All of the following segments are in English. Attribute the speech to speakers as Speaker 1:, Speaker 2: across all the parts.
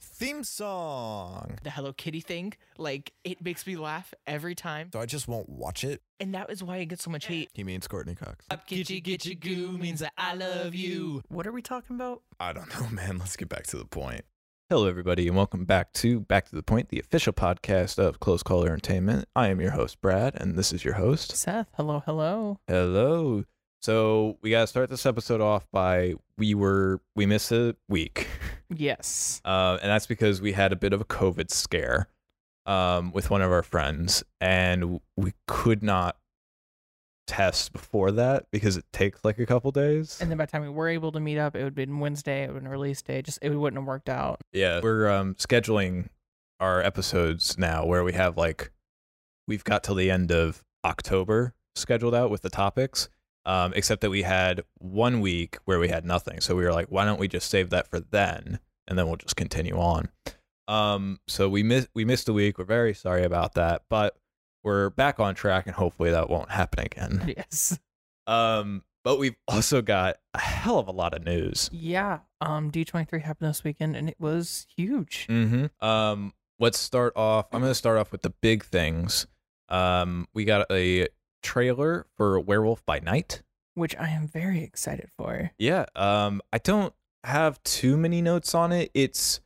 Speaker 1: theme song.
Speaker 2: The Hello Kitty thing, like it makes me laugh every time.
Speaker 1: So I just won't watch it.
Speaker 2: And that is why it gets so much hate.
Speaker 1: He means Courtney Cox.
Speaker 2: Up Gitchy Gitchy Goo means that I love you.
Speaker 3: What are we talking about?
Speaker 1: I don't know, man. Let's get back to the point.
Speaker 4: Hello, everybody, and welcome back to Back to the Point, the official podcast of Close Call Entertainment. I am your host, Brad, and this is your host,
Speaker 3: Seth, hello, hello.
Speaker 4: Hello. So we gotta start this episode off by we were we missed a week,
Speaker 3: Yes.
Speaker 4: uh, and that's because we had a bit of a COVID scare um, with one of our friends, and we could not test before that because it takes like a couple days.
Speaker 3: And then by the time we were able to meet up, it would have been Wednesday, it would have been release day. Just it wouldn't have worked out.
Speaker 4: Yeah. We're um, scheduling our episodes now where we have like, we've got till the end of October scheduled out with the topics, um, except that we had one week where we had nothing. So we were like, why don't we just save that for then? And then we'll just continue on. Um, so we missed we missed a week. We're very sorry about that, but we're back on track, and hopefully that won't happen again.
Speaker 3: Yes.
Speaker 4: Um, but we've also got a hell of a lot of news.
Speaker 3: Yeah. Um D twenty three happened this weekend and it was huge.
Speaker 4: Mm-hmm. Um, let's start off. I'm going to start off with the big things. Um, we got a trailer for Werewolf by Night.
Speaker 3: Which I am very excited for.
Speaker 4: Yeah. Um, I don't have too many notes on it. It's,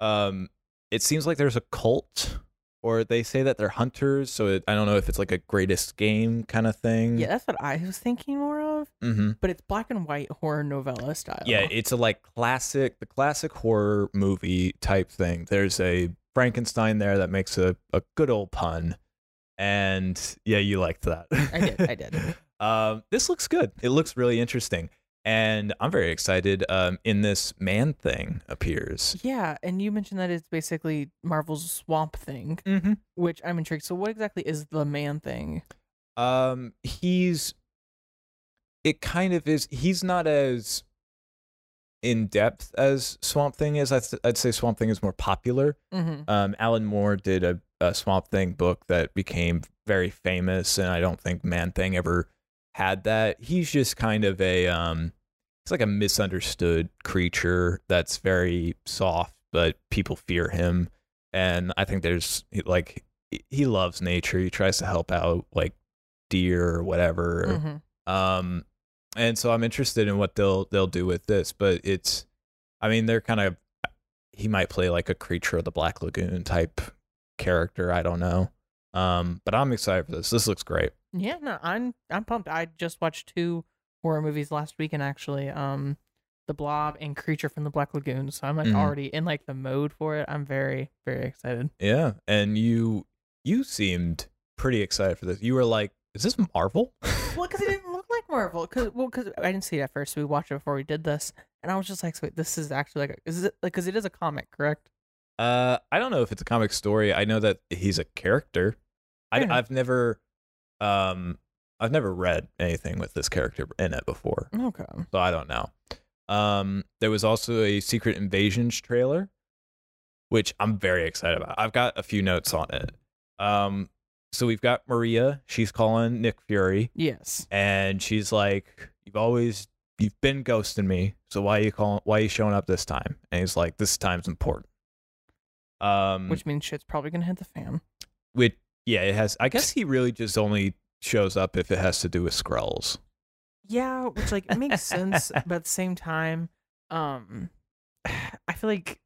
Speaker 4: um, it seems like there's a cult, or they say that they're hunters. So it, I don't know if it's like a greatest game kind of
Speaker 2: Mm.
Speaker 4: thing.
Speaker 3: Yeah, that's what I was thinking more of.
Speaker 4: Mm-hmm.
Speaker 3: But it's black and white horror novella style.
Speaker 4: Yeah, it's a like classic, the classic horror movie type thing. There's a Frankenstein there that makes a, a good old pun. And yeah, you liked that.
Speaker 3: I did, I did.
Speaker 4: um, this looks good. It looks really interesting. And I'm very excited. Um, in this man thing appears.
Speaker 3: yeah, and you mentioned that it's basically Marvel's swamp thing,
Speaker 4: Mm-hmm.
Speaker 3: which I'm intrigued. So what exactly is the man thing?
Speaker 4: Um, he's. It kind of is. He's not as in depth as Swamp Thing is. I'd, I'd say Swamp Thing is more popular.
Speaker 3: Mm-hmm.
Speaker 4: um, Alan Moore did a, a Swamp Thing book that became very famous, and I don't think Man Thing ever had that. He's just kind of a um, he's like a misunderstood creature that's very soft, but people fear him. And I think there's like he- he loves nature. He tries to help out like deer or whatever,
Speaker 3: Mm-hmm.
Speaker 4: um, and so I'm interested in what they'll they'll do with this, but it's, I mean, they're kind of, he might play like a creature of the Black Lagoon type character. I don't know, um, but I'm excited for this. This looks great.
Speaker 3: Yeah, no, I'm I'm pumped. I just watched two horror movies last weekend actually. Um The Blob and Creature from the Black Lagoon. So I'm like
Speaker 4: Mhm.
Speaker 3: already in like the mode for it. I'm very, very excited.
Speaker 4: Yeah, and you you seemed pretty excited for this. You were like, is this Marvel?
Speaker 3: Well, because it didn't look like Marvel. Cause well, cause I didn't see it at first. We watched it before we did this, and I was just like, so "Wait, this is actually like, a- is it like, cause it is a comic, correct?"
Speaker 4: Uh, I don't know if it's a comic story. I know that he's a character. I,
Speaker 3: Fair enough.
Speaker 4: I've never, um, I've never read anything with this character in it before.
Speaker 3: Okay.
Speaker 4: so I don't know. Um, there was also a Secret Invasions trailer, which I'm very excited about. I've got a few notes on it. Um, so we've got Maria. She's calling Nick Fury,
Speaker 3: Yes.
Speaker 4: and she's like, "You've always, you've been ghosting me. So why are you calling? Why are you showing up this time?" And he's like, "This time's important." Um,
Speaker 3: Which means shit's probably gonna hit the fan.
Speaker 4: which yeah, it has. I guess he really just only shows up if it has to do with Skrulls.
Speaker 3: Yeah, which like it makes sense, but at the same time, um, I feel like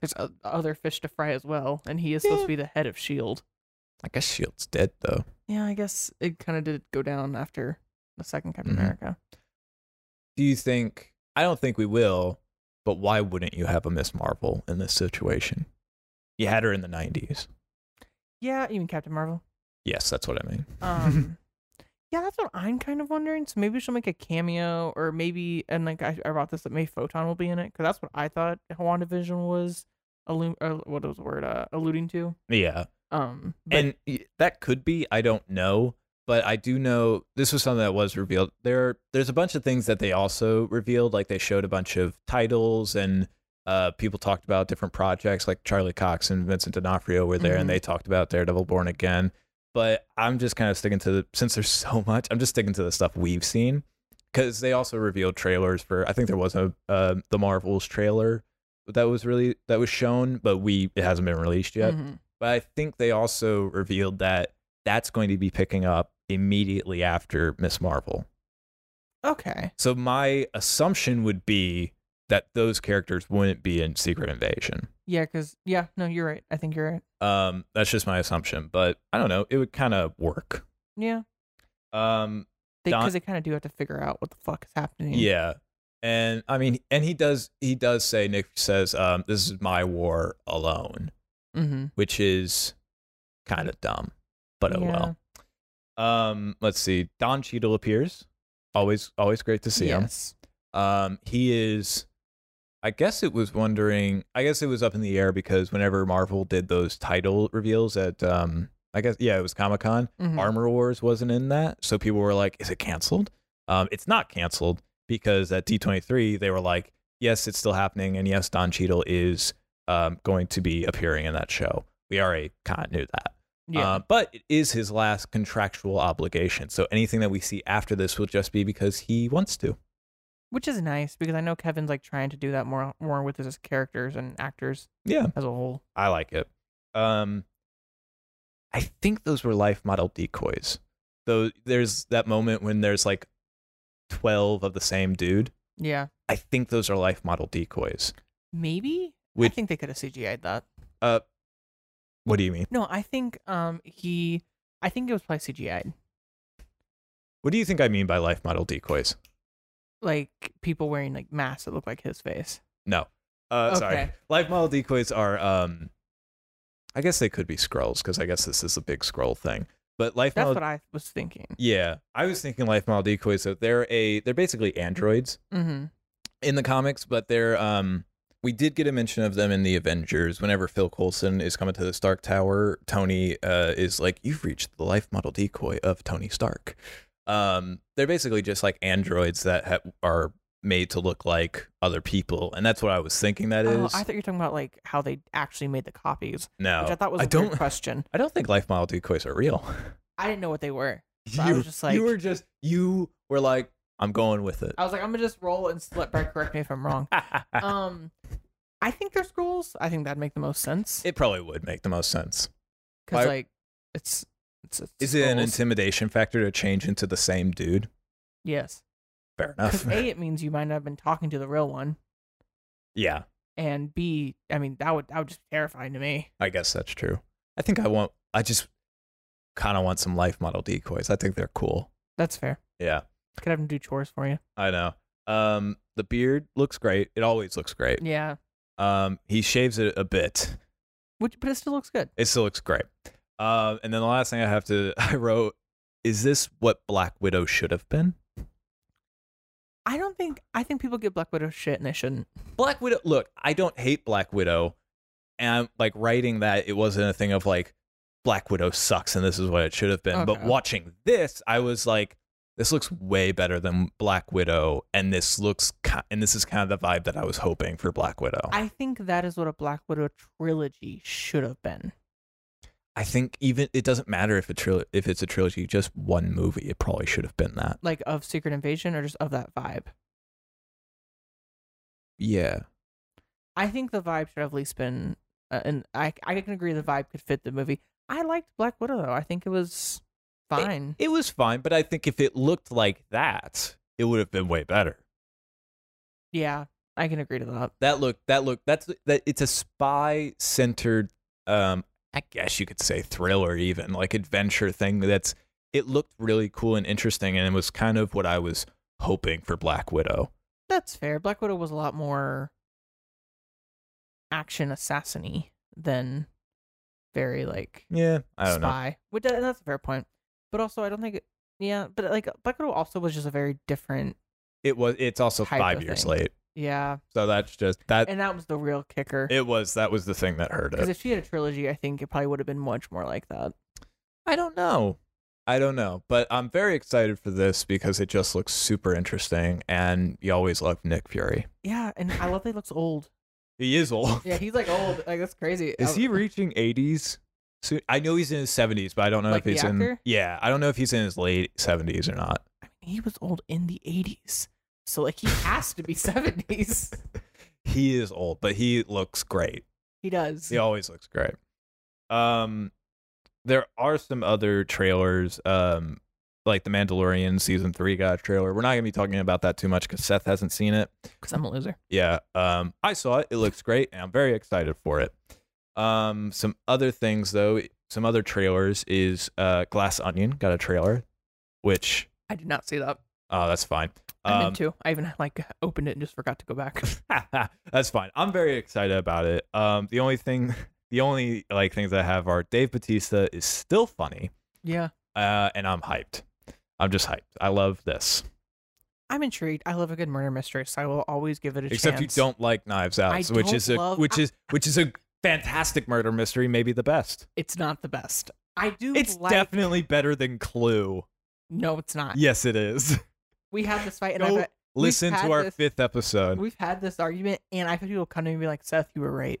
Speaker 3: there's o- other fish to fry as well, and he is supposed to be the head of Shield.
Speaker 4: I E guess Shield's dead though.
Speaker 3: Yeah, I guess it kind of did go down after the second Captain
Speaker 4: Mhm.
Speaker 3: America.
Speaker 4: do you think I don't think we will, but why wouldn't you have a Miss Marvel in this situation? You had her in the 90s.
Speaker 3: Yeah, even Captain Marvel.
Speaker 4: Yes, that's what I mean.
Speaker 3: Um, yeah, that's what I'm kind of wondering. So maybe she'll make a cameo, or maybe and like I, I brought this that maybe Photon will be in it because that's what I thought WandaVision was. Allu- uh, what was the word uh, alluding to?
Speaker 4: yeah.
Speaker 3: Um, but
Speaker 4: and y- that could be, I don't know, but I do know this was something that was revealed. There there's a bunch of things that they also revealed like they showed a bunch of titles and uh, people talked about different projects like Charlie Cox and Vincent D'Onofrio were there,
Speaker 3: Mhm.
Speaker 4: and they talked about Daredevil Born Again. But I'm just kind of sticking to the since there's so much, I'm just sticking to the stuff we've seen because they also revealed trailers for. I think there was a uh, the Marvels trailer that was really that was shown, but we it hasn't been released yet.
Speaker 3: Mhm.
Speaker 4: But I think they also revealed that that's going to be picking up immediately after Miss Marvel.
Speaker 3: Okay.
Speaker 4: So my assumption would be that those characters wouldn't be in Secret Invasion.
Speaker 3: Yeah, because yeah, no, you're right. I think you're right.
Speaker 4: Um, that's just my assumption, but I don't know. It would kind of work.
Speaker 3: Yeah,
Speaker 4: Um, Don-
Speaker 3: because they, kind of do have to figure out what the fuck is happening.
Speaker 4: yeah, and I mean, and he does. He does say Nick says, um, "This is my war alone,"
Speaker 3: Mm-hmm.
Speaker 4: which is kind of dumb, but oh
Speaker 3: Yeah.
Speaker 4: well. Um, let's see. Don Cheadle appears. Always, always great to see him.
Speaker 3: yes.
Speaker 4: Um, he is. I guess it was wondering. I guess it was up in the air because whenever Marvel did those title reveals at, um, I guess yeah, it was Comic Con.
Speaker 3: Mhm.
Speaker 4: Armor Wars wasn't in that, so people were like, "Is it canceled?" Um, it's not canceled because at D23 they were like, "Yes, it's still happening, and yes, Don Cheadle is um, going to be appearing in that show." We already kind of knew that,
Speaker 3: Yeah.
Speaker 4: Uh, but it is his last contractual obligation. So anything that we see after this will just be because he wants to.
Speaker 3: Which is nice because I know Kevin's like trying to do that more more with his characters and actors
Speaker 4: Yeah,
Speaker 3: as a whole.
Speaker 4: I like it. Um, I think those were life model decoys. Though there's that moment when there's like twelve of the same dude.
Speaker 3: Yeah.
Speaker 4: I think those are life model decoys.
Speaker 3: Maybe.
Speaker 4: Which-
Speaker 3: I think they could have CGI'd that.
Speaker 4: Uh, What do you mean?
Speaker 3: No, I think um he I think it was probably CGI'd.
Speaker 4: What do you think I mean by life model decoys?
Speaker 3: Like people wearing like masks that look like his face.
Speaker 4: No. Uh, Sorry.
Speaker 3: Okay.
Speaker 4: Life model decoys are, um, I guess they could be scrolls because I guess this is a big scroll thing. But life
Speaker 3: That's
Speaker 4: model,
Speaker 3: what I was thinking.
Speaker 4: yeah, I was thinking life model decoys. So they're a, they're basically androids
Speaker 3: Mm-hmm.
Speaker 4: in the comics, but they're, um, we did get a mention of them in the Avengers. Whenever Phil Coulson is coming to the Stark Tower, Tony uh, is like, "You've reached the life model decoy of Tony Stark." Um, they're basically just like androids that ha- are made to look like other people, and that's what I was thinking. That is
Speaker 3: Oh, I thought you were talking about like how they actually made the copies,
Speaker 4: no,
Speaker 3: which I thought was
Speaker 4: Oh,
Speaker 3: a
Speaker 4: I
Speaker 3: weird
Speaker 4: don't.
Speaker 3: question.
Speaker 4: I don't think life model decoys are real.
Speaker 3: I didn't know what they were. So I was just like-
Speaker 4: you were just you were like, "I'm going with it."
Speaker 3: I was like, I'm gonna just roll and s- let Brett correct me if I'm wrong. Um, I think they're scrolls. I think that'd make the most sense
Speaker 4: it probably would make the most sense.
Speaker 3: because
Speaker 4: I-
Speaker 3: like it's it's, it's
Speaker 4: Is it an
Speaker 3: scrolls.
Speaker 4: intimidation factor to change into the same dude?
Speaker 3: Yes,
Speaker 4: Fair enough.
Speaker 3: because a it means you might not have been talking to the real one,
Speaker 4: yeah.
Speaker 3: and B, I mean that would that would just be terrifying to me.
Speaker 4: I guess that's true. I think I want. I just kind of want some life model decoys. I think they're cool.
Speaker 3: That's fair.
Speaker 4: Yeah,
Speaker 3: Could have them do chores for you.
Speaker 4: I know. Um, the beard looks great. It always looks great.
Speaker 3: Yeah,
Speaker 4: Um, he shaves it a bit.
Speaker 3: which but it still looks good.
Speaker 4: It still looks great. Um, and then the last thing I have to I wrote is this what Black Widow should have been?
Speaker 3: I don't think I think people give Black Widow shit and they shouldn't.
Speaker 4: Black Widow. Look, I don't hate Black Widow, and like writing that, it wasn't a thing of like Black Widow sucks and this is what it should have been. But
Speaker 3: Okay.
Speaker 4: watching this, I was like, this looks way better than Black Widow, and this looks ki- and this is kind of the vibe that I was hoping for Black Widow. I,
Speaker 3: I think that is what a Black Widow trilogy should have been.
Speaker 4: think even it doesn't matter if it tril- if it's a trilogy, just one movie, it probably should have been that.
Speaker 3: Like of Secret Invasion or just of that vibe.
Speaker 4: Yeah,
Speaker 3: I think the vibe should have at least been, uh, and I I can agree the vibe could fit the movie. I liked Black Widow though. I think it was fine.
Speaker 4: it was fine, but I think if it looked like that, it would have been way better.
Speaker 3: yeah, I can agree to that.
Speaker 4: that look that look that's that it's a spy centered um i guess you could say thriller even like adventure thing that's it looked really cool and interesting and it was kind of what i was hoping for black widow
Speaker 3: That's fair. Black Widow was a lot more action assassiny than very like
Speaker 4: yeah i don't know
Speaker 3: spy. Which and that's a fair point. But also, I don't think. It, yeah, but like Black Widow also was just a very different.
Speaker 4: it was it's also
Speaker 3: Type
Speaker 4: five
Speaker 3: of
Speaker 4: years
Speaker 3: thing.
Speaker 4: late
Speaker 3: Yeah,
Speaker 4: so that's just that
Speaker 3: and that was the real kicker.
Speaker 4: it uh, was that was the thing that hurt
Speaker 3: Because
Speaker 4: it
Speaker 3: if she had a trilogy, I think it probably would have been much more like that.
Speaker 4: i don't know i don't know but i'm very excited for this because it just looks super interesting and you always love nick fury
Speaker 3: Yeah, and I love that he looks old.
Speaker 4: he is old
Speaker 3: Yeah, he's like old. Like that's crazy.
Speaker 4: Is
Speaker 3: Um,
Speaker 4: he reaching 80s? Soon? Oh, uh, I know he's in his 70s, but I don't know
Speaker 3: Like
Speaker 4: if he's
Speaker 3: the
Speaker 4: in.
Speaker 3: actor?
Speaker 4: Yeah, I don't know if he's in his late 70s or not.
Speaker 3: I mean, he was old in the eighties, so like he has to be seventies.
Speaker 4: He is old, but he looks great.
Speaker 3: He does.
Speaker 4: He always looks great. Um, there are some other trailers, um, like the Mandalorian season three got a trailer. We're not gonna be talking about that too much because Seth hasn't seen it.
Speaker 3: Because I'm a loser.
Speaker 4: Yeah, um, I saw it. It looks great, and I'm very excited for it. Um, some other things though, some other trailers is uh, Glass Onion got a trailer, which
Speaker 3: I did not see that.
Speaker 4: oh, that's fine.
Speaker 3: I
Speaker 4: Um,
Speaker 3: meant to. I even like opened it and just forgot to go back.
Speaker 4: That's fine. I'm very excited about it. Um, the only thing, the only like things I have are Dave Batista is still funny,
Speaker 3: yeah.
Speaker 4: uh, and I'm hyped. I'm just hyped. I love this.
Speaker 3: I'm intrigued. I love a good murder mystery, so I will always give it a
Speaker 4: Except
Speaker 3: chance.
Speaker 4: you don't like Knives Out,
Speaker 3: I
Speaker 4: which
Speaker 3: don't
Speaker 4: is a
Speaker 3: love-
Speaker 4: which is which is a fantastic murder mystery, maybe the best.
Speaker 3: It's not the best. I do.
Speaker 4: It's
Speaker 3: like-
Speaker 4: definitely better than Clue.
Speaker 3: No, it's not.
Speaker 4: Yes, it is.
Speaker 3: We had this fight, and
Speaker 4: Go
Speaker 3: I've, We've
Speaker 4: Listen
Speaker 3: had
Speaker 4: to our
Speaker 3: this-
Speaker 4: fifth episode.
Speaker 3: we've had this argument, and I've had people come to me and be like, "Seth, you were right."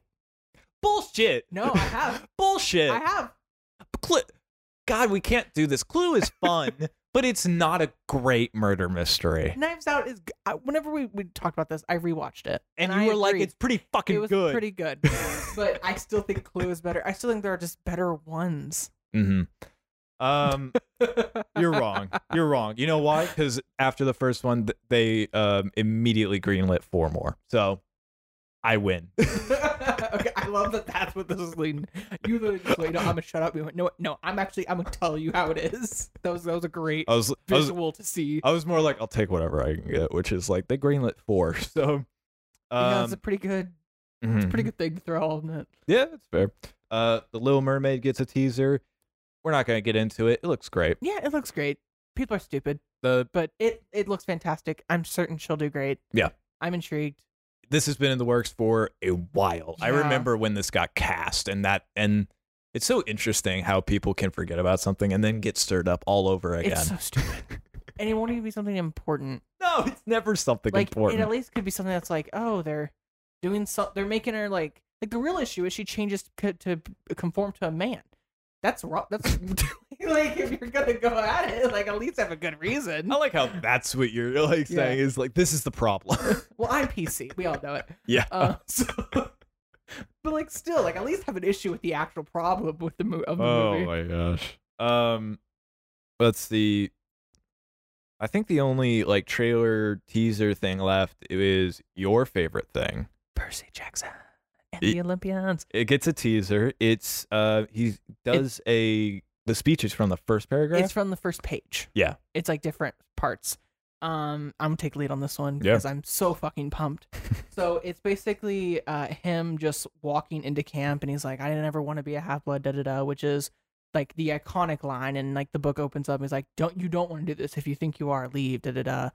Speaker 4: Bullshit.
Speaker 3: No, I have.
Speaker 4: Bullshit.
Speaker 3: I have.
Speaker 4: Clue. God, we can't do this. Clue is fun, but it's not a great murder mystery.
Speaker 3: Knives Out is. g- I- Whenever we, we talked about this, I rewatched it,
Speaker 4: And,
Speaker 3: I
Speaker 4: you were like,
Speaker 3: agreed.
Speaker 4: it's pretty fucking
Speaker 3: it was
Speaker 4: good.
Speaker 3: pretty good, but I still think Clue is better. I still think there are just better ones.
Speaker 4: mm-hmm. Um, you're wrong. You're wrong. You know why? Because after the first one, th- they um, immediately greenlit four more. So I win.
Speaker 3: okay, I love that. That's what this is leading. You literally just wait. No, I'm gonna shut up. You went, no, no. I'm actually. I'm gonna tell you how it is. That was that was a great
Speaker 4: I was, I was,
Speaker 3: visual to see.
Speaker 4: I was more like, I'll take whatever I can get, which is like they greenlit four. So, um,
Speaker 3: yeah, it's a pretty good,
Speaker 4: mhm.
Speaker 3: pretty good thing to throw all in it.
Speaker 4: Yeah, that's fair. Uh, the Little Mermaid gets a teaser. We're not gonna get into it. It looks great.
Speaker 3: Yeah, it looks great. People are stupid,
Speaker 4: The
Speaker 3: but it it looks fantastic. I'm certain she'll do great.
Speaker 4: Yeah.
Speaker 3: I'm intrigued.
Speaker 4: this has been in the works for a while. I
Speaker 3: Yeah.
Speaker 4: remember when this got cast, and that and it's so interesting how people can forget about something and then get stirred up all over again.
Speaker 3: It's so stupid, and it won't even be something important.
Speaker 4: no, it's never something
Speaker 3: like
Speaker 4: important.
Speaker 3: it at least could be something that's like, oh, they're doing so. They're making her like like the real issue is she changes to, to conform to a man. That's wrong. That's like if you're gonna go at it, like at least have a good reason.
Speaker 4: I like how that's what you're like
Speaker 3: Yeah.
Speaker 4: saying is like this is the problem.
Speaker 3: Well, I'm PC. We all know it.
Speaker 4: yeah.
Speaker 3: Uh, so, but like, still, like, at least have an issue with the actual problem with the, mo- of the movie.
Speaker 4: Oh my gosh. Um, let's see. I think the only like trailer teaser thing left is your favorite thing.
Speaker 3: Percy Jackson and
Speaker 4: Ye-
Speaker 3: the Olympians.
Speaker 4: It gets a teaser. It's uh he does a the speech is from the first paragraph.
Speaker 3: It's from the first page.
Speaker 4: Yeah.
Speaker 3: it's like different parts. Um, I'm gonna take lead on this one
Speaker 4: Yeah.
Speaker 3: because I'm so fucking pumped. so it's basically uh him just walking into camp and he's like, I never want to be a half blood, da da da, which is like the iconic line. And like the book opens up, and he's like, Don't you don't want to do this? If you think you are, leave, da da da.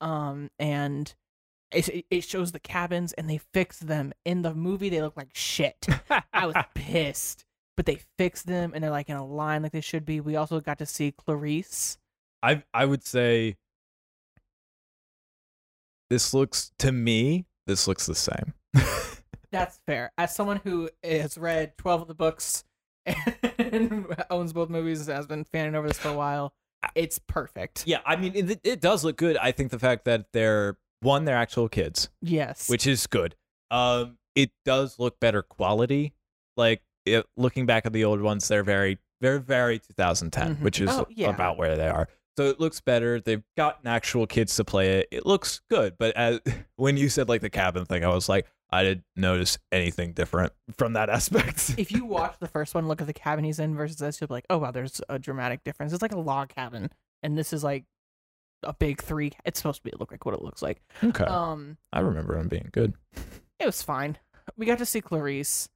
Speaker 3: Um, and it, it shows the cabins and they fix them. In the movie, they look like shit. I was pissed, but they fixed them and they're like in a line like they should be. We also got to see Clarice.
Speaker 4: I I would say this looks to me this looks the same.
Speaker 3: That's fair. As someone who has read 12 of the books and owns both movies, has been fanning over this for a while, it's perfect.
Speaker 4: Ah. Yeah, I mean it, it does look good. I think the fact that they're one they're actual kids,
Speaker 3: Yes.
Speaker 4: which is good. Um it does look better quality. Like it, looking back at the old ones, they're very they're very 2010,
Speaker 3: Mhm.
Speaker 4: which is
Speaker 3: Oh, yeah.
Speaker 4: about where they are. So it looks better. They've gotten actual kids to play it. It looks good, but as, when you said like the cabin thing, I was like, I didn't notice anything different from that aspect.
Speaker 3: if you watch the first one, look at the cabin he's in versus this, you'll be like, oh, wow, there's a dramatic difference. It's like a log cabin. And this is like a big three. It's supposed to be look like what it looks like.
Speaker 4: okay,
Speaker 3: Um,
Speaker 4: I remember him being good.
Speaker 3: it was fine. We got to see Clarice.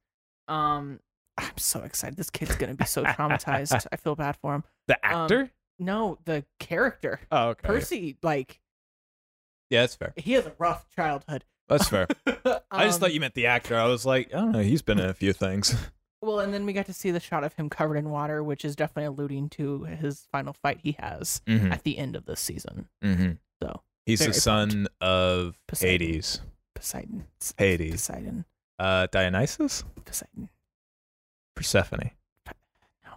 Speaker 3: Um, I'm so excited. This kid's gonna be so traumatized. I feel bad for him.
Speaker 4: The
Speaker 3: Um,
Speaker 4: actor?
Speaker 3: No, the character
Speaker 4: oh, okay.
Speaker 3: Percy, like
Speaker 4: yeah, that's fair.
Speaker 3: he has a rough childhood.
Speaker 4: That's fair. I just
Speaker 3: Um,
Speaker 4: thought you meant the actor. I was like, I don't know. He's been in a few things.
Speaker 3: Well, and then we got to see the shot of him covered in water, which is definitely alluding to his final fight he has
Speaker 4: Mm-hmm.
Speaker 3: at the end of this season.
Speaker 4: Mm-hmm.
Speaker 3: So,
Speaker 4: he's the
Speaker 3: very
Speaker 4: son of
Speaker 3: Poseidon.
Speaker 4: Hades.
Speaker 3: Poseidon,
Speaker 4: Hades.
Speaker 3: Poseidon,
Speaker 4: Uh, Dionysus.
Speaker 3: Poseidon.
Speaker 4: Persephone.
Speaker 3: No.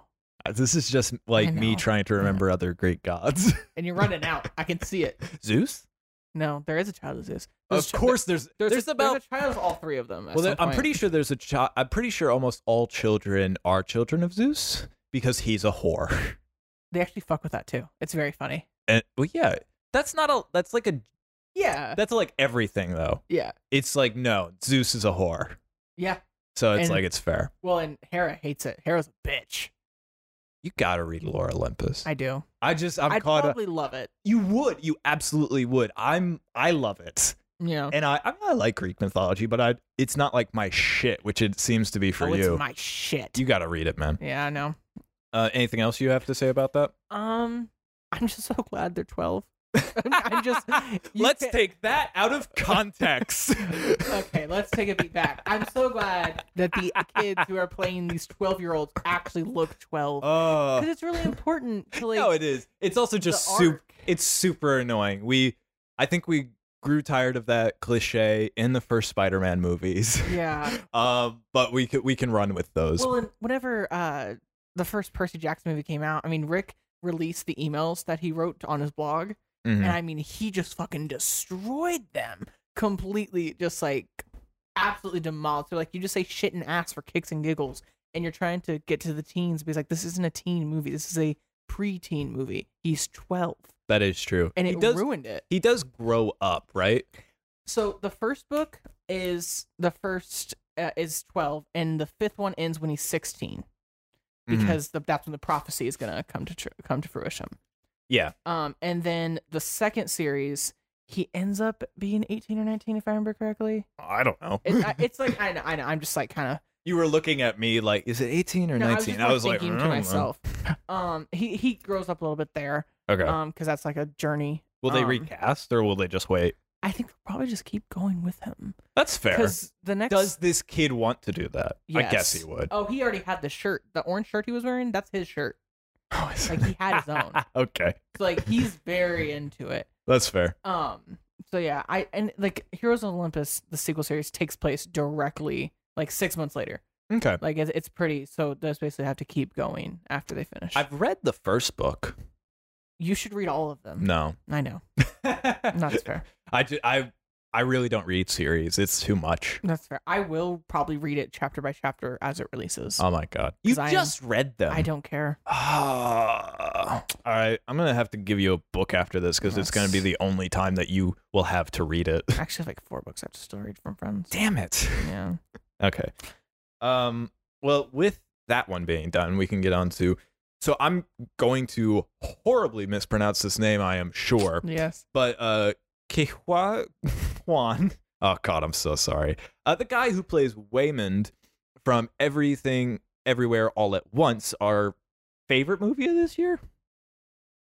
Speaker 4: Uh, This is just like me
Speaker 3: know.
Speaker 4: trying to remember other Greek gods.
Speaker 3: And you're running out. I can see it.
Speaker 4: Zeus?
Speaker 3: No, there is a child who's this. There's
Speaker 4: Of
Speaker 3: chi-
Speaker 4: course, there's
Speaker 3: there-
Speaker 4: there's,
Speaker 3: there's, a,
Speaker 4: about
Speaker 3: there's a child of all three of them. at
Speaker 4: well, there-
Speaker 3: some
Speaker 4: I'm
Speaker 3: point.
Speaker 4: pretty sure there's a child. I'm pretty sure almost all children are children of Zeus because he's a whore.
Speaker 3: they actually fuck with that too. It's very funny.
Speaker 4: And well, yeah, that's not a that's like a
Speaker 3: Yeah,
Speaker 4: that's like everything though.
Speaker 3: yeah,
Speaker 4: It's like no, Zeus is a whore,
Speaker 3: yeah.
Speaker 4: so it's
Speaker 3: And-
Speaker 4: like it's fair.
Speaker 3: Well, and Hera hates it. Hera's a bitch.
Speaker 4: You gotta read Laura Olympus. I,
Speaker 3: I do.
Speaker 4: just I'm
Speaker 3: i would
Speaker 4: caught up.
Speaker 3: probably love it.
Speaker 4: You would, you absolutely would. I'm I love it,
Speaker 3: Yeah.
Speaker 4: and I I, mean, I like Greek mythology, but I it's not like my shit, which it seems to be for
Speaker 3: oh,
Speaker 4: you.
Speaker 3: it's my shit.
Speaker 4: you gotta read it, man.
Speaker 3: yeah, I know.
Speaker 4: Uh, anything else you have to say about that?
Speaker 3: Um, I'm just so glad they're twelve. I'm just. you
Speaker 4: Let's
Speaker 3: can't-
Speaker 4: take that out of context.
Speaker 3: Okay, let's take a beat back. I'm so glad that the kids who are playing these twelve-year-olds actually look twelve.
Speaker 4: Oh.
Speaker 3: Because it's really important to like.
Speaker 4: no, it is. It's also just
Speaker 3: the
Speaker 4: super.
Speaker 3: arc.
Speaker 4: It's super annoying. We, I think we grew tired of that cliche in the first Spider-Man movies.
Speaker 3: Yeah.
Speaker 4: um, but we could we can run with those.
Speaker 3: Well, and whenever uh, the first Percy Jackson movie came out, I mean, Rick released the emails that he wrote on his blog,
Speaker 4: Mhm.
Speaker 3: and I mean, he just fucking destroyed them completely, just like absolutely demolished. They're like, you just say shit and ass for kicks and giggles, and you're trying to get to the teens, but he's like, this isn't a teen movie. This is a preteen movie. He's 12,
Speaker 4: that is true.
Speaker 3: and
Speaker 4: he
Speaker 3: it
Speaker 4: does.
Speaker 3: ruined it.
Speaker 4: he does grow up, right?
Speaker 3: So the first book is the first uh, is 12, and the fifth one ends when he's 16.
Speaker 4: Mhm.
Speaker 3: because the, that's when the prophecy is going to come to tr- come to fruition.
Speaker 4: Yeah.
Speaker 3: Um, and then the second series, he ends up being eighteen or nineteen, if I remember correctly.
Speaker 4: I don't know.
Speaker 3: It, I, it's like I know, I know, I'm just like kind of
Speaker 4: you were looking at me like, is it eighteen or
Speaker 3: no, I was,
Speaker 4: nineteen?
Speaker 3: just,
Speaker 4: I was like,
Speaker 3: thinking
Speaker 4: I
Speaker 3: to
Speaker 4: don't know.
Speaker 3: myself. Um, he he grows up a little bit there.
Speaker 4: Okay.
Speaker 3: Um, because that's like a journey.
Speaker 4: will they
Speaker 3: um,
Speaker 4: recast or will they just wait?
Speaker 3: I think they'll probably just keep going with him
Speaker 4: That's fair.
Speaker 3: because the next
Speaker 4: Does this kid want to do that? I guess
Speaker 3: Yes.
Speaker 4: he would.
Speaker 3: oh he already had the shirt, the orange shirt he was wearing. That's his shirt. Like he had his own.
Speaker 4: Oh, okay,
Speaker 3: so, like he's very into it.
Speaker 4: that's fair.
Speaker 3: Um. So yeah, I and like Heroes of Olympus, the sequel series takes place directly like six months later.
Speaker 4: Okay.
Speaker 3: Like it's, it's pretty. So those basically have to keep going after they finish.
Speaker 4: I've read the first book.
Speaker 3: you should read all of them.
Speaker 4: No.
Speaker 3: I know that's fair.
Speaker 4: I, ju- I, I really don't read series. It's too much.
Speaker 3: That's fair. I will probably read it chapter by chapter as it releases.
Speaker 4: Oh my god. You
Speaker 3: 'Cause I am-
Speaker 4: just read them.
Speaker 3: I don't care.
Speaker 4: Ah. all right. I'm going to have to give you a book after this cuz it's going to be the only time that you will have to read it.
Speaker 3: I actually have like four books I have to still read from friends.
Speaker 4: Damn it.
Speaker 3: Yeah.
Speaker 4: Okay. Um well, with that one being done, we can get on to so I'm going to horribly mispronounce this name, I am sure.
Speaker 3: Yes.
Speaker 4: but uh Kihua Kwan. Oh god, I'm so sorry. Uh the guy who plays Waymond from Everything Everywhere All at Once, our favorite movie of this year?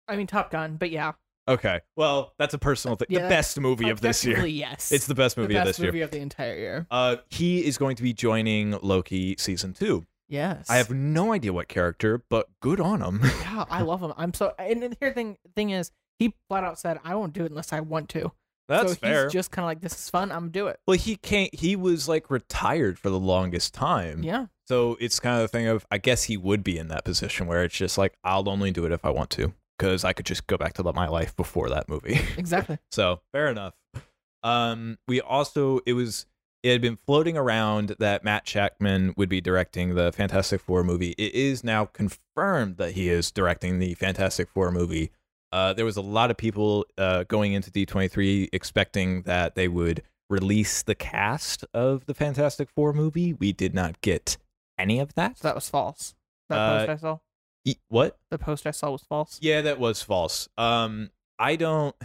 Speaker 3: I mean Top Gun, but yeah.
Speaker 4: Okay. Well, that's a personal thing.
Speaker 3: Yeah,
Speaker 4: the
Speaker 3: that-
Speaker 4: best movie of this year.
Speaker 3: Objectively, Yes.
Speaker 4: It's the best
Speaker 3: the
Speaker 4: movie
Speaker 3: best
Speaker 4: of this
Speaker 3: movie
Speaker 4: year.
Speaker 3: of the entire year.
Speaker 4: Uh he is going to be joining Loki season 2.
Speaker 3: Yes.
Speaker 4: I have no idea what character, but good on him.
Speaker 3: Yeah, I love him. I'm so and the here thing thing is he flat out said I won't do it unless I want to.
Speaker 4: that's
Speaker 3: so
Speaker 4: fair.
Speaker 3: He's just kind of like this is fun. I'm gonna do it.
Speaker 4: well, he can't he was like retired for the longest time.
Speaker 3: Yeah,
Speaker 4: So it's kind of the thing of I guess he would be in that position where it's just like I'll only do it if I want to because I could just go back to my life before that movie.
Speaker 3: exactly.
Speaker 4: so fair enough. Um, we also it was it had been floating around that Matt Shackman would be directing the Fantastic Four movie. It is now confirmed that he is directing the Fantastic Four movie. Uh, there was a lot of people uh, going into D23 expecting that they would release the cast of the Fantastic Four movie. We did not get any of that.
Speaker 3: So that was false. That
Speaker 4: Uh,
Speaker 3: post I saw.
Speaker 4: E- what?
Speaker 3: The post I saw was false.
Speaker 4: Yeah, that was false. Um, I don't.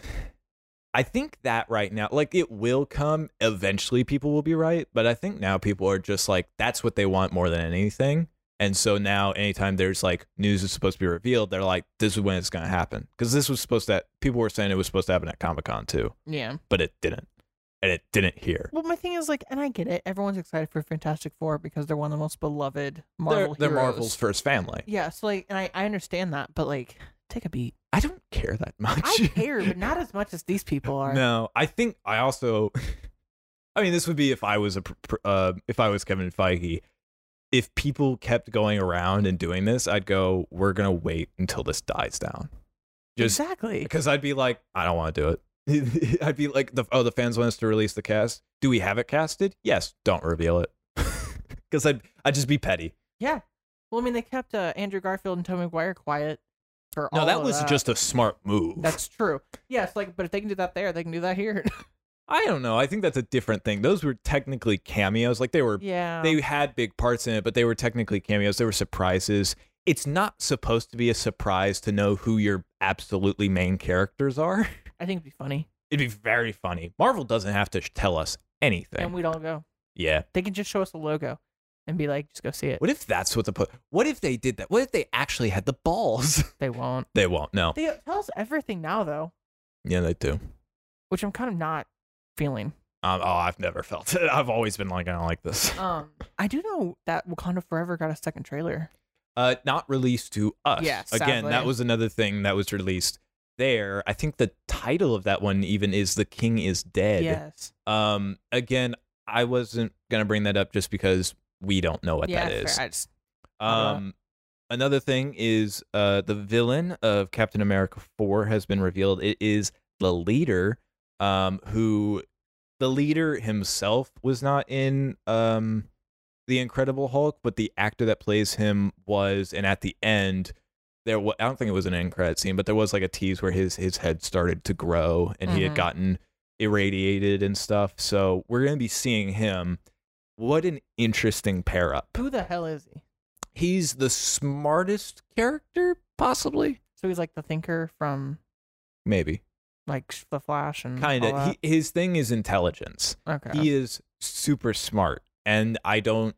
Speaker 4: I think that right now, like it will come eventually. People will be right, but I think now people are just like that's what they want more than anything. And so now, anytime there's like news is supposed to be revealed, they're like, "This is when it's going to happen." Because this was supposed to. People were saying it was supposed to happen at Comic Con too,
Speaker 3: Yeah.
Speaker 4: but it didn't, and it didn't here.
Speaker 3: Well, my thing is like, and I get it. Everyone's excited for Fantastic Four because they're one of the most beloved
Speaker 4: They're-
Speaker 3: Marvel
Speaker 4: they're,
Speaker 3: heroes.
Speaker 4: Marvel's first family.
Speaker 3: Yeah. So like, and I I understand that, but like, take a beat.
Speaker 4: I don't care that much.
Speaker 3: I care, but not as much as these people are.
Speaker 4: No, I think I also. I mean, this would be if I was a pr- pr- uh, if I was Kevin Feige. If people kept going around and doing this, I'd go. We're gonna wait until this dies down, just
Speaker 3: exactly.
Speaker 4: because I'd be like, I don't want to do it. I'd be like, the, oh, the fans want us to release the cast. Do we have it casted? Yes. Don't reveal it. Because I'd, I'd just be petty.
Speaker 3: Yeah. Well, I mean, they kept uh, Andrew Garfield and Tom McGuire quiet for all
Speaker 4: No, that
Speaker 3: of
Speaker 4: was just a smart move.
Speaker 3: That's true. Yes, like, but if they can do that there, they can do that here.
Speaker 4: I don't know. I think that's a different thing. Those were technically cameos. Like they were,
Speaker 3: yeah.
Speaker 4: they had big parts in it, but they were technically cameos. They were surprises. It's not supposed to be a surprise to know who your absolutely main characters are.
Speaker 3: I think it'd be funny.
Speaker 4: It'd be very funny. Marvel doesn't have to sh- tell us anything.
Speaker 3: And we'd all go.
Speaker 4: yeah.
Speaker 3: They can just show us the logo and be like, just go see it.
Speaker 4: What if that's what the po- What if they did that? What if they actually had the balls?
Speaker 3: They won't.
Speaker 4: they won't. No.
Speaker 3: They uh, tell us everything now, though,
Speaker 4: Yeah, they do.
Speaker 3: which I'm kind of not feeling.
Speaker 4: Um, oh, I've never felt it. I've always been like, I don't like this.
Speaker 3: Um, I do know that Wakanda Forever got a second trailer.
Speaker 4: Uh, not released to us.
Speaker 3: Yeah,
Speaker 4: Again, that
Speaker 3: sadly.
Speaker 4: was another thing that was released there. I think the title of that one even is "The King Is Dead."
Speaker 3: Yes.
Speaker 4: Um, again, I wasn't gonna bring that up just because we don't know what
Speaker 3: yeah,
Speaker 4: that is.
Speaker 3: fair. I just- Uh-huh.
Speaker 4: Um, another thing is uh, the villain of Captain America 4 has been revealed. It is the leader um, who the leader himself was not in um, The Incredible Hulk, but the actor that plays him was. And at the end, there wa- I don't think it was an end credit scene, but there was like a tease where his, his head started to grow and he had
Speaker 3: Mhm.
Speaker 4: gotten irradiated and stuff. So we're going to be seeing him. What an interesting pair up
Speaker 3: Who the hell is he?
Speaker 4: he's the smartest character possibly
Speaker 3: So he's like the thinker from
Speaker 4: maybe
Speaker 3: like sh- The Flash and
Speaker 4: kind
Speaker 3: all
Speaker 4: of
Speaker 3: that?
Speaker 4: he, his thing is intelligence
Speaker 3: okay.
Speaker 4: he is super smart and i don't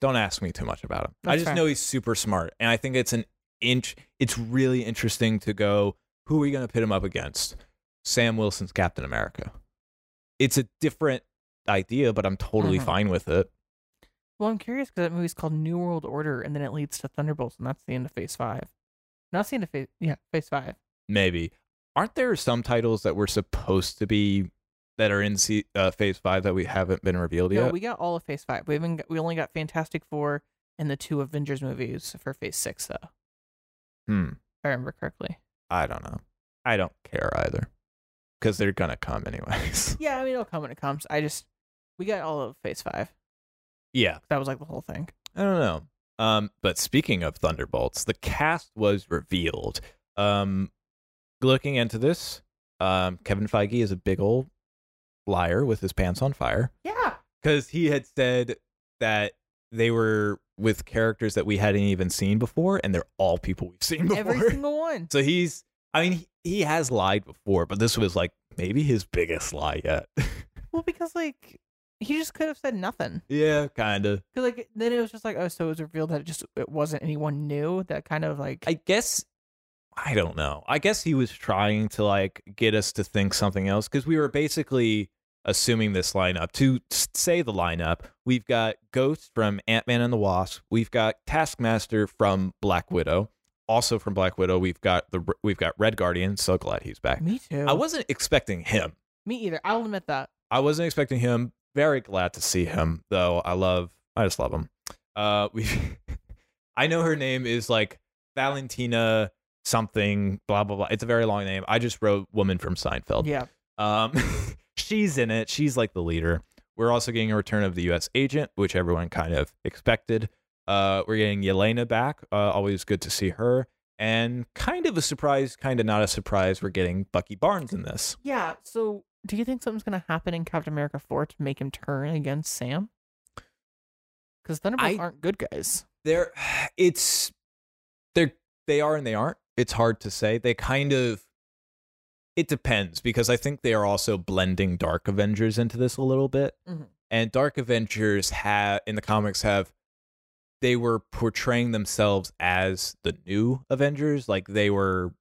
Speaker 4: don't ask me too much about him i
Speaker 3: That's
Speaker 4: just
Speaker 3: fair.
Speaker 4: know he's super smart and i think it's an inch it's really interesting to go who are we going to pit him up against sam wilson's captain america it's a different idea but i'm totally
Speaker 3: Mhm.
Speaker 4: fine with it
Speaker 3: Well, I'm curious because that movie's called New World Order, and then it leads to Thunderbolts, and that's the end of Phase Five. Not the end of Phase, yeah, Phase Five.
Speaker 4: maybe aren't there some titles that were supposed to be that are in se- uh, phase five that we haven't been revealed
Speaker 3: No,
Speaker 4: yet
Speaker 3: we got all of Phase Five. We haven't. Got, we only got Fantastic Four and the two Avengers movies for Phase Six, though. If
Speaker 4: hmm
Speaker 3: I remember correctly.
Speaker 4: i don't know i don't care either because they're gonna come anyways
Speaker 3: Yeah, I mean it'll come when it comes. I just we got all of Phase Five.
Speaker 4: yeah
Speaker 3: That was like the whole thing.
Speaker 4: i don't know um but speaking of thunderbolts the cast was revealed um looking into this um kevin feige is a big old liar with his pants on fire
Speaker 3: Yeah.
Speaker 4: because he had said that they were with characters that we hadn't even seen before, and they're all people we've seen before.
Speaker 3: Every single one.
Speaker 4: so he's, I mean, he, he has lied before, but this was like maybe his biggest lie yet.
Speaker 3: Well, because like he just could have said nothing.
Speaker 4: yeah, kind of.
Speaker 3: Cause like then it was just like oh, so it was revealed that it just it wasn't anyone new. That kind of like
Speaker 4: I guess, I don't know. I guess he was trying to like get us to think something else because we were basically assuming this lineup. To s- say the lineup, we've got Ghost from Ant Man and the Wasp. We've got Taskmaster from Black Widow. Also from Black Widow, we've got the r- we've got Red Guardian. So glad he's back.
Speaker 3: me too.
Speaker 4: I wasn't expecting him.
Speaker 3: me either. I'll admit that.
Speaker 4: I wasn't expecting him. Very glad to see him though. I love. I just love him. Uh, we. I know her name is like Valentina something. Blah blah blah. It's a very long name. I just wrote woman from Seinfeld.
Speaker 3: Yeah.
Speaker 4: Um, she's in it. She's like the leader. We're also getting a return of the U.S. agent, which everyone kind of expected. Uh, we're getting Yelena back. Uh, always good to see her. And kind of a surprise, kind of not a surprise. We're getting Bucky Barnes in this.
Speaker 3: Yeah. So, do you think something's gonna happen in Captain America Four to make him turn against Sam? Because Thunderbolts
Speaker 4: I-
Speaker 3: aren't good guys.
Speaker 4: they're it's they're they are and they aren't it's hard to say they kind of it depends because i think they are also blending dark avengers into this a little bit
Speaker 3: Mhm.
Speaker 4: and dark avengers have in the comics have they were portraying themselves as the new avengers like they were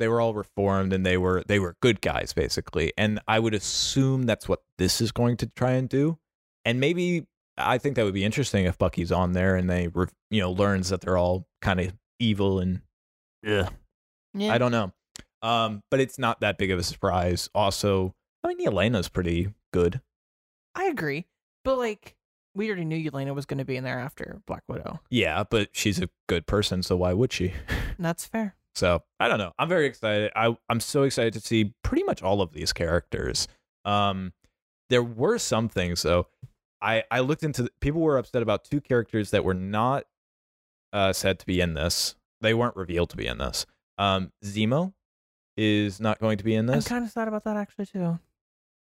Speaker 4: they were all reformed and they were they were good guys basically and i would assume that's what this is going to try and do and maybe I think that would be interesting if Bucky's on there and they, re- you know, learns that they're all kind of evil and yeah,
Speaker 3: Yeah.
Speaker 4: I don't know. Um, but it's not that big of a surprise. Also, I mean, Elena's pretty good.
Speaker 3: I agree, but like we already knew Yelena was gonna be in there after Black Widow.
Speaker 4: Yeah, but she's a good person, so why would she?
Speaker 3: And That's fair.
Speaker 4: So I don't know. I'm very excited. I I'm so excited to see pretty much all of these characters. Um, there were some things though. I I looked into people were upset about two characters that were not uh, said to be in this. They weren't revealed to be in this. Um, Zemo is not going to be in
Speaker 3: I'm
Speaker 4: this,
Speaker 3: kind of sad about that actually too.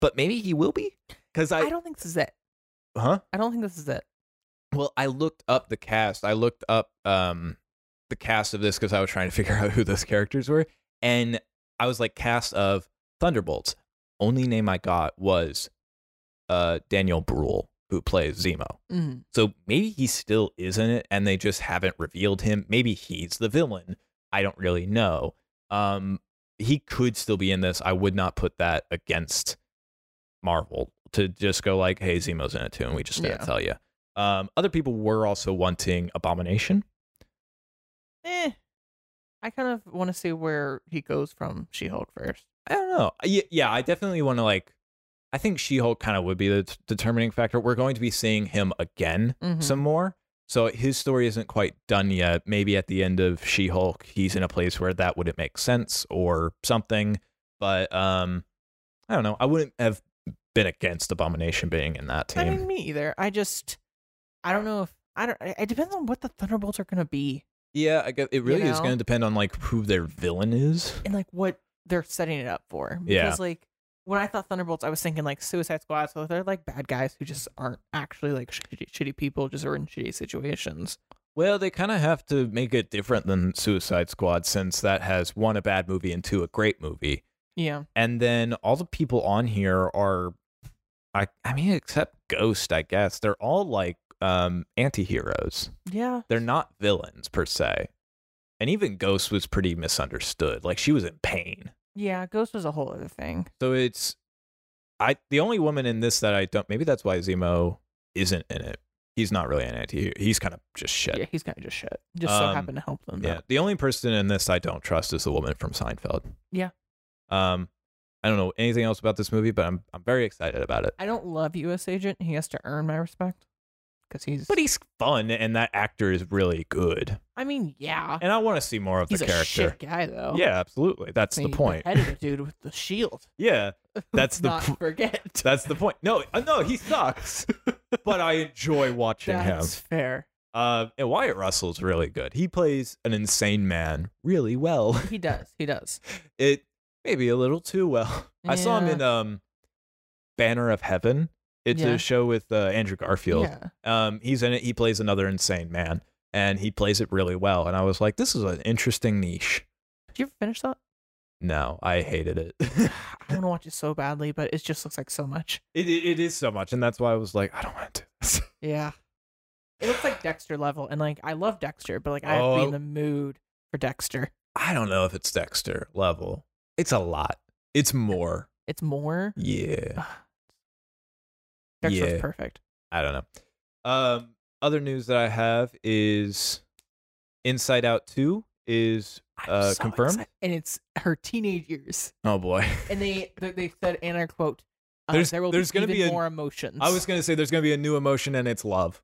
Speaker 4: but maybe he will be. Because
Speaker 3: I
Speaker 4: I
Speaker 3: don't think this is it.
Speaker 4: huh.
Speaker 3: I don't think this is it.
Speaker 4: Well, I looked up the cast. I looked up um the cast of this because I was trying to figure out who those characters were, and I was like cast of Thunderbolts. Only name I got was uh Daniel Bruhl, who plays Zemo.
Speaker 3: Mm.
Speaker 4: So maybe he still is in it, and they just haven't revealed him. Maybe he's the villain. I don't really know. Um, he could still be in this. I would not put that against Marvel to just go like, "Hey, Zemo's in it too," and we just didn't
Speaker 3: Yeah.
Speaker 4: tell you. Um, other people were also wanting Abomination.
Speaker 3: Eh. I kind of want to see where he goes from She-Hulk first.
Speaker 4: I don't know. Yeah, yeah I definitely want to like. I think She Hulk kind of would be the t- determining factor. We're going to be seeing him again
Speaker 3: Mhm.
Speaker 4: some more. So his story isn't quite done yet. Maybe at the end of She Hulk, he's in a place where that wouldn't make sense or something. But um, I don't know. I wouldn't have been against Abomination being in that team.
Speaker 3: I mean, me either. I just, I don't know if I don't. It depends on what the Thunderbolts are gonna be
Speaker 4: yeah, I guess it really is
Speaker 3: know?
Speaker 4: going to depend on like who their villain is.
Speaker 3: and like what they're setting it up for. Because
Speaker 4: Yeah.
Speaker 3: like when I thought Thunderbolts, I was thinking like Suicide Squad, so they're like bad guys who just aren't actually like shitty, shitty people, just are in shitty situations.
Speaker 4: Well, they kind of have to make it different than Suicide Squad since that has one a bad movie and two a great movie.
Speaker 3: Yeah.
Speaker 4: And then all the people on here are I I mean except Ghost, I guess. They're all like um anti-heroes.
Speaker 3: Yeah.
Speaker 4: They're not villains per se. And even Ghost was pretty misunderstood. Like she was in pain.
Speaker 3: Yeah. Ghost was a whole other thing.
Speaker 4: So it's I the only woman in this that I don't maybe that's why Zemo isn't in it. He's not really an anti He's kind of just shit.
Speaker 3: Yeah. He's kind of just shit. Just so
Speaker 4: Um,
Speaker 3: happened to help them.
Speaker 4: Yeah.
Speaker 3: out.
Speaker 4: The only person in this I don't trust is the woman from Seinfeld.
Speaker 3: Yeah.
Speaker 4: Um, I don't know anything else about this movie, but I'm I'm very excited about it.
Speaker 3: I don't love U.S. Agent. He has to earn my respect because he's.
Speaker 4: But he's fun, and that actor is really good,
Speaker 3: I mean, yeah.
Speaker 4: and I want to see more of
Speaker 3: He's
Speaker 4: the
Speaker 3: a
Speaker 4: character.
Speaker 3: shit guy though.
Speaker 4: Yeah, absolutely. That's
Speaker 3: I
Speaker 4: the
Speaker 3: mean,
Speaker 4: point.
Speaker 3: He beheaded a dude with the shield.
Speaker 4: Yeah, that's the
Speaker 3: Not
Speaker 4: po-
Speaker 3: forget.
Speaker 4: that's the point. No, uh, no, he sucks, but I enjoy watching him.
Speaker 3: That's fair.
Speaker 4: Uh, and Wyatt Russell's really good. He plays an insane man really well.
Speaker 3: He does. He does.
Speaker 4: it maybe a little too well. I saw him
Speaker 3: Yeah.
Speaker 4: in um Banner of Heaven. It's
Speaker 3: Yeah.
Speaker 4: a show with uh, Andrew Garfield.
Speaker 3: Yeah.
Speaker 4: Um, he's in it. He plays another insane man, and he plays it really well. And I was like, this is an interesting niche.
Speaker 3: Did you ever finish that?
Speaker 4: No, I hated it.
Speaker 3: I want to watch it so badly, but it just looks like so much.
Speaker 4: it, it. It is so much, and that's why I was like, I don't want to do this.
Speaker 3: Yeah. It looks like Dexter level, and like I love Dexter, but like I have to be
Speaker 4: Oh.
Speaker 3: in the mood for Dexter.
Speaker 4: I don't know if it's Dexter level. It's a lot. It's more.
Speaker 3: It's more.
Speaker 4: Yeah.
Speaker 3: Dexter's
Speaker 4: Yeah.
Speaker 3: perfect.
Speaker 4: I don't know. Um, other news that I have is Inside Out 2 is
Speaker 3: I'm
Speaker 4: uh,
Speaker 3: so
Speaker 4: confirmed.
Speaker 3: excited. and it's her teenage years,
Speaker 4: Oh boy.
Speaker 3: and they they, they said, and I quote, uh,
Speaker 4: There's-
Speaker 3: "There will
Speaker 4: there's
Speaker 3: be
Speaker 4: gonna
Speaker 3: even
Speaker 4: be a-
Speaker 3: more emotions."
Speaker 4: I was gonna say there's gonna be a new emotion and it's love.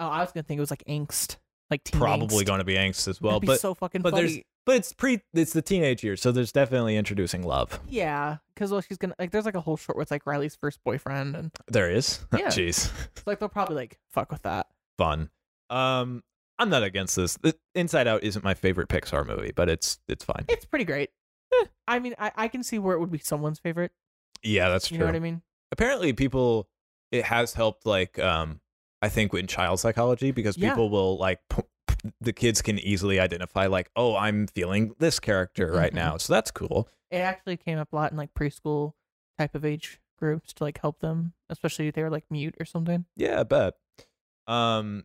Speaker 3: oh, I was gonna think it was like angst, like teen
Speaker 4: Probably
Speaker 3: angst.
Speaker 4: gonna be angst as well.
Speaker 3: That'd be
Speaker 4: But
Speaker 3: so fucking
Speaker 4: but
Speaker 3: funny.
Speaker 4: there's but it's pre it's the teenage years, so there's definitely introducing love.
Speaker 3: Yeah, because well, she's gonna like. There's like a whole short with like Riley's first boyfriend, and
Speaker 4: There is.
Speaker 3: Yeah.
Speaker 4: Jeez.
Speaker 3: it's like they'll probably like fuck with that.
Speaker 4: Fun. Um I'm not against this. The- Inside Out isn't my favorite Pixar movie, but it's it's fine.
Speaker 3: It's pretty great.
Speaker 4: Eh.
Speaker 3: I mean, I, I can see where it would be someone's favorite.
Speaker 4: Yeah, that's
Speaker 3: You
Speaker 4: true.
Speaker 3: know what I mean?
Speaker 4: Apparently people it has helped like um I think in child psychology because
Speaker 3: Yeah.
Speaker 4: people will like p- p- the kids can easily identify like, "Oh, I'm feeling this character right
Speaker 3: Mhm.
Speaker 4: now." So that's cool.
Speaker 3: It actually came up a lot in like preschool type of age groups to like help them, especially if they were like mute or something.
Speaker 4: Yeah, I bet. Um,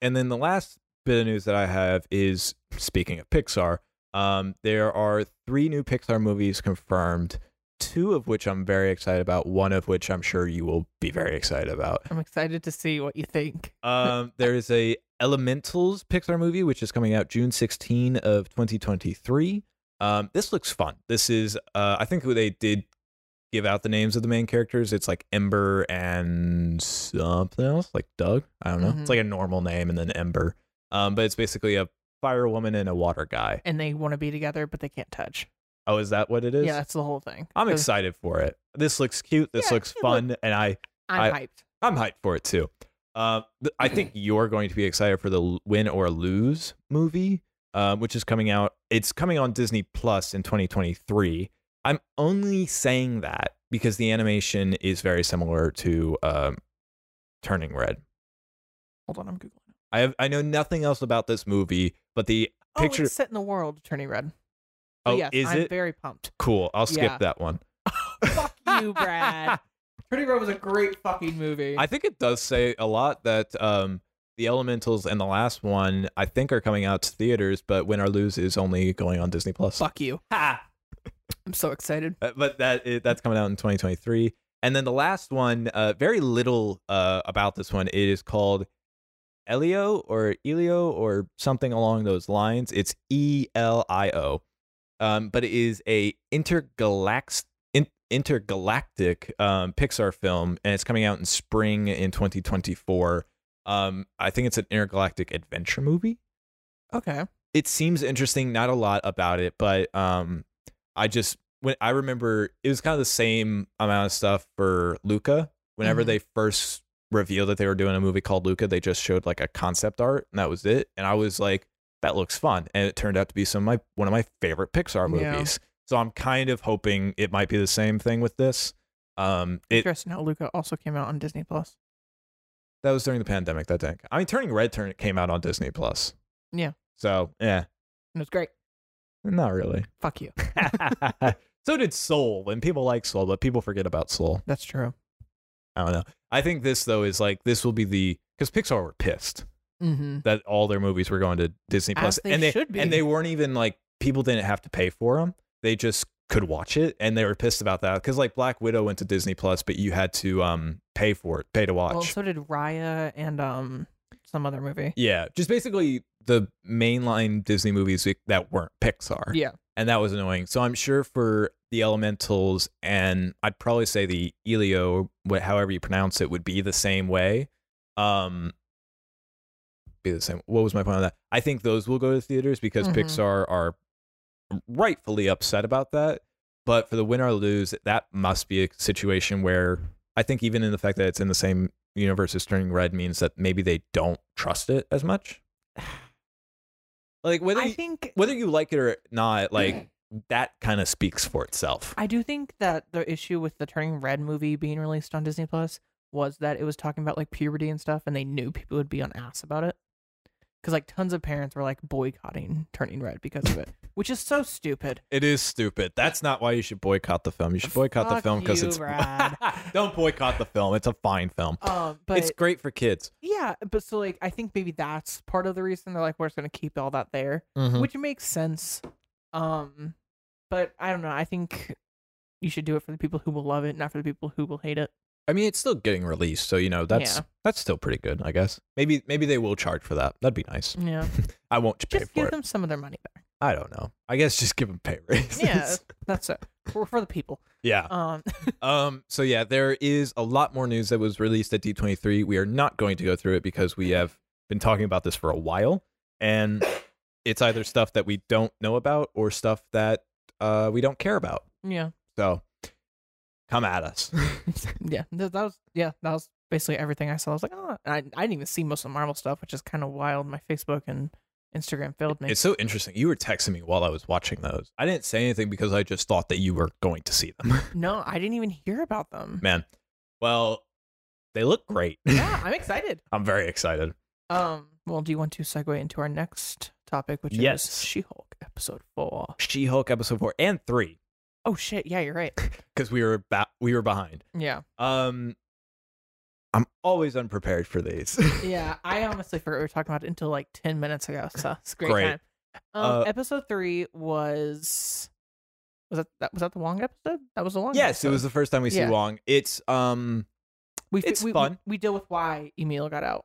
Speaker 4: and then the last bit of news that I have is speaking of Pixar, um, there are three new Pixar movies confirmed, two of which I'm very excited about, one of which I'm sure you will be very excited about.
Speaker 3: I'm excited to see what you think.
Speaker 4: Um, there is a Elementals Pixar movie which is coming out June 16 of 2023. Um, this looks fun. This is uh, I think they did give out the names of the main characters. It's like Ember and something else, like Doug. I don't know. It's
Speaker 3: Mhm.
Speaker 4: like a normal name and then Ember. Um, but it's basically a fire woman and a water guy.
Speaker 3: and they want to be together, but they can't touch.
Speaker 4: Oh, is that what it is?
Speaker 3: yeah, that's the whole thing.
Speaker 4: I'm
Speaker 3: 'Cause
Speaker 4: excited for it. This looks cute. This
Speaker 3: Yeah,
Speaker 4: looks
Speaker 3: it
Speaker 4: fun, and I
Speaker 3: I'm
Speaker 4: I-
Speaker 3: hyped.
Speaker 4: I'm hyped for it too. Um, th- I think you're going to be excited for the L- Win or Lose movie, um, which is coming out. It's coming on Disney Plus in 2023. I'm only saying that because the animation is very similar to um, Turning Red.
Speaker 3: Hold on, I'm googling.
Speaker 4: I have, I know nothing else about this movie, but the
Speaker 3: Oh,
Speaker 4: picture.
Speaker 3: it's set in the world, Turning Red.
Speaker 4: Oh,
Speaker 3: yes,
Speaker 4: is
Speaker 3: I'm
Speaker 4: it
Speaker 3: very pumped.
Speaker 4: cool? I'll skip
Speaker 3: Yeah.
Speaker 4: that one.
Speaker 3: Fuck you, Brad. Turning Red was a great fucking movie.
Speaker 4: I think it does say a lot that um, the Elementals and the last one I think are coming out to theaters, but Win or Lose is only going on Disney Plus.
Speaker 3: Fuck you.
Speaker 4: Ha!
Speaker 3: I'm so excited.
Speaker 4: Uh, But that it, that's coming out in 2023. And then the last one, uh, very little uh, about this one. It is called Elio or Elio or something along those lines. It's E L I O, um, but it is a intergalact in, intergalactic um, Pixar film, and it's coming out in spring in 2024. Um, I think it's an intergalactic adventure movie
Speaker 3: Okay.
Speaker 4: it seems interesting not a lot about it but um i just when i remember it was kind of the same amount of stuff for luca whenever
Speaker 3: Mhm.
Speaker 4: they first revealed that they were doing a movie called luca they just showed like a concept art and that was it and i was like that looks fun and it turned out to be some of my one of my favorite pixar
Speaker 3: Yeah.
Speaker 4: movies so i'm kind of hoping it might be the same thing with this um it
Speaker 3: Interesting how Luca also came out on Disney Plus.
Speaker 4: that was during the pandemic that thing i mean turning red turn came out on disney plus
Speaker 3: Yeah.
Speaker 4: so yeah
Speaker 3: And it's great.
Speaker 4: not really
Speaker 3: Fuck you.
Speaker 4: so did Soul, and people like Soul, but people forget about Soul.
Speaker 3: That's true.
Speaker 4: I don't know. I think this though is like this will be the because Pixar were pissed
Speaker 3: Mm-hmm.
Speaker 4: that all their movies were going to Disney
Speaker 3: As
Speaker 4: Plus,
Speaker 3: they
Speaker 4: and they
Speaker 3: should be.
Speaker 4: and they weren't even like people didn't have to pay for them; they just could watch it, and they were pissed about that because like Black Widow went to Disney Plus, but you had to um pay for it, pay to watch.
Speaker 3: Well, so did Raya and um some other movie.
Speaker 4: yeah, just basically the mainline Disney movies that weren't Pixar.
Speaker 3: Yeah.
Speaker 4: and that was annoying. So I'm sure for the elementals and I'd probably say the Elio, wh- however you pronounce it, would be the same way. Um, be the same. What was my point on that? I think those will go to theaters because
Speaker 3: Mhm.
Speaker 4: Pixar are rightfully upset about that. But for the win or lose, that must be a situation where I think even in the fact that it's in the same universe as Turning Red means that maybe they don't trust it as much. Like whether
Speaker 3: I
Speaker 4: you-
Speaker 3: think
Speaker 4: whether you like it or not, like that kind of speaks for itself.
Speaker 3: I do think that the issue with the Turning Red movie being released on Disney Plus was that it was talking about like puberty and stuff, and they knew people would be on ass about it. Because like tons of parents were like boycotting Turning Red because of it, which is so stupid.
Speaker 4: It is stupid. That's not why you should boycott the film. You should boycott the
Speaker 3: Fuck
Speaker 4: film because
Speaker 3: you,
Speaker 4: it's
Speaker 3: Brad.
Speaker 4: don't boycott the film. It's a fine film.
Speaker 3: Um, but
Speaker 4: it's great for kids.
Speaker 3: yeah, but so like I think maybe that's part of the reason they're like we're just gonna keep all that there,
Speaker 4: Mm-hmm.
Speaker 3: which makes sense. Um, but I don't know. I think you should do it for the people who will love it, not for the people who will hate it.
Speaker 4: I mean, it's still getting released, so you know that's
Speaker 3: Yeah.
Speaker 4: that's still pretty good, I guess. Maybe maybe they will charge for that. That'd be nice.
Speaker 3: Yeah,
Speaker 4: I won't pay
Speaker 3: just
Speaker 4: for
Speaker 3: give
Speaker 4: it.
Speaker 3: them some of their money back.
Speaker 4: I don't know. I guess just give them pay raises.
Speaker 3: yeah, that's it. For, for the people.
Speaker 4: yeah.
Speaker 3: Um,
Speaker 4: Um, so yeah, there is a lot more news that was released at D23. We are not going to go through it because we have been talking about this for a while, and it's either stuff that we don't know about or stuff that uh, we don't care about.
Speaker 3: yeah,
Speaker 4: So come at us.
Speaker 3: yeah. That, that was yeah. That was basically everything I saw. I was like, oh, I, I didn't even see most of the Marvel stuff, which is kind of wild. My Facebook and Instagram failed me.
Speaker 4: it's so interesting. You were texting me while I was watching those. I didn't say anything because I just thought that you were going to see them.
Speaker 3: no, I didn't even hear about them.
Speaker 4: Man, well, they look great.
Speaker 3: yeah, I'm excited.
Speaker 4: I'm very excited.
Speaker 3: Um, well, do you want to segue into our next topic, which
Speaker 4: Yes.
Speaker 3: is She-Hulk episode four?
Speaker 4: She-Hulk episode four and three
Speaker 3: Oh shit! Yeah, you're right.
Speaker 4: because we were ba- we were behind.
Speaker 3: Yeah,
Speaker 4: Um, I'm always unprepared for these.
Speaker 3: yeah. I honestly forgot we were talking about it until like ten minutes ago. So it's a great,
Speaker 4: Great.
Speaker 3: time. Um,
Speaker 4: Uh,
Speaker 3: episode three was was that, that was that the long episode? That was the long.
Speaker 4: yes, it
Speaker 3: episode.
Speaker 4: was the first time we see
Speaker 3: Yeah.
Speaker 4: Wong. It's um,
Speaker 3: We, fi-
Speaker 4: it's
Speaker 3: we, we-
Speaker 4: fun.
Speaker 3: We, deal with why Emil got out.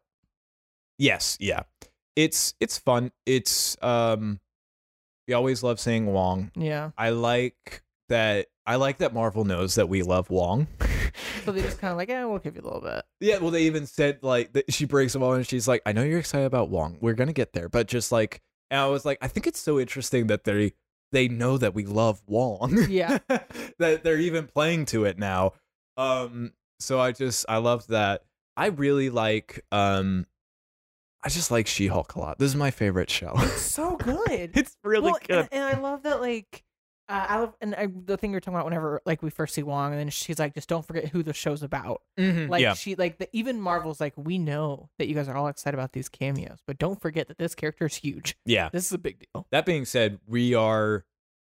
Speaker 4: yes, yeah, it's it's fun. It's um, we always love seeing Wong.
Speaker 3: Yeah.
Speaker 4: I like that. I like that Marvel knows that we love Wong.
Speaker 3: So they just kind of like, eh, we'll give you a little bit.
Speaker 4: yeah, well, they even said like that she breaks them all, and she's like, "I know you're excited about Wong. We're gonna get there, but just like." And I was like, I think it's so interesting that they they know that we love Wong.
Speaker 3: Yeah.
Speaker 4: that they're even playing to it now. Um so I just I loved that. I really like um I just like She-Hulk a lot. This is my favorite show.
Speaker 3: It's so good.
Speaker 4: it's really
Speaker 3: Well, and- And, I love that, like, uh, I love, and I, the thing you're talking about whenever, like, we first see Wong, and then she's like, just don't forget who the show's about. Like,
Speaker 4: Mm-hmm. yeah.
Speaker 3: she, like, the, even Marvel's like, we know that you guys are all excited about these cameos, but don't forget that this character is huge.
Speaker 4: Yeah.
Speaker 3: This is a big deal.
Speaker 4: That being said, we are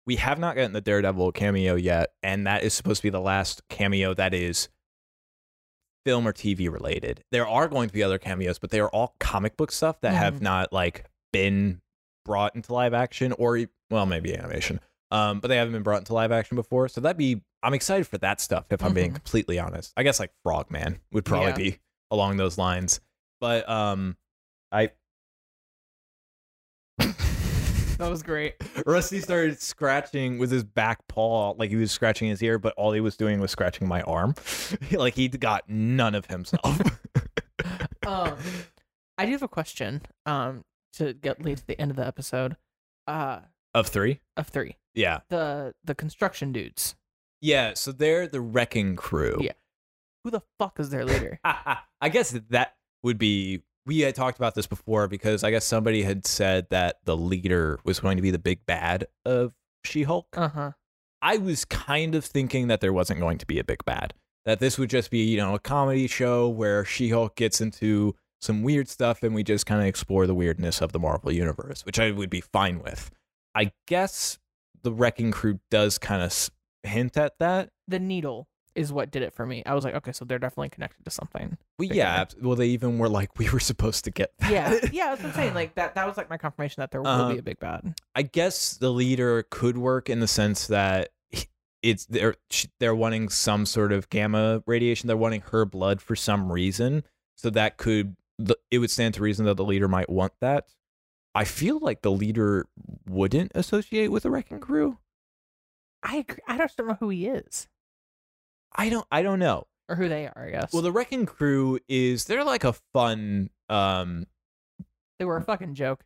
Speaker 4: we have not gotten the Daredevil cameo yet, and that is supposed to be the last cameo that is film or TV related. There are going to be other cameos, but they are all comic book stuff that have
Speaker 3: Mhm.
Speaker 4: not like been brought into live action or e- well, maybe animation. Um, but they haven't been brought into live action before, so that'd be I'm excited for that stuff. If I'm being
Speaker 3: Mhm.
Speaker 4: completely honest, I guess like Frogman would probably
Speaker 3: Yeah.
Speaker 4: be along those lines. But um, I
Speaker 3: That was great.
Speaker 4: Rusty started scratching with his back paw, like he was scratching his ear, but all he was doing was scratching my arm. like he got none of himself.
Speaker 3: Um, I do have a question. Um, to get lead to the end of the episode, uh,
Speaker 4: of three?
Speaker 3: of three,
Speaker 4: Yeah.
Speaker 3: the the construction dudes.
Speaker 4: Yeah. So they're the wrecking crew.
Speaker 3: Yeah. Who the fuck is their leader?
Speaker 4: I guess that would be. We had talked about this before because I guess somebody had said that the leader was going to be the big bad of She Hulk.
Speaker 3: Uh huh.
Speaker 4: I was kind of thinking that there wasn't going to be a big bad. That this would just be, you know, a comedy show where She Hulk gets into some weird stuff and we just kind of explore the weirdness of the Marvel Universe, which I would be fine with. I guess the Wrecking Crew does kind of hint at that.
Speaker 3: The needle is what did it for me. I was like, okay, so they're definitely connected to something.
Speaker 4: Well,
Speaker 3: They
Speaker 4: yeah.
Speaker 3: kinda-
Speaker 4: Well, they even were like, we were supposed to get that.
Speaker 3: Yeah, yeah, that's what I'm saying. Like that, that was like my confirmation that there will be
Speaker 4: Um,
Speaker 3: a big bad.
Speaker 4: I guess the leader could work in the sense that he- it's they're sh- they're wanting some sort of gamma radiation. They're wanting her blood for some reason, so that could the, it would stand to reason that the leader might want that. I feel like the leader wouldn't associate with the wrecking crew.
Speaker 3: I agree. I just don't know who he is
Speaker 4: I don't. I don't know.
Speaker 3: or who they are. I guess.
Speaker 4: Well, the wrecking crew is they're like a fun. Um.
Speaker 3: they were a fucking joke.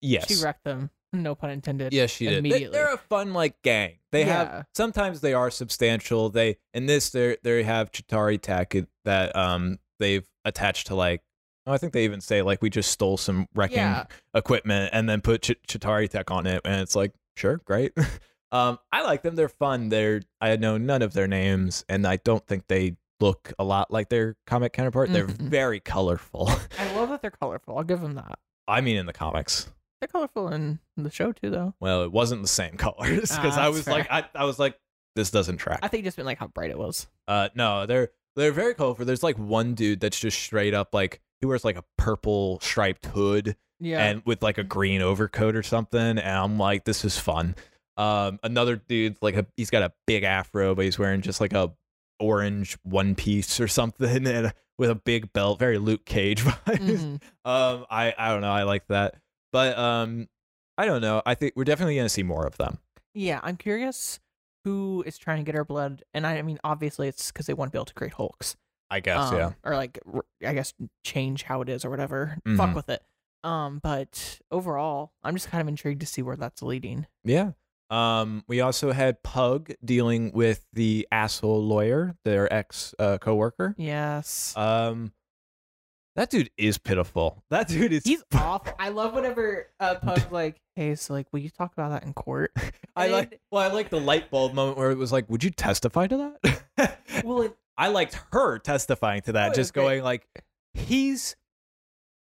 Speaker 4: Yes.
Speaker 3: She wrecked them. No pun intended.
Speaker 4: Yes, she did. They,
Speaker 3: immediately.
Speaker 4: they're a fun like gang. They
Speaker 3: Yeah.
Speaker 4: have sometimes they are substantial. They in this they they have Chitari tech it- that um they've attached to like oh, I think they even say like we just stole some wrecking
Speaker 3: Yeah.
Speaker 4: equipment and then put Ch- Chitari tech on it and it's like sure great. um I like them. They're fun. They're I know none of their names and I don't think they look a lot like their comic counterpart. They're
Speaker 3: Mhm.
Speaker 4: very colorful.
Speaker 3: I love that they're colorful. I'll give them that.
Speaker 4: I mean in the comics.
Speaker 3: They're colorful in the show too, though.
Speaker 4: Well, it wasn't the same colors
Speaker 3: Ah,
Speaker 4: because I
Speaker 3: that's
Speaker 4: was like, I, I was like, this doesn't track.
Speaker 3: I think it just meant like how bright it was.
Speaker 4: uh, no, they're they're very colorful. There's like one dude that's just straight up like he wears like a purple striped hood
Speaker 3: Yeah.
Speaker 4: and with like a green overcoat or something, and I'm like, this is fun. Um, another dude's like a, he's got a big afro, but he's wearing just like a orange one piece or something, and with a big belt, very Luke Cage vibes
Speaker 3: Mhm.
Speaker 4: um i i don't know i like that but um i don't know i think we're definitely gonna see more of them
Speaker 3: Yeah, I'm curious who is trying to get her blood, and I, I mean, obviously, it's because they want to be able to create Hulks.
Speaker 4: i guess
Speaker 3: um,
Speaker 4: yeah
Speaker 3: Or like, r- I guess, change how it is or whatever.
Speaker 4: Mhm.
Speaker 3: Fuck with it. Um, but overall, I'm just kind of intrigued to see where that's leading.
Speaker 4: yeah um we also had pug dealing with the asshole lawyer their ex uh coworker
Speaker 3: Yes.
Speaker 4: um that dude is pitiful that dude is
Speaker 3: He's awful. I love whenever uh, Pug's like, "Hey, so like, will you talk about that in court?"
Speaker 4: i
Speaker 3: And
Speaker 4: like well i like the light bulb moment where it was like would you testify to that
Speaker 3: Well, it,
Speaker 4: I liked her testifying to
Speaker 3: Oh,
Speaker 4: that,
Speaker 3: it
Speaker 4: just
Speaker 3: was great.
Speaker 4: going like, he's,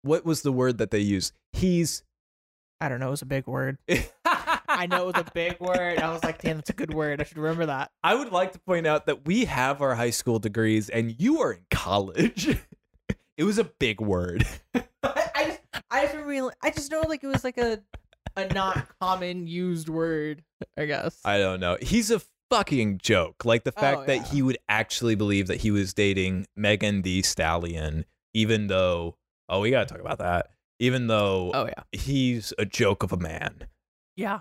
Speaker 4: what was the word that they used? He's,
Speaker 3: I don't know. It was a big word.
Speaker 4: I
Speaker 3: I know it was a big word. I was like, "Damn, that's a good word. I should remember that."
Speaker 4: I would like to point out that we have our high school degrees and you are in college. it was a big word.
Speaker 3: I I just, I just remember, being like- I just know like it was like a, a not common used word, I guess.
Speaker 4: I don't know. He's a fucking joke. Like the fact
Speaker 3: Oh,
Speaker 4: that
Speaker 3: yeah.
Speaker 4: he would actually believe that he was dating Megan the Stallion, even though, oh, we got to talk about that. Even though
Speaker 3: oh yeah,
Speaker 4: he's a joke of a man.
Speaker 3: yeah.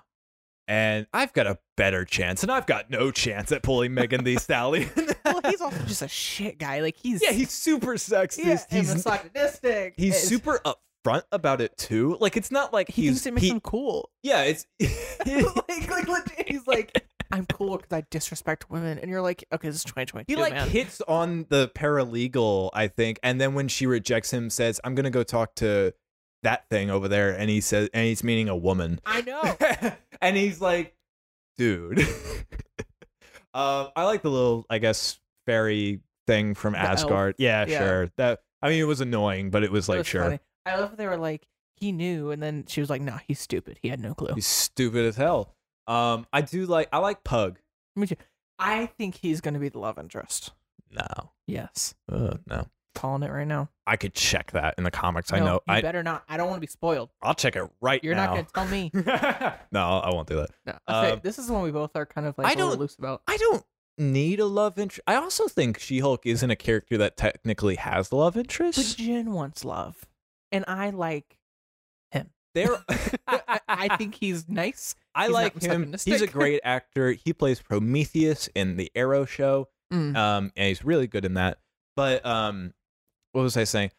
Speaker 4: and I've got a better chance, and I've got no chance at pulling Megan the Stallion.
Speaker 3: Well, he's also just a shit guy. Like he's
Speaker 4: yeah, he's super sexist.
Speaker 3: yeah, and
Speaker 4: he's
Speaker 3: misogynistic.
Speaker 4: he's
Speaker 3: It's-
Speaker 4: super upfront about it too. Like it's not like
Speaker 3: He
Speaker 4: he's
Speaker 3: thinks it makes
Speaker 4: he-
Speaker 3: him cool.
Speaker 4: yeah, it's
Speaker 3: like, like legit, he's like, I'm cool because I disrespect women, and you're like, okay, this is 2022,
Speaker 4: he like
Speaker 3: man.
Speaker 4: hits on the paralegal, I think, and then when she rejects him, says, "I'm gonna go talk to that thing over there," and he says, and he's meaning a woman,
Speaker 3: I know.
Speaker 4: and he's like, "Dude." um, I like the little, I guess, fairy thing from
Speaker 3: The elf.
Speaker 4: Asgard. Yeah,
Speaker 3: Yeah.
Speaker 4: sure. That I mean, it was annoying, but it was like,
Speaker 3: That's
Speaker 4: sure,
Speaker 3: funny. I love that they were like, he knew, and then she was like, nah, he's stupid. He had no clue.
Speaker 4: he's stupid as hell. Um, I do like, I like Pug.
Speaker 3: I think he's gonna be the love interest.
Speaker 4: No,
Speaker 3: Yes,
Speaker 4: uh, no.
Speaker 3: calling it right now.
Speaker 4: I could check that in the comics. I
Speaker 3: No,
Speaker 4: know.
Speaker 3: You
Speaker 4: I
Speaker 3: better not. I don't want to be spoiled.
Speaker 4: I'll check it right
Speaker 3: You're
Speaker 4: now.
Speaker 3: not gonna tell me.
Speaker 4: no, I won't do that.
Speaker 3: No, I say,
Speaker 4: Um,
Speaker 3: this is the one we both are kind of like
Speaker 4: I
Speaker 3: a little
Speaker 4: don't-
Speaker 3: loose about.
Speaker 4: I don't need a love interest. I also think She Hulk isn't a character that technically has a love
Speaker 3: But
Speaker 4: interest.
Speaker 3: Jin wants love, and I like.
Speaker 4: There,
Speaker 3: I, I think he's nice.
Speaker 4: I
Speaker 3: he's not
Speaker 4: like him. He's a
Speaker 3: misogynistic.
Speaker 4: great actor. He plays Prometheus in the Arrow show,
Speaker 3: Mm.
Speaker 4: um, and he's really good in that. But um, what was I saying?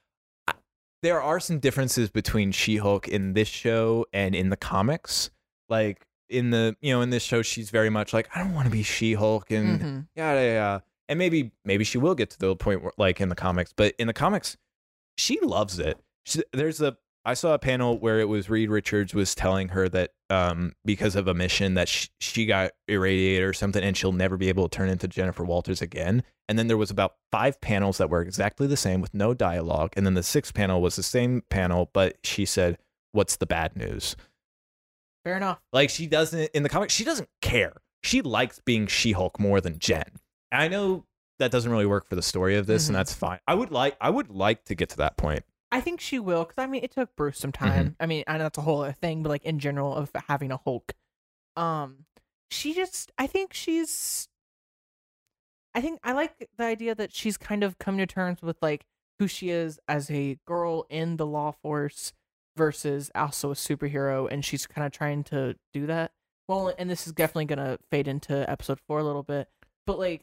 Speaker 4: I- There are some differences between She-Hulk in this show and in the comics. Like in the you know in this show, she's very much like I don't want to be She-Hulk and
Speaker 3: Mhm.
Speaker 4: yada yada. And maybe maybe she will get to the point where, like in the comics, but in the comics, she loves it. She, there's a I saw a panel where it was Reed Richards was telling her that um, because of a mission that she, she got irradiated or something, and she'll never be able to turn into Jennifer Walters again. And then there was about five panels that were exactly the same with no dialogue, and then the sixth panel was the same panel, but she said, "What's the bad news?"
Speaker 3: Fair enough.
Speaker 4: Like she doesn't in the comics, she doesn't care. She likes being She-Hulk more than Jen. And I know that doesn't really work for the story of this,
Speaker 3: Mhm.
Speaker 4: and that's fine. I would like I would like to get to that point.
Speaker 3: I think she will, because I mean, it took Bruce some time. I mean, I know that's a whole other thing, but like in general, of having a Hulk, um, she just, I think she's, I think I like the idea that she's kind of come to terms with like who she is as a girl in the law force versus also a superhero, and she's kind of trying to do that. Well, and this is definitely gonna fade into episode four a little bit, but like,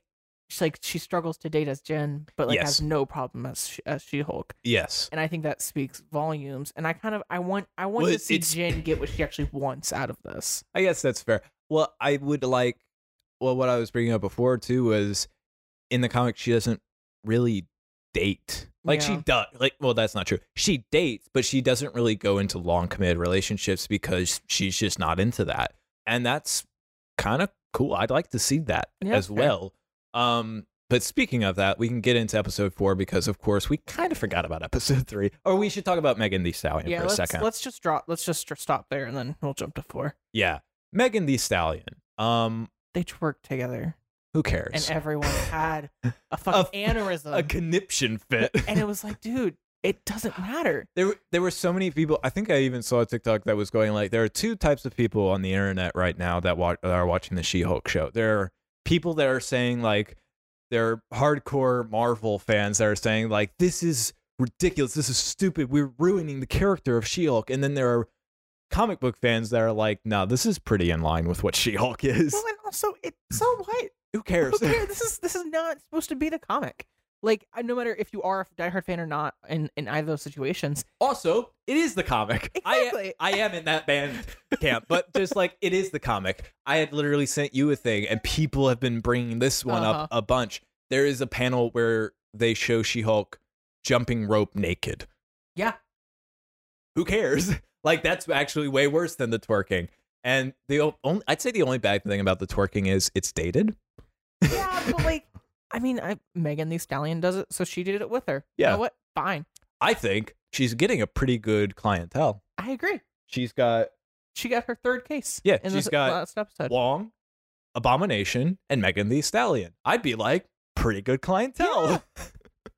Speaker 3: she's like she struggles to date as Jen, but like
Speaker 4: Yes.
Speaker 3: has no problem as she, as She Hulk
Speaker 4: Yes.
Speaker 3: and I think that speaks volumes. And I kind of I want I want
Speaker 4: Well,
Speaker 3: to see
Speaker 4: it's-
Speaker 3: Jin get what she actually wants out of this.
Speaker 4: I guess that's fair. Well, I would like well, what I was bringing up before too was in the comic she doesn't really date. Like she
Speaker 3: Yeah.
Speaker 4: does like well, that's not true. She dates, but she doesn't really go into long committed relationships because she's just not into that. And that's kind of cool. I'd like to see that
Speaker 3: Yeah,
Speaker 4: as
Speaker 3: fair.
Speaker 4: well. Um but speaking of that, we can get into episode four because, of course, we kind of forgot about episode three. Or we should talk about Megan Thee Stallion
Speaker 3: yeah,
Speaker 4: for a
Speaker 3: let's
Speaker 4: 2nd
Speaker 3: let's just drop let's just dr- stop there and then we'll jump to four.
Speaker 4: yeah, Megan Thee Stallion. Um,
Speaker 3: They worked together,
Speaker 4: who cares?
Speaker 3: and everyone had a fucking aneurysm,
Speaker 4: a conniption fit.
Speaker 3: and it was like, dude, it doesn't matter.
Speaker 4: there, were- there were so many people. I think I even saw a TikTok that was going like, there are two types of people on the internet right now that, wa- that are watching the She-Hulk show. There are people that are saying like, they're hardcore Marvel fans that are saying like, this is ridiculous, this is stupid, we're ruining the character of She-Hulk. And then there are comic book fans that are like, no, this is pretty in line with what She-Hulk is.
Speaker 3: Well, and also, it so what?
Speaker 4: who cares?
Speaker 3: Who cares? This is this is not supposed to be the comic. Like, I- no matter if you are a diehard fan or not, in in either of those situations,
Speaker 4: also, it is the comic. I,
Speaker 3: exactly.
Speaker 4: I am in that band camp, but just like it is the comic. I had literally sent you a thing, and people have been bringing this one
Speaker 3: Uh-huh.
Speaker 4: up a bunch. There is a panel where they show She Hulk jumping rope naked.
Speaker 3: Yeah.
Speaker 4: Who cares? Like, that's actually way worse than the twerking. And the o- only, I'd say the only bad thing about the twerking is it's dated.
Speaker 3: yeah, but like, I mean, I, Megan the Stallion does it, so she did it with her. You
Speaker 4: Yeah.
Speaker 3: know what? Fine.
Speaker 4: I think she's getting a pretty good clientele.
Speaker 3: I agree.
Speaker 4: She's got
Speaker 3: She got her third case.
Speaker 4: Yeah,
Speaker 3: in
Speaker 4: she's
Speaker 3: this
Speaker 4: got
Speaker 3: last episode.
Speaker 4: Wong, Abomination, and Megan the Stallion. I'd be like, pretty good clientele.
Speaker 3: Yeah.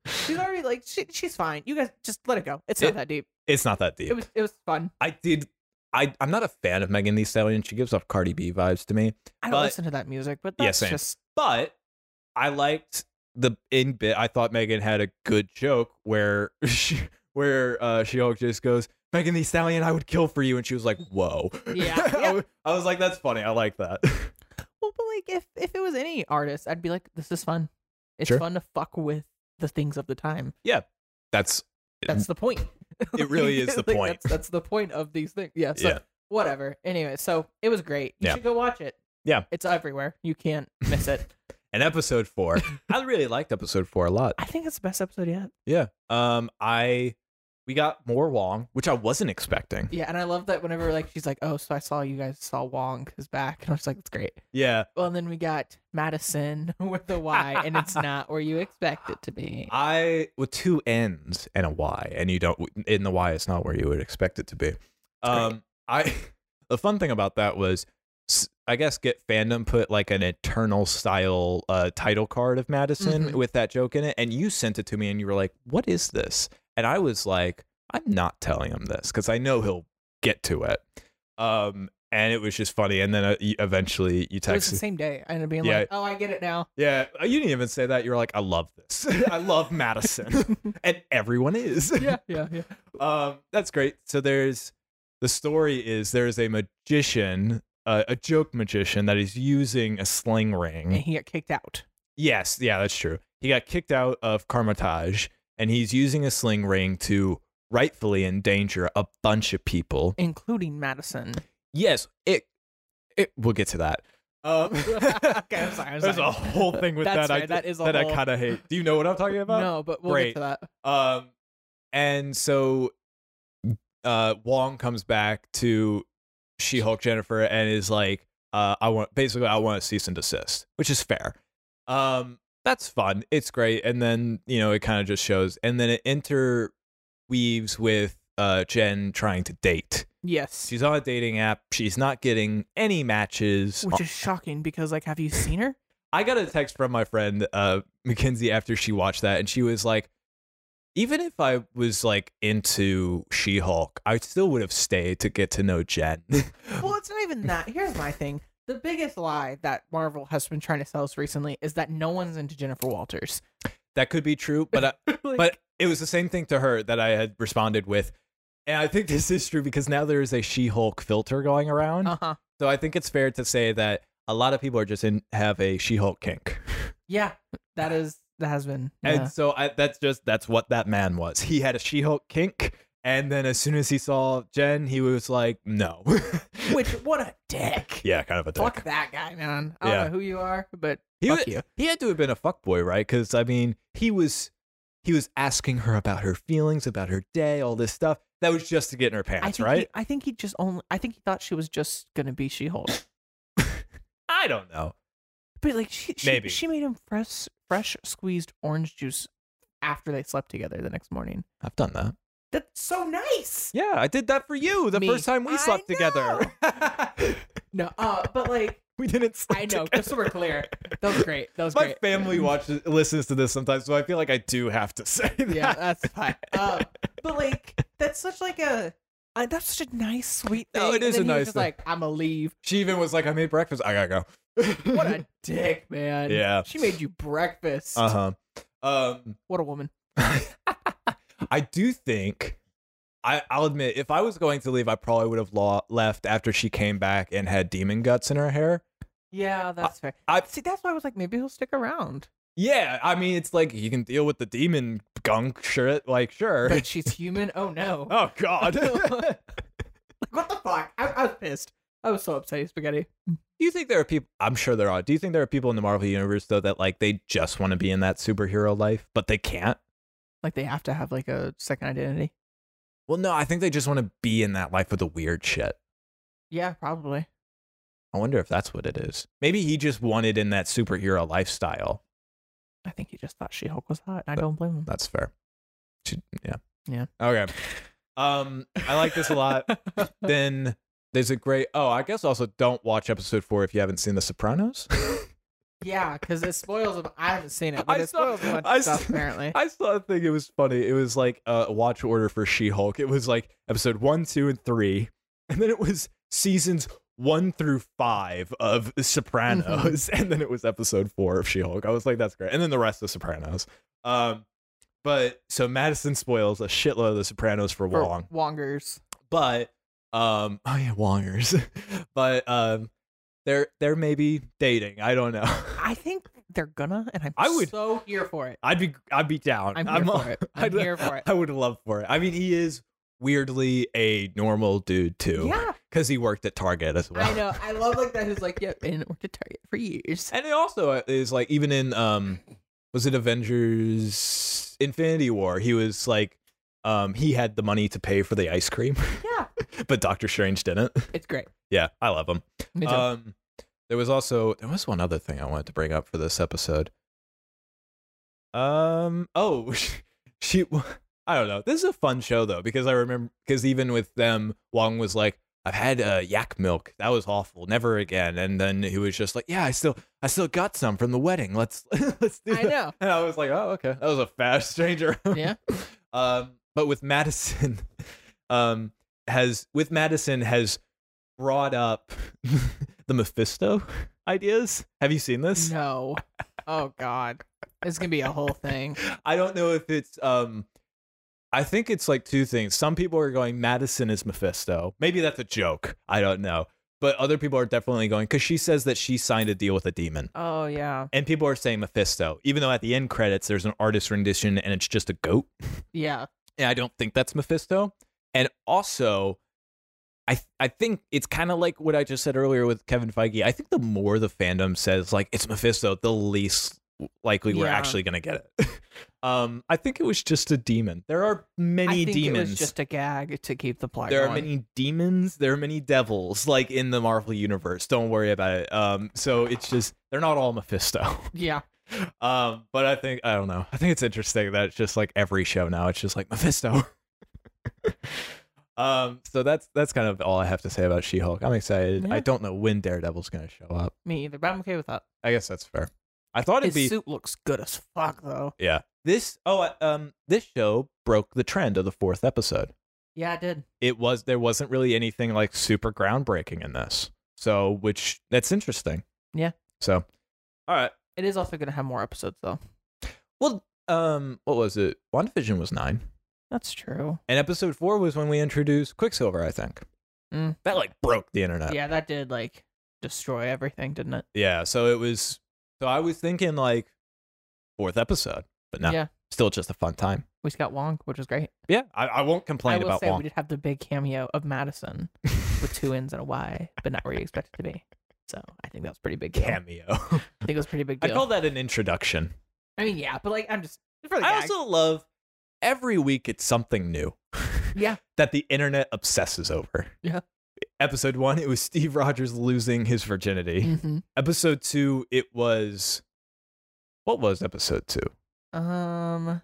Speaker 3: She's already like, she, she's fine. You guys just let it go. It's not
Speaker 4: It-
Speaker 3: that deep.
Speaker 4: It's not that deep.
Speaker 3: It was, it was fun.
Speaker 4: I did. I I'm not a fan of Megan Thee Stallion. She gives off Cardi B vibes to me.
Speaker 3: I don't
Speaker 4: But-
Speaker 3: listen to that music, but
Speaker 4: Yeah,
Speaker 3: that's
Speaker 4: same.
Speaker 3: just
Speaker 4: But I liked the in bit. I thought Megan had a good joke where she where uh, she Hulk just goes. Megan Thee Stallion, I would kill for you, and she was like, "Whoa!"
Speaker 3: Yeah,
Speaker 4: I
Speaker 3: yeah.
Speaker 4: was- I was like, "That's funny. I like that."
Speaker 3: well, but like if if it was any artist, I'd be like, this is fun. It's
Speaker 4: Sure.
Speaker 3: fun to fuck with the things of the time.
Speaker 4: That's
Speaker 3: That's the point.
Speaker 4: It really is the
Speaker 3: Like,
Speaker 4: point.
Speaker 3: That's, that's the point of these things. Yeah. So
Speaker 4: Yeah.
Speaker 3: whatever. Anyway, so it was great. You
Speaker 4: Yeah.
Speaker 3: should go watch it.
Speaker 4: Yeah.
Speaker 3: It's everywhere. You can't miss it.
Speaker 4: And episode four, I really liked episode four a lot.
Speaker 3: I think it's the best episode yet.
Speaker 4: Yeah. Um, I we got more Wong, which I wasn't expecting.
Speaker 3: Yeah, and I love that whenever like she's like, "Oh, so I saw you guys saw Wong is back," and I was like, "That's great."
Speaker 4: Yeah.
Speaker 3: Well, and then we got Madison with the Y, and it's not where you expect it to be.
Speaker 4: I with two N's and a Y, and you don't in the Y it's not where you would expect it to be. Um, I the fun thing about that was, s- I guess, get fandom put like an eternal style uh, title card of Madison
Speaker 3: Mhm.
Speaker 4: with that joke in it, and you sent it to me, and you were like, "What is this?" And I was like, "I'm not telling him this because I know he'll get to it." Um, and it was just funny, and then uh, you- eventually you
Speaker 3: It was the
Speaker 4: texted.
Speaker 3: same day. I ended up being
Speaker 4: Yeah.
Speaker 3: like, "Oh, I get it now."
Speaker 4: Yeah, uh, you didn't even say that. You were like, "I love this. I love Madison." and everyone is.
Speaker 3: yeah, yeah, yeah.
Speaker 4: Um, that's great. So there's the story is there is a magician, uh, a joke magician that is using a sling
Speaker 3: And
Speaker 4: ring.
Speaker 3: he got kicked out.
Speaker 4: Yes, yeah, that's true. He got kicked out of Carmitage, and he's using a sling ring to rightfully endanger a bunch of people.
Speaker 3: including Madison.
Speaker 4: Eh, Yes, it. It. We'll get to that. Um,
Speaker 3: Okay, I'm sorry, I'm
Speaker 4: there's
Speaker 3: sorry.
Speaker 4: a whole thing with
Speaker 3: That's
Speaker 4: that. I,
Speaker 3: right, that is a
Speaker 4: that I
Speaker 3: whole-
Speaker 4: kind of hate. Do you know what I'm talking about?
Speaker 3: no, but we'll
Speaker 4: great.
Speaker 3: get to that.
Speaker 4: Um, and so uh, Wong comes back to She Hulk Jennifer and is like, uh, I want basically I want to cease and desist, which is fair. Um, that's fun. It's great. And then, you know, it kind of just shows and then it interweaves with uh, Jen trying to date.
Speaker 3: Yes.
Speaker 4: She's on a dating app. She's not getting any matches.
Speaker 3: Which is shocking because like have you seen her?
Speaker 4: I got a text from my friend uh, Mackenzie after she watched that, and she was like, "Even if I was like into She-Hulk, I still would have stayed to get to know Jen."
Speaker 3: well, it's not even that. Here's my thing. The biggest lie that Marvel has been trying to sell us recently is that no one's into Jennifer Walters.
Speaker 4: that could be true, but I,
Speaker 3: Like,
Speaker 4: but it was the same thing to her that I had responded with, and I think this is true because now there is a She-Hulk filter going around,
Speaker 3: uh-huh.
Speaker 4: so I think it's fair to say that a lot of people are just in have a She-Hulk kink.
Speaker 3: Yeah. That is that has been yeah.
Speaker 4: And so I, that's just that's what that man was. He had a She-Hulk kink, and then as soon as he saw Jen, he was like, "No."
Speaker 3: Which what a dick.
Speaker 4: yeah, kind of a dick.
Speaker 3: Fuck that guy, man. I don't
Speaker 4: Yeah.
Speaker 3: know who you are, but
Speaker 4: He,
Speaker 3: fuck
Speaker 4: wa-
Speaker 3: you.
Speaker 4: he had to have been a fuckboy, right? Because I mean, he was he was asking her about her feelings, about her day, all this stuff. That was just to get in her
Speaker 3: I
Speaker 4: pants,
Speaker 3: think
Speaker 4: right?
Speaker 3: he, I think he just only I think he thought she was just gonna be She Hulk.
Speaker 4: I don't know.
Speaker 3: But like she, she
Speaker 4: Maybe.
Speaker 3: she made him fresh fresh squeezed orange juice after they slept together the next morning.
Speaker 4: I've done that.
Speaker 3: That's so nice.
Speaker 4: Yeah, I did that for you the
Speaker 3: Me.
Speaker 4: first time we
Speaker 3: I
Speaker 4: slept together.
Speaker 3: No, uh, but like
Speaker 4: we didn't sleep
Speaker 3: I know,
Speaker 4: together.
Speaker 3: just so we're clear, that was great. That was
Speaker 4: My
Speaker 3: great.
Speaker 4: family watches listens to this sometimes, so I feel like I do have to say that.
Speaker 3: yeah, that's fine. Uh, but like that's such like a uh, that's such a nice sweet thing.
Speaker 4: No, it
Speaker 3: And
Speaker 4: is
Speaker 3: then
Speaker 4: a
Speaker 3: he was
Speaker 4: nice
Speaker 3: just
Speaker 4: thing.
Speaker 3: like I'm gonna leave.
Speaker 4: She even was like, I made breakfast. I gotta go.
Speaker 3: What a dick, man.
Speaker 4: Yeah.
Speaker 3: she made you breakfast.
Speaker 4: Uh huh. Um,
Speaker 3: What a woman.
Speaker 4: I do think. I, I'll admit, if I was going to leave, I probably would have law- left after she came back and had demon guts in her hair.
Speaker 3: Yeah, that's fair.
Speaker 4: I-
Speaker 3: See, that's why I was like, maybe he'll stick around.
Speaker 4: Yeah, I mean, it's like you can deal with the demon gunk shit, like sure.
Speaker 3: But she's human. Oh no.
Speaker 4: oh God. do
Speaker 3: What the fuck? I, I was pissed. I was so upset, at spaghetti.
Speaker 4: you think there are people? I'm sure there are. Do you think there are people in the Marvel universe though that like they just want to be in that superhero life, but they can't?
Speaker 3: Like they have to have like a second identity.
Speaker 4: Well, no, I think they just want to be in that life with the weird shit.
Speaker 3: Yeah, probably.
Speaker 4: I wonder if that's what it is. Maybe he just wanted in that superhero lifestyle.
Speaker 3: I think he just thought She Hulk was hot. I don't blame him.
Speaker 4: That's fair. She- yeah.
Speaker 3: Yeah.
Speaker 4: Okay. Um, I like this a lot. then there's a great. Oh, I guess also don't watch episode four if you haven't seen The Sopranos.
Speaker 3: yeah, because it spoils. Him. I haven't seen it,
Speaker 4: I
Speaker 3: but it
Speaker 4: saw-
Speaker 3: spoils a bunch
Speaker 4: I
Speaker 3: of stuff.
Speaker 4: saw-
Speaker 3: Apparently,
Speaker 4: I saw a thing. It was funny. It was like a watch order for She Hulk. It was like episode one, two, and three, and then it was seasons one through five of Sopranos,
Speaker 3: Mm-hmm.
Speaker 4: and then it was episode four of She Hulk. I was like, that's great, and then the rest of Sopranos. Um, but so Madison spoils a shitload of the Sopranos for
Speaker 3: For
Speaker 4: Wong,
Speaker 3: Wongers.
Speaker 4: but um, oh yeah, Wongers, but um, they're they're maybe dating. I don't know.
Speaker 3: I think they're gonna, and I'm
Speaker 4: I would-
Speaker 3: so here for it.
Speaker 4: I'd be I'd be down.
Speaker 3: I'm here for it. I'm
Speaker 4: I'd-
Speaker 3: here for it.
Speaker 4: I would love for it. I mean, he is weirdly a normal dude too,
Speaker 3: Yeah.
Speaker 4: because he worked at Target as well.
Speaker 3: I know. I love like that. Who's like, yep, yeah, and worked at Target for years.
Speaker 4: And it also uh, is like even in um was it Avengers Infinity War, he was like um he had the money to pay for the ice cream,
Speaker 3: Yeah,
Speaker 4: but Doctor Strange didn't.
Speaker 3: it's great.
Speaker 4: Yeah, I love him.
Speaker 3: Me too.
Speaker 4: Um there was also there was one other thing I wanted to bring up for this episode. Um oh she I don't know. This is a fun show though because I remember because even with them Wong was like I've had uh, yak milk. That was awful. Never again. And then he was just like, "Yeah, I still, I still got some from the wedding. Let's, let's do."
Speaker 3: I
Speaker 4: that."
Speaker 3: know.
Speaker 4: And I was like, oh, okay. That was a fast stranger.
Speaker 3: Yeah.
Speaker 4: um, but with Madison, um, has with Madison has brought up the Mephisto ideas. Have you seen this?
Speaker 3: No. Oh God, it's gonna be a whole thing.
Speaker 4: I don't know if it's um I think it's like two things. Some people are going Madison is Mephisto. Maybe that's a joke. I don't know. But other people are definitely going cuz she says that she signed a deal with a demon.
Speaker 3: Oh yeah,
Speaker 4: And people are saying Mephisto, even though at the end credits there's an artist rendition and it's just a goat.
Speaker 3: yeah.
Speaker 4: And I don't think that's Mephisto. And also, I I think it's kind of like what I just said earlier with Kevin Feige. I think the more the fandom says like it's Mephisto, the least likely we're
Speaker 3: Yeah.
Speaker 4: actually gonna get it. um, I think it was just a demon. There are
Speaker 3: I
Speaker 4: many
Speaker 3: think
Speaker 4: demons.
Speaker 3: It was just a gag to keep the plot
Speaker 4: there are
Speaker 3: going.
Speaker 4: many demons. There are many devils, like in the Marvel universe. Don't worry about it. Um, so it's just they're not all Mephisto.
Speaker 3: Yeah.
Speaker 4: Um, but I think I don't know. I think it's interesting that it's just like every show now, it's just like Mephisto. um, so that's that's kind of all I have to say about She-Hulk. I'm excited.
Speaker 3: Yeah.
Speaker 4: I don't know when Daredevil's gonna show up.
Speaker 3: Me either, but I'm okay with that.
Speaker 4: I guess that's fair. I thought it'd
Speaker 3: His
Speaker 4: be
Speaker 3: suit looks good as fuck though.
Speaker 4: yeah. This oh uh, um this show broke the trend of the fourth episode.
Speaker 3: Yeah, it did.
Speaker 4: It was there wasn't really anything like super groundbreaking in this. So which that's interesting.
Speaker 3: Yeah.
Speaker 4: So all right.
Speaker 3: It is also gonna have more episodes though.
Speaker 4: Well, um, what was it? WandaVision was nine.
Speaker 3: That's true.
Speaker 4: And episode four was when we introduced Quicksilver, I think.
Speaker 3: Mm.
Speaker 4: That like broke the internet.
Speaker 3: yeah, that did like destroy everything, didn't it?
Speaker 4: Yeah, So it was. So I was thinking like fourth episode, but no,
Speaker 3: Yeah.
Speaker 4: still just a fun time.
Speaker 3: We just got Wong, which was great.
Speaker 4: Yeah. I, I won't
Speaker 3: I
Speaker 4: complain
Speaker 3: will
Speaker 4: about
Speaker 3: say
Speaker 4: Wong.
Speaker 3: we did have the big cameo of Madison with two N's and a Y, but not where you expect it to be. So I think that was a pretty big deal.
Speaker 4: Cameo.
Speaker 3: I think it was a pretty big
Speaker 4: I
Speaker 3: deal. I,
Speaker 4: call that an introduction.
Speaker 3: mean, yeah, but like I'm just for the
Speaker 4: I
Speaker 3: gag.
Speaker 4: also love every week it's something new.
Speaker 3: Yeah.
Speaker 4: That the internet obsesses over.
Speaker 3: Yeah.
Speaker 4: Episode one, it was Steve Rogers losing his virginity.
Speaker 3: Mhm.
Speaker 4: Episode two, it was. What was episode two?
Speaker 3: um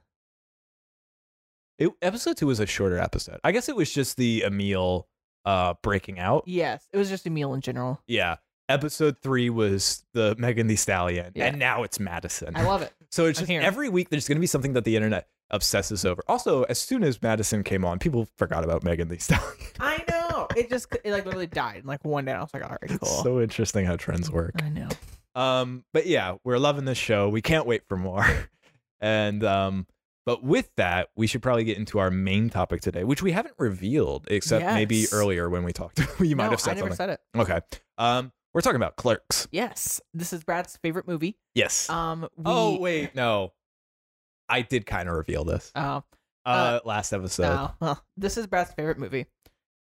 Speaker 4: It, episode two was a shorter episode. I guess it was just the Emil uh, breaking out.
Speaker 3: yes, it was just a meal in general.
Speaker 4: Yeah. Episode three was the Megan the Stallion,
Speaker 3: Yeah.
Speaker 4: and now it's Madison.
Speaker 3: I love it.
Speaker 4: so it's
Speaker 3: I'm
Speaker 4: just
Speaker 3: here.
Speaker 4: every week there's going to be something that the internet obsesses over. Also, as soon as Madison came on, people forgot about Megan the Stallion.
Speaker 3: I know. It just it like literally died in like one day. I was like, all right,
Speaker 4: It's
Speaker 3: cool.
Speaker 4: so interesting how trends work.
Speaker 3: I know.
Speaker 4: Um, but yeah, we're loving this show. We can't wait for more. and um, but with that, we should probably get into our main topic today, which we haven't revealed except maybe
Speaker 3: Yes.
Speaker 4: earlier when we talked. you might
Speaker 3: No,
Speaker 4: have
Speaker 3: I
Speaker 4: said
Speaker 3: never
Speaker 4: something.
Speaker 3: said it.
Speaker 4: okay. Um, we're talking about Clerks.
Speaker 3: Yes, this is Brad's favorite movie.
Speaker 4: Yes.
Speaker 3: Um, we,
Speaker 4: oh wait, no. I did kind of reveal this
Speaker 3: Oh,
Speaker 4: uh, last episode.
Speaker 3: no. uh, Well, this is Brad's favorite movie,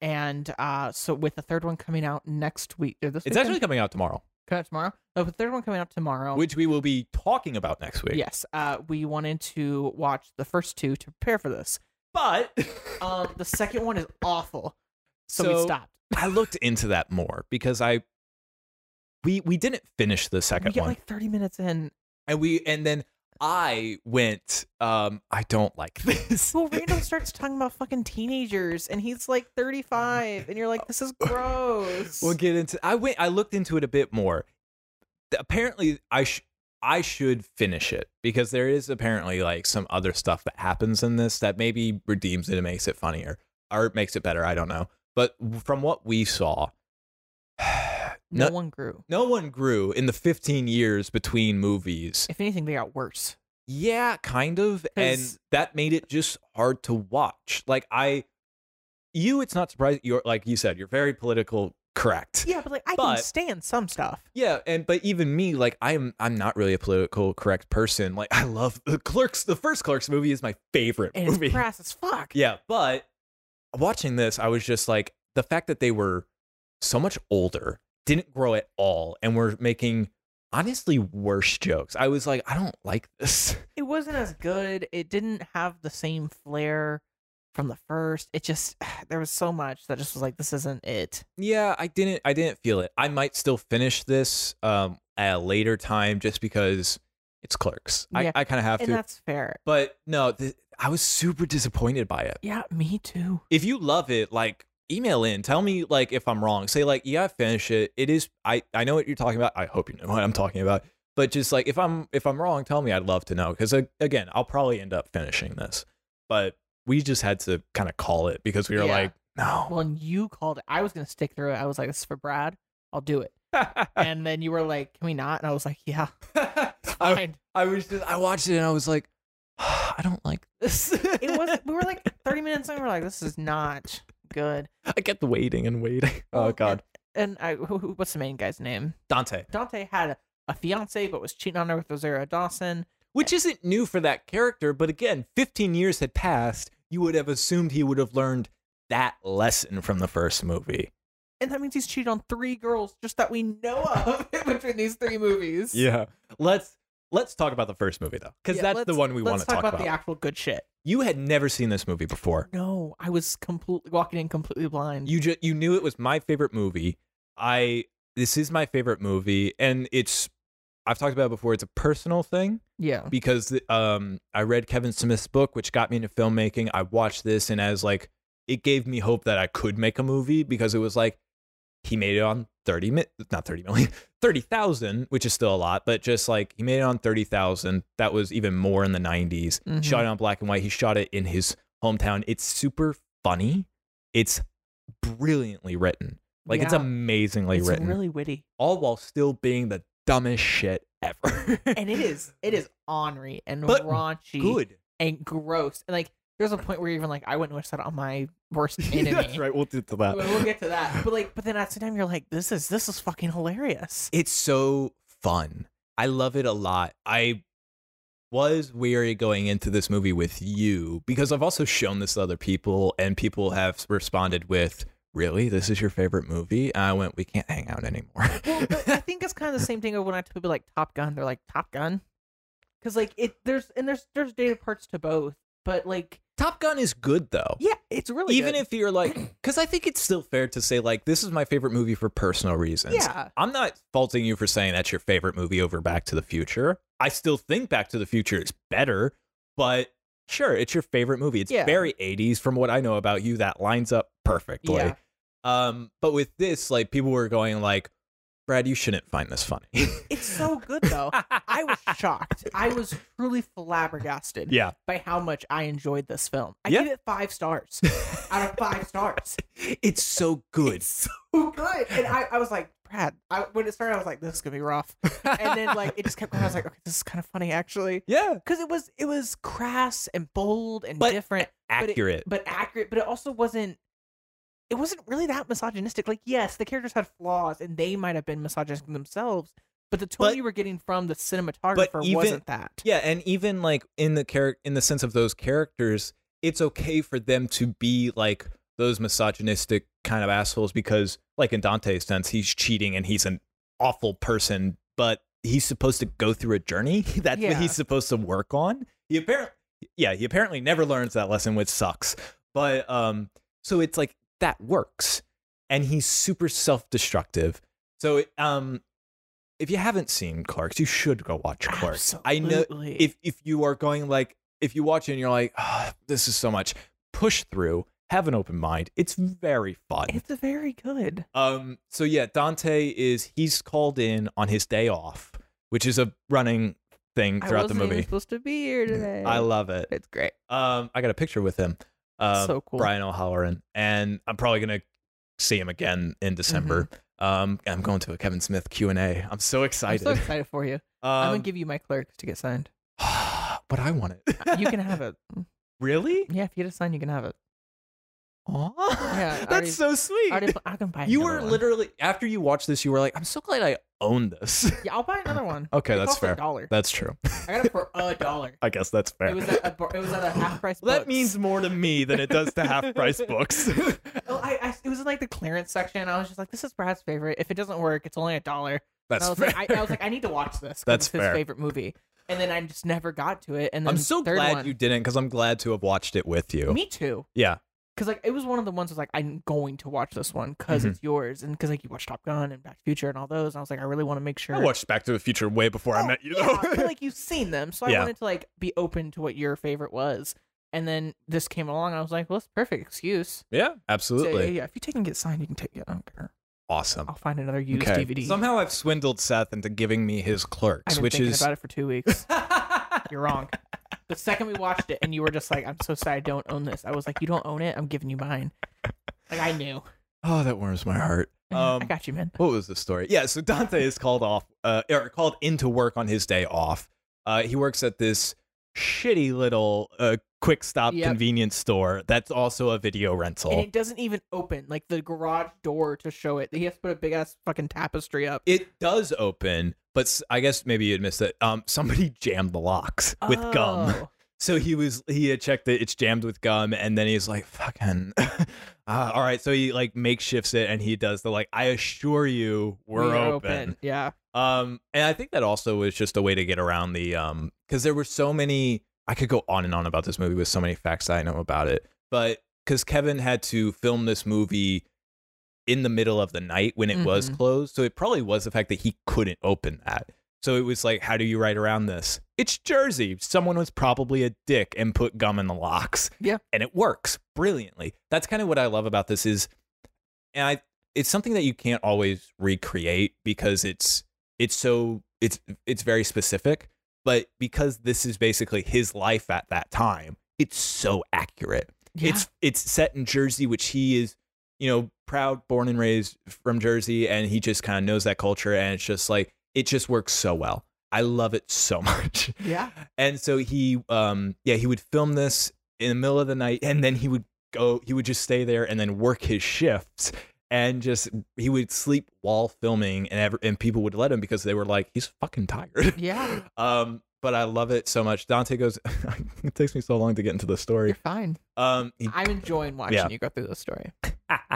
Speaker 3: and uh, so with the third one coming out next week, or this
Speaker 4: It's
Speaker 3: weekend?
Speaker 4: actually coming out tomorrow,
Speaker 3: coming out tomorrow. No, the third one coming out tomorrow.
Speaker 4: which we will be talking about next week.
Speaker 3: yes, uh, we wanted to watch the first two to prepare for this.
Speaker 4: But
Speaker 3: Um, the second one is awful, so, we
Speaker 4: So-
Speaker 3: stopped.
Speaker 4: I looked into that more because I we we didn't finish the
Speaker 3: We
Speaker 4: second
Speaker 3: got
Speaker 4: one.
Speaker 3: like thirty minutes in.
Speaker 4: and we and then I went. Um, I don't like this.
Speaker 3: Well, Randall starts talking about fucking teenagers, and he's like thirty-five, and you're like, this is gross.
Speaker 4: We'll get into. I went. I looked into it a bit more. Th- Apparently, I sh- I should finish it because there is apparently like some other stuff that happens in this that maybe redeems it and makes it funnier or it makes it better. I don't know. But from what we saw,
Speaker 3: no,
Speaker 4: no-
Speaker 3: one grew.
Speaker 4: no one grew in the 15 years between movies.
Speaker 3: If anything, they got worse.
Speaker 4: Yeah, kind of. And
Speaker 3: 'Cause-
Speaker 4: that made it just hard to watch. Like I you it's not surprising you're like you said, you're very political correct.
Speaker 3: Yeah, but like I
Speaker 4: But-
Speaker 3: can stand some stuff.
Speaker 4: Yeah, and but even me, like I'm I'm not really a political correct person. Like I uh, love the Clerks the first Clerks movie is my favorite
Speaker 3: And
Speaker 4: movie.
Speaker 3: it's crass as fuck.
Speaker 4: Yeah, but watching this, I was just like, the fact that they were so much older, didn't grow at all, and were making honestly worse jokes. I was like, I don't like this.
Speaker 3: It wasn't as good. It didn't have the same flair from the first. It just there was so much that just was like this isn't it.
Speaker 4: yeah, I didn't I didn't feel it. I might still finish this um at a later time just because it's clerks.
Speaker 3: Yeah,
Speaker 4: I, I kind of have
Speaker 3: And
Speaker 4: to.
Speaker 3: that's fair.
Speaker 4: but no, th- I was super disappointed by it.
Speaker 3: Yeah, me too.
Speaker 4: if you love it, like email in, tell me like if I'm wrong. Say like, yeah, I finish it. It is I I know what you're talking about. I hope you know what I'm talking about. But just like if I'm if I'm wrong, tell me. I'd love to know because again, I'll probably end up finishing this. But we just had to kind of call it because we were
Speaker 2: Yeah.
Speaker 4: like, no.
Speaker 3: Well, and you called it. I was gonna stick through it. I was like, this is for Brad. I'll do it. and then you were like, can we not? And I was like, yeah,
Speaker 4: I,
Speaker 3: fine.
Speaker 4: I was just I watched it and I was like, I don't like this.
Speaker 3: it was. We were like thirty minutes in. We are like, this is not good.
Speaker 4: I get the waiting and waiting.
Speaker 3: Well,
Speaker 4: Oh
Speaker 3: and-
Speaker 4: God,
Speaker 3: And I, who, who- what's the main guy's name?
Speaker 4: Dante,
Speaker 3: Dante had a fiance, but was cheating on her with Rosario Dawson.
Speaker 4: which isn't new for that character, but again, 15 years had passed. You would have assumed he would have learned that lesson from the first movie.
Speaker 3: and that means he's cheated on three girls just that we know of between these three movies.
Speaker 4: Yeah. Let's let's talk about the first movie though, because
Speaker 3: Yeah,
Speaker 4: that's the
Speaker 3: let's-
Speaker 4: one we want
Speaker 3: Let's
Speaker 4: to
Speaker 3: talk, about, the
Speaker 4: about.
Speaker 3: actual good shit.
Speaker 4: You had never seen this movie before.
Speaker 3: No, I was completely walking in completely blind.
Speaker 4: You just you knew it was my favorite movie. I this is my favorite movie, and it's I've talked about it before. It's a personal thing.
Speaker 3: yeah,
Speaker 4: because um, I read Kevin Smith's book, which got me into filmmaking. I watched this, and as like, it gave me hope that I could make a movie because it was like, he made it on thirty mi- not thirty million, thirty thousand, which is still a lot, but just like he made it on thirty thousand. That was even more in the 90s
Speaker 3: Mhm.
Speaker 4: Shot it on black and white. He shot it in his hometown. It's super funny. It's brilliantly written. Like it's
Speaker 3: Yeah.
Speaker 4: amazingly
Speaker 3: it's
Speaker 4: written,
Speaker 3: really witty,
Speaker 4: all while still being the dumbest shit ever.
Speaker 3: and it is it is ornery and
Speaker 4: But
Speaker 3: raunchy,
Speaker 4: good.
Speaker 3: and gross, and like there's a point where even like I wouldn't wish that on my worst enemy.
Speaker 4: That's right. We'll do to that.
Speaker 3: We'll we'll get to that, but like, but then at the same time, you're like, this is this is fucking hilarious.
Speaker 4: It's so fun. I love it a lot. I was weary going into this movie with you because I've also shown this to other people, and people have responded with, "Really, this is your favorite movie?" And I went, "We can't hang out anymore."
Speaker 3: well, but I think it's kind of the same thing of when I tell people like Top Gun, they're like Top Gun, because like it there's and there's there's data parts to both, but like
Speaker 4: Top Gun is good though.
Speaker 3: yeah, it's really
Speaker 4: Even
Speaker 3: good.
Speaker 4: if you're like, because I think it's still fair to say like, this is my favorite movie for personal reasons.
Speaker 3: yeah,
Speaker 4: I'm not faulting you for saying that's your favorite movie over Back to the Future. I still think Back to the Future is better, but sure, it's your favorite movie. It's
Speaker 3: Yeah.
Speaker 4: very 80s from what I know about you. That lines up perfectly.
Speaker 3: yeah,
Speaker 4: Um, but with this, like people were going like, Brad, you shouldn't find this funny.
Speaker 3: it's so good though. I was shocked. I was truly flabbergasted
Speaker 4: yeah.
Speaker 3: by how much I enjoyed this film. I
Speaker 4: Yeah.
Speaker 3: give it five stars out of five stars.
Speaker 4: It's so good.
Speaker 3: It's so good, and I, I was like, Brad. I, when it started, I was like, this is gonna be rough, and then like it just kept going. I was like, okay, this is kind of funny actually.
Speaker 4: yeah.
Speaker 3: because it was it was crass and bold and
Speaker 4: But
Speaker 3: different, but it-
Speaker 4: Accurate.
Speaker 3: but accurate. But it also wasn't. It wasn't really that misogynistic. Like, yes, the characters had flaws, and they might have been misogynistic themselves. But the tone
Speaker 4: But-
Speaker 3: you were getting from the cinematographer
Speaker 4: even-
Speaker 3: wasn't that.
Speaker 4: Yeah, and even like in the character in the sense of those characters, it's okay for them to be like those misogynistic kind of assholes because like in Dante's sense, he's cheating and he's an awful person, but he's supposed to go through a journey. That's
Speaker 3: Yeah.
Speaker 4: what he's supposed to work on. He apparently yeah, he apparently never learns that lesson, which sucks. But um so it's like that works. And he's super self-destructive. So it, um if you haven't seen Clark's, you should go watch Clark's. I know
Speaker 3: Absolutely.
Speaker 4: if if you are going like if you watch it and you're like "Ah, this is so much push through have an open mind it's very fun
Speaker 3: it's very good.
Speaker 4: um so yeah dante is he's called in on his day off which is a running thing
Speaker 3: I
Speaker 4: throughout the
Speaker 3: wasn't even
Speaker 4: movie Mm,
Speaker 3: supposed to be here today.
Speaker 4: i love it
Speaker 3: It's great.
Speaker 4: um i got a picture with him um,
Speaker 3: so cool.
Speaker 4: brian o'halloran and i'm probably gonna see him again in december um i'm going to a kevin smith q&a i'm so
Speaker 3: Mm-hmm. I'm
Speaker 4: excited
Speaker 3: so excited for you. I'm gonna
Speaker 4: um,
Speaker 3: give you my clerks to get signed.
Speaker 4: but i want it
Speaker 3: You can have it.
Speaker 4: really
Speaker 3: Yeah, if you get it signed, you can have it.
Speaker 2: Aw.
Speaker 3: Yeah, I
Speaker 2: that's
Speaker 3: already-
Speaker 2: so
Speaker 3: I,
Speaker 2: sweet.
Speaker 3: already, pl- I can buy.
Speaker 4: You
Speaker 3: another
Speaker 4: were
Speaker 3: one.
Speaker 4: literally after you watched this, you were like, "I'm so glad I own this."
Speaker 3: Yeah, I'll buy another one.
Speaker 4: okay,
Speaker 3: It
Speaker 4: that's
Speaker 3: costs
Speaker 4: fair.
Speaker 3: A dollar.
Speaker 4: That's true.
Speaker 3: I got it for a dollar.
Speaker 4: I guess that's fair.
Speaker 3: It was at a, bar- it was at a half price.
Speaker 4: that means more to me than it does to half price books.
Speaker 3: Oh, I, I, it was in like the clearance section. I was just like, this is Brad's favorite. If it doesn't work, it's only a dollar. And
Speaker 4: that's
Speaker 3: I was
Speaker 4: fair.
Speaker 3: like, I, I was like, I need to watch this. 'cause
Speaker 4: That's
Speaker 3: it's his
Speaker 4: fair.
Speaker 3: favorite movie. And then I just never got to it. And then
Speaker 4: I'm so
Speaker 3: third
Speaker 4: glad
Speaker 3: one-
Speaker 4: you didn't because I'm glad to have watched it with you.
Speaker 3: Me too.
Speaker 4: Yeah.
Speaker 3: Because like it was one of the ones I was like, I'm going to watch this one because
Speaker 4: Mhm.
Speaker 3: it's yours, and because like you watched Top Gun and Back to the Future and all those, and I was like, I really want to make sure.
Speaker 4: I watched Back to the Future way before I
Speaker 3: Oh,
Speaker 4: met you,
Speaker 3: yeah, I feel
Speaker 4: though.
Speaker 3: like you've seen them, so
Speaker 4: Yeah.
Speaker 3: I wanted to like be open to what your favorite was. And then this came along, and I was like, well, it's a perfect excuse.
Speaker 4: yeah,
Speaker 3: So,
Speaker 4: absolutely.
Speaker 3: yeah, yeah, if you take and get signed, you can take it. I don't care.
Speaker 4: Awesome.
Speaker 3: I'll find another used
Speaker 4: Okay.
Speaker 3: DVD.
Speaker 4: Somehow I've swindled Seth into giving me his
Speaker 3: I've
Speaker 4: clerks,
Speaker 3: been
Speaker 4: which
Speaker 3: thinking
Speaker 4: is
Speaker 3: about it for two weeks. You're wrong. The second we watched it, and you were just like, "I'm so sorry, I don't own this." I was like, "You don't own it. I'm giving you mine." Like I knew.
Speaker 4: oh, that warms my heart.
Speaker 3: I
Speaker 4: Um,
Speaker 3: got you, man.
Speaker 4: what was the story? Yeah, so Dante is called off, uh, or called into work on his day off. Uh, he works at this shitty little uh, quick stop
Speaker 3: Yep.
Speaker 4: convenience store that's also a video rental.
Speaker 3: And it doesn't even open, like the garage door to show it. He has to put a big ass fucking tapestry up.
Speaker 4: It does open, but s- I guess maybe you'd miss that. Um, somebody jammed the locks with gum.
Speaker 3: Oh.
Speaker 4: So he was he had checked it. It's jammed with gum, and then he's like, "Fucking, uh, all right." So he like makeshifts it, and he does the like. I assure you, we're,
Speaker 3: We are
Speaker 4: open.
Speaker 3: Yeah.
Speaker 4: Um, and I think that also was just a way to get around the um, because there were so many. I could go on and on about this movie with so many facts I know about it, but because Kevin had to film this movie in the middle of the night when it was
Speaker 3: Mhm.
Speaker 4: closed, so it probably was the fact that he couldn't open that. So it was like, how do you write around this? It's Jersey. Someone was probably a dick and put gum in the locks.
Speaker 3: Yeah.
Speaker 4: and it works brilliantly. That's kind of what I love about this is, and I it's something that you can't always recreate because it's it's so it's it's very specific but because this is basically his life at that time it's so accurate
Speaker 3: yeah.
Speaker 4: it's it's set in jersey which he is you know proud born and raised from jersey and he just kind of knows that culture and it's just like it just works so well i love it so much
Speaker 3: yeah.
Speaker 4: and so he um yeah he would film this in the middle of the night and then he would go he would just stay there and then work his shifts and just he would sleep while filming and ever, and people would let him because they were like he's fucking tired
Speaker 3: Yeah.
Speaker 4: um but i love it so much dante goes it takes me so long to get into the
Speaker 3: You're
Speaker 4: story
Speaker 3: fine.
Speaker 4: um he,
Speaker 3: I'm enjoying watching
Speaker 4: Yeah.
Speaker 3: you go through the story.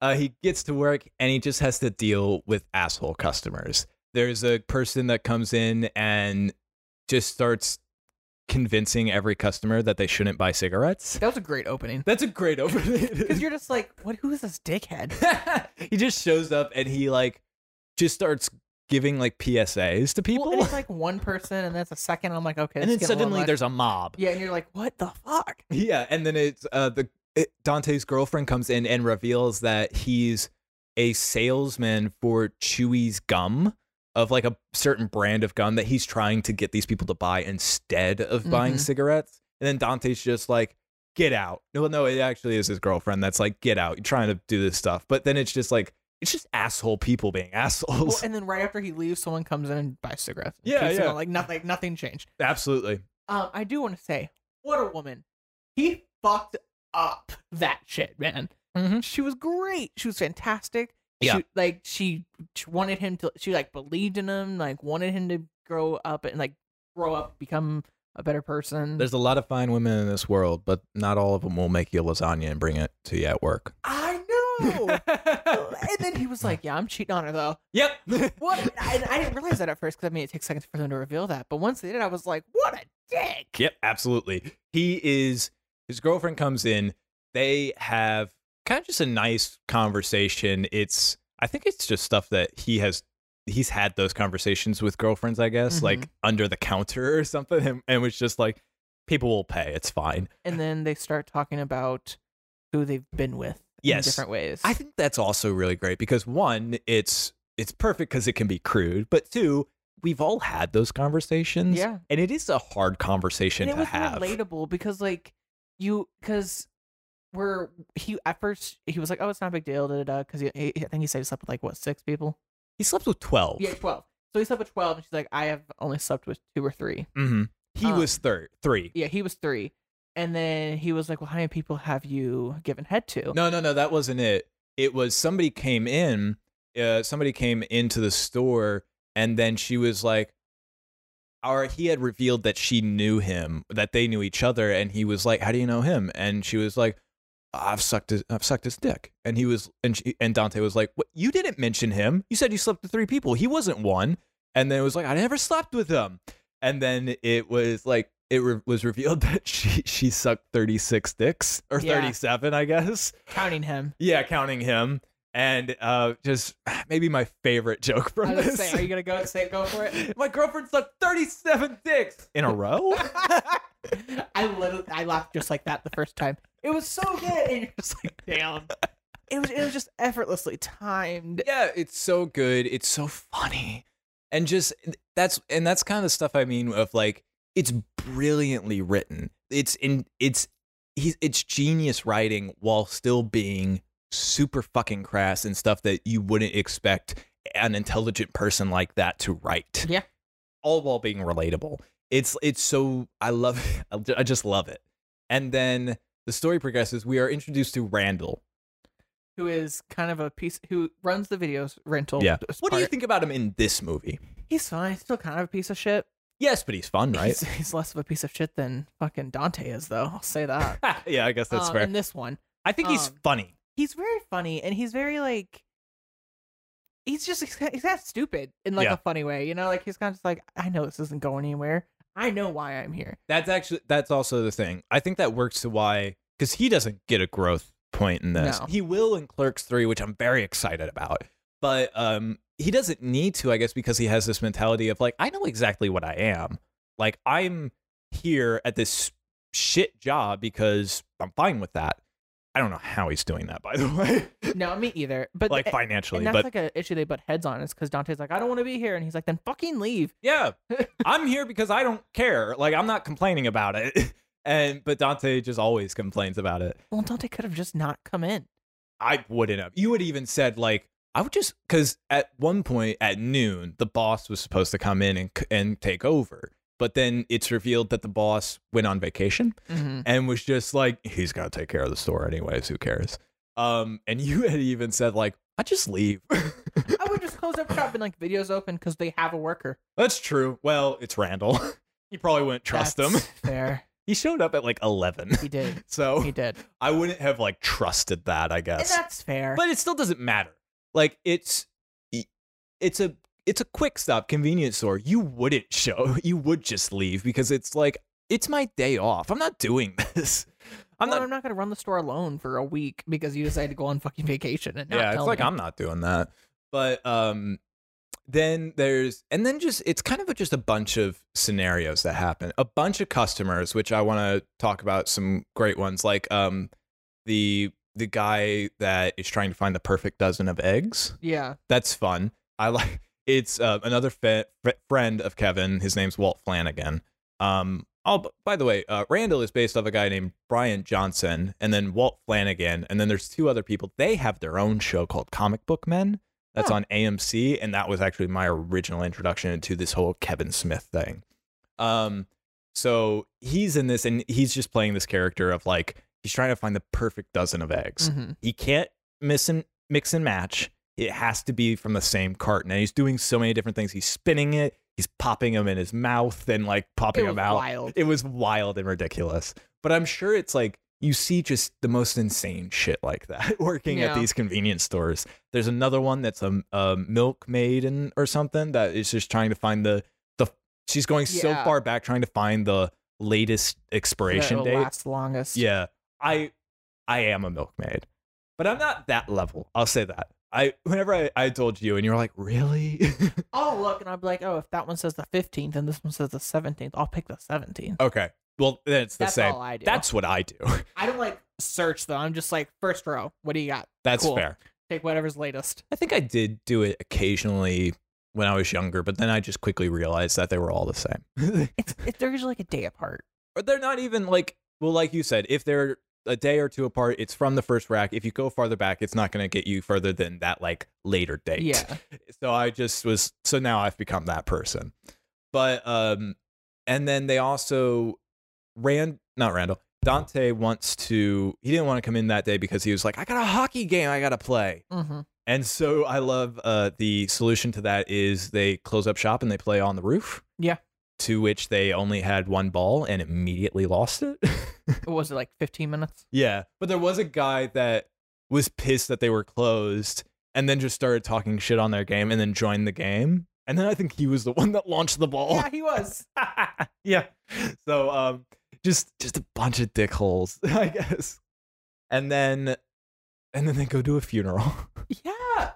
Speaker 4: uh, he gets to work and he just has to deal with asshole customers. There's a person that comes in and just starts convincing every customer that they shouldn't buy cigarettes.
Speaker 3: That was a great opening.
Speaker 4: That's a great
Speaker 3: Because
Speaker 4: opening.
Speaker 3: you're just like, what? Who is this dickhead?
Speaker 4: he just shows up and he like just starts giving like PSAs to people,
Speaker 3: Well, and it's like one person, and that's a second. I'm like, okay.
Speaker 4: and then
Speaker 3: it's getting a little
Speaker 4: suddenly
Speaker 3: much.
Speaker 4: there's a mob.
Speaker 3: yeah, and you're like, what the fuck?
Speaker 4: Yeah, and then it's uh the it, Dante's girlfriend comes in and reveals that he's a salesman for Chewy's gum of like a certain brand of gum that he's trying to get these people to buy instead of buying
Speaker 3: Mhm.
Speaker 4: cigarettes. And then Dante's just like, "Get out!" No, no, it actually is his girlfriend that's like, "Get out! You're trying to do this stuff." But then it's just like it's just asshole people being assholes.
Speaker 3: Well, and then right after he leaves, someone comes in and buys cigarettes. and
Speaker 4: Yeah,
Speaker 3: keeps them
Speaker 4: yeah.
Speaker 3: all- Like nothing, nothing changed.
Speaker 4: Absolutely.
Speaker 3: Um, I do want to say, what a woman. He fucked up that shit, man.
Speaker 4: Mhm.
Speaker 3: She was great. She was fantastic.
Speaker 4: Yeah.
Speaker 3: She, like she, she wanted him to. She like believed in him. Like wanted him to grow up and like grow up, become a better person.
Speaker 4: There's a lot of fine women in this world, but not all of them will make you a lasagna and bring it to you at work.
Speaker 3: I know. and then he was like, "Yeah, I'm cheating on her though."
Speaker 4: Yep.
Speaker 3: What? And I, I didn't realize that at first because I mean, it takes seconds for them to reveal that. But once they did, I was like, "What a dick!"
Speaker 4: Yep, absolutely. He is his girlfriend comes in. They have kind of just a nice conversation. It's I think it's just stuff that he has he's had those conversations with girlfriends, I
Speaker 3: Mm-hmm.
Speaker 4: guess, like under the counter or something, and, and was just like, people will pay, it's fine.
Speaker 3: and then they start talking about who they've been with
Speaker 4: Yes.
Speaker 3: in different ways.
Speaker 4: I think that's also really great because one, it's it's perfect because it can be crude, but two, we've all had those conversations.
Speaker 3: Yeah.
Speaker 4: And it is a hard conversation
Speaker 3: and it
Speaker 4: to
Speaker 3: was
Speaker 4: have.
Speaker 3: relatable because like you because we're he at first he was like, "Oh, it's not a big deal," da da da. Because he, he, I think he said he slept with like what six people?
Speaker 4: He slept with twelve.
Speaker 3: Yeah, twelve. So he slept with twelve, and she's like, "I have only slept with two or three.
Speaker 4: Mm-hmm. He
Speaker 3: Um,
Speaker 4: was third, three.
Speaker 3: Yeah, he was three. And then he was like, "Well, how many people have you given head to?"
Speaker 4: No, no, no, that wasn't it. It was somebody came in, uh, somebody came into the store, and then she was like, or he had revealed that she knew him, that they knew each other, and he was like, "How do you know him?" And she was like, "I've sucked, his, I've sucked his dick." And he was, and she, and Dante was like, "What? You didn't mention him. You said you slept with three people. He wasn't one." And then it was like, "I never slept with him." And then it was like, it re- was revealed that she she sucked thirty six dicks or
Speaker 3: Yeah.
Speaker 4: thirty seven, I guess.
Speaker 3: Counting him.
Speaker 4: Yeah, counting him. And uh, just maybe my favorite joke from
Speaker 3: I was
Speaker 4: this.
Speaker 3: saying, are you gonna go say go for it?
Speaker 4: my girlfriend sucked 37 dicks in a row?
Speaker 3: I literally I laughed just like that the first time. It was so good, and you're just like, damn. It was it was just effortlessly timed.
Speaker 4: yeah, it's so good. It's so funny. And just that's and that's kind of the stuff I mean of like it's brilliantly written. It's in it's he's it's genius writing while still being super fucking crass and stuff that you wouldn't expect an intelligent person like that to write.
Speaker 3: Yeah.
Speaker 4: All while being relatable. It's it's so I love it. I just love it. And then the story progresses. We are introduced to Randall.
Speaker 3: Who is kind of a piece who runs the videos rental?
Speaker 4: Yeah.
Speaker 3: s-
Speaker 4: What do you
Speaker 3: part.
Speaker 4: think about him in this movie?
Speaker 3: He's fine. He's still kind of a piece of shit.
Speaker 4: Yes, but he's fun, right?
Speaker 3: He's, he's less of a piece of shit than fucking Dante is, though. I'll say that.
Speaker 4: yeah, I guess that's
Speaker 3: Um,
Speaker 4: fair.
Speaker 3: In this one,
Speaker 4: I think he's
Speaker 3: um,
Speaker 4: funny.
Speaker 3: he's very funny, and he's very like, he's just he's kind of stupid in like
Speaker 4: Yeah.
Speaker 3: a funny way, you know. Like he's kind of just like, I know this isn't going anywhere. I know why I'm here.
Speaker 4: That's actually that's also the thing. I think that works to why because he doesn't get a growth point in this.
Speaker 3: No.
Speaker 4: He will in Clerks Three, which I'm very excited about. But um, he doesn't need to, I guess, because he has this mentality of like, I know exactly what I am. Like I'm here at this shit job because I'm fine with that. I don't know how he's doing that, by the way.
Speaker 3: No, me either. But
Speaker 4: like
Speaker 3: and-
Speaker 4: financially,
Speaker 3: and that's
Speaker 4: but
Speaker 3: like an issue they butt heads on is because Dante's like, I don't want to be here, and he's like, then fucking leave.
Speaker 4: yeah i'm here because i don't care like i'm not complaining about it and but dante just always complains about it
Speaker 3: Well, Dante could have just not come in.
Speaker 4: i wouldn't have you would even said like i would just because at one point at noon the boss was supposed to come in and, c- and take over but then it's revealed that the boss went on vacation
Speaker 3: Mm-hmm.
Speaker 4: and was just like he's got to take care of the store anyways who cares um and you had even said like i just leave
Speaker 3: I would just close up shop and like videos open because they have a worker.
Speaker 4: that's true well it's randall you probably wouldn't trust him
Speaker 3: That's Fair.
Speaker 4: he showed up at like 11
Speaker 3: He did.
Speaker 4: So
Speaker 3: He did.
Speaker 4: I wouldn't have like trusted that, I
Speaker 3: And
Speaker 4: guess.
Speaker 3: that's fair.
Speaker 4: But it still doesn't matter. Like it's it's a it's a quick stop convenience store. You wouldn't show. You would just leave because it's like it's my day off. I'm not doing this. I'm
Speaker 3: Well,
Speaker 4: not.
Speaker 3: I'm not going to run the store alone for a week because you decided to go on fucking vacation and not
Speaker 4: yeah, it's
Speaker 3: tell
Speaker 4: like
Speaker 3: me.
Speaker 4: I'm not doing that. But um then there's and then just it's kind of just a bunch of scenarios that happen. A bunch of customers which I want to talk about some great ones like um the the guy that is trying to find the perfect dozen of eggs.
Speaker 3: Yeah.
Speaker 4: That's fun. I like it's uh, another fe- fr- friend of Kevin. His name's Walt Flanagan. Um Oh, b- by the way, uh, Randall is based off a guy named Brian Johnson, and then Walt Flanagan, and then there's two other people. They have their own show called Comic Book Men. That's
Speaker 3: Huh.
Speaker 4: on AMC, and that was actually my original introduction to this whole Kevin Smith thing. Um, so he's in this, and he's just playing this character of like he's trying to find the perfect dozen of eggs.
Speaker 3: hmm
Speaker 4: He can't miss and mix and match. It has to be from the same carton. And he's doing so many different things. He's spinning it. He's popping them in his mouth and like popping
Speaker 3: It was
Speaker 4: them out.
Speaker 3: wild.
Speaker 4: It was wild and ridiculous. But I'm sure it's like you see just the most insane shit like that working at
Speaker 3: Yeah.
Speaker 4: these convenience stores. There's another one that's a, a milkmaid and or something that is just trying to find the the. She's going so
Speaker 3: Yeah.
Speaker 4: far back trying to find the latest
Speaker 3: That
Speaker 4: expiration
Speaker 3: will
Speaker 4: date.
Speaker 3: last longest.
Speaker 4: Yeah. I I am a milkmaid. But I'm not that level. I'll say that. I whenever I, I told you and you were like, really?
Speaker 3: I'll look and I'll be like, oh, if that one says the 15th and this one says the 17th, I'll pick the 17th.
Speaker 4: okay. Well then Oh, it's the
Speaker 3: That's
Speaker 4: same.
Speaker 3: all I do.
Speaker 4: That's what I do.
Speaker 3: I don't like search though. I'm just like first row. What do you got?
Speaker 4: That's
Speaker 3: Cool.
Speaker 4: fair.
Speaker 3: Take whatever's latest.
Speaker 4: I think I did do it occasionally when I was younger, but then I just quickly realized that they were all the same.
Speaker 3: It's it, they're usually like a day apart.
Speaker 4: or they're not even like well, like you said, if they're a day or two apart, it's from the first rack. If you go farther back, it's not gonna get you further than that like later date.
Speaker 3: Yeah.
Speaker 4: so I just was so now I've become that person. But um and then they also ran not Randall. Dante wants to. He didn't want to come in that day because he was like, I got a hockey game I got to play.
Speaker 3: Mm-hmm.
Speaker 4: And so I love uh, the solution to that is they close up shop and they play on the roof.
Speaker 3: Yeah.
Speaker 4: To which they only had one ball and immediately lost it.
Speaker 3: What was it like 15 minutes?
Speaker 4: yeah. But there was a guy that was pissed that they were closed and then just started talking shit on their game and then joined the game. And then I think he was the one that launched the ball.
Speaker 3: he was.
Speaker 4: yeah. So um just just a bunch of dick holes, I guess. And then and then they go to a funeral.
Speaker 3: yeah.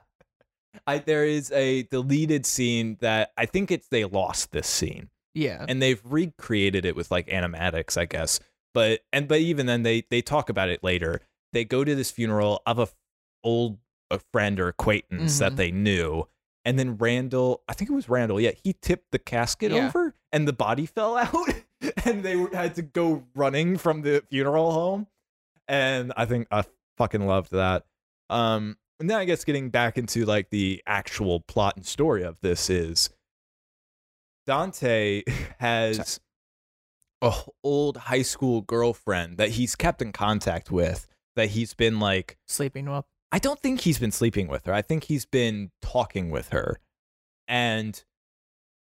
Speaker 4: I there is a deleted scene that I think it's they lost this scene
Speaker 3: Yeah.
Speaker 4: and they've recreated it with like animatics, I guess. But and but even then they they talk about it later. They go to this funeral of a f- old a friend or acquaintance that
Speaker 3: Mhm.
Speaker 4: they knew. And then Randall, I think it was Randall, yeah, he tipped the casket
Speaker 3: Yeah.
Speaker 4: over and the body fell out and they were- had to go running from the funeral home. And I think I fucking loved that. Um and then I guess getting back into like the actual plot and story of this is Dante has a h- old high school girlfriend that he's kept in contact with that he's been like
Speaker 3: Sleeping well.
Speaker 4: I don't think he's been sleeping with her. I think he's been talking with her. And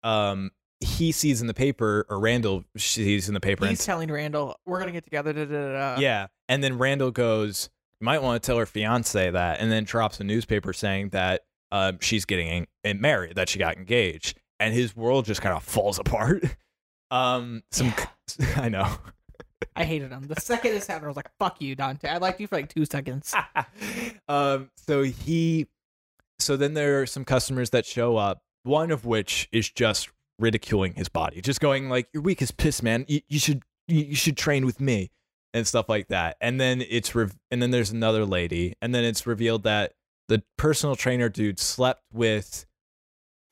Speaker 4: um he sees in the paper or Randall sees in the paper and
Speaker 3: He's telling Randall, we're going to get together. Da, da, da, da.
Speaker 4: yeah. And then Randall goes, You might want to tell her fiance that. And then drops a newspaper saying that um, she's getting en- en- married, that she got engaged. And his world just kind of falls apart. Um, some, I know.
Speaker 3: I hated him. The second this happened, I was like, fuck you, Dante. I liked you for like two
Speaker 4: Ah.
Speaker 3: seconds.
Speaker 4: um, so he, so then there are some customers that show up, one of which is just ridiculing his body, just going like, "You're weak as piss, man. You, you should you, you should train with me," and stuff like that. And then it's rev- and then there's another lady, and then it's revealed that the personal trainer dude slept with.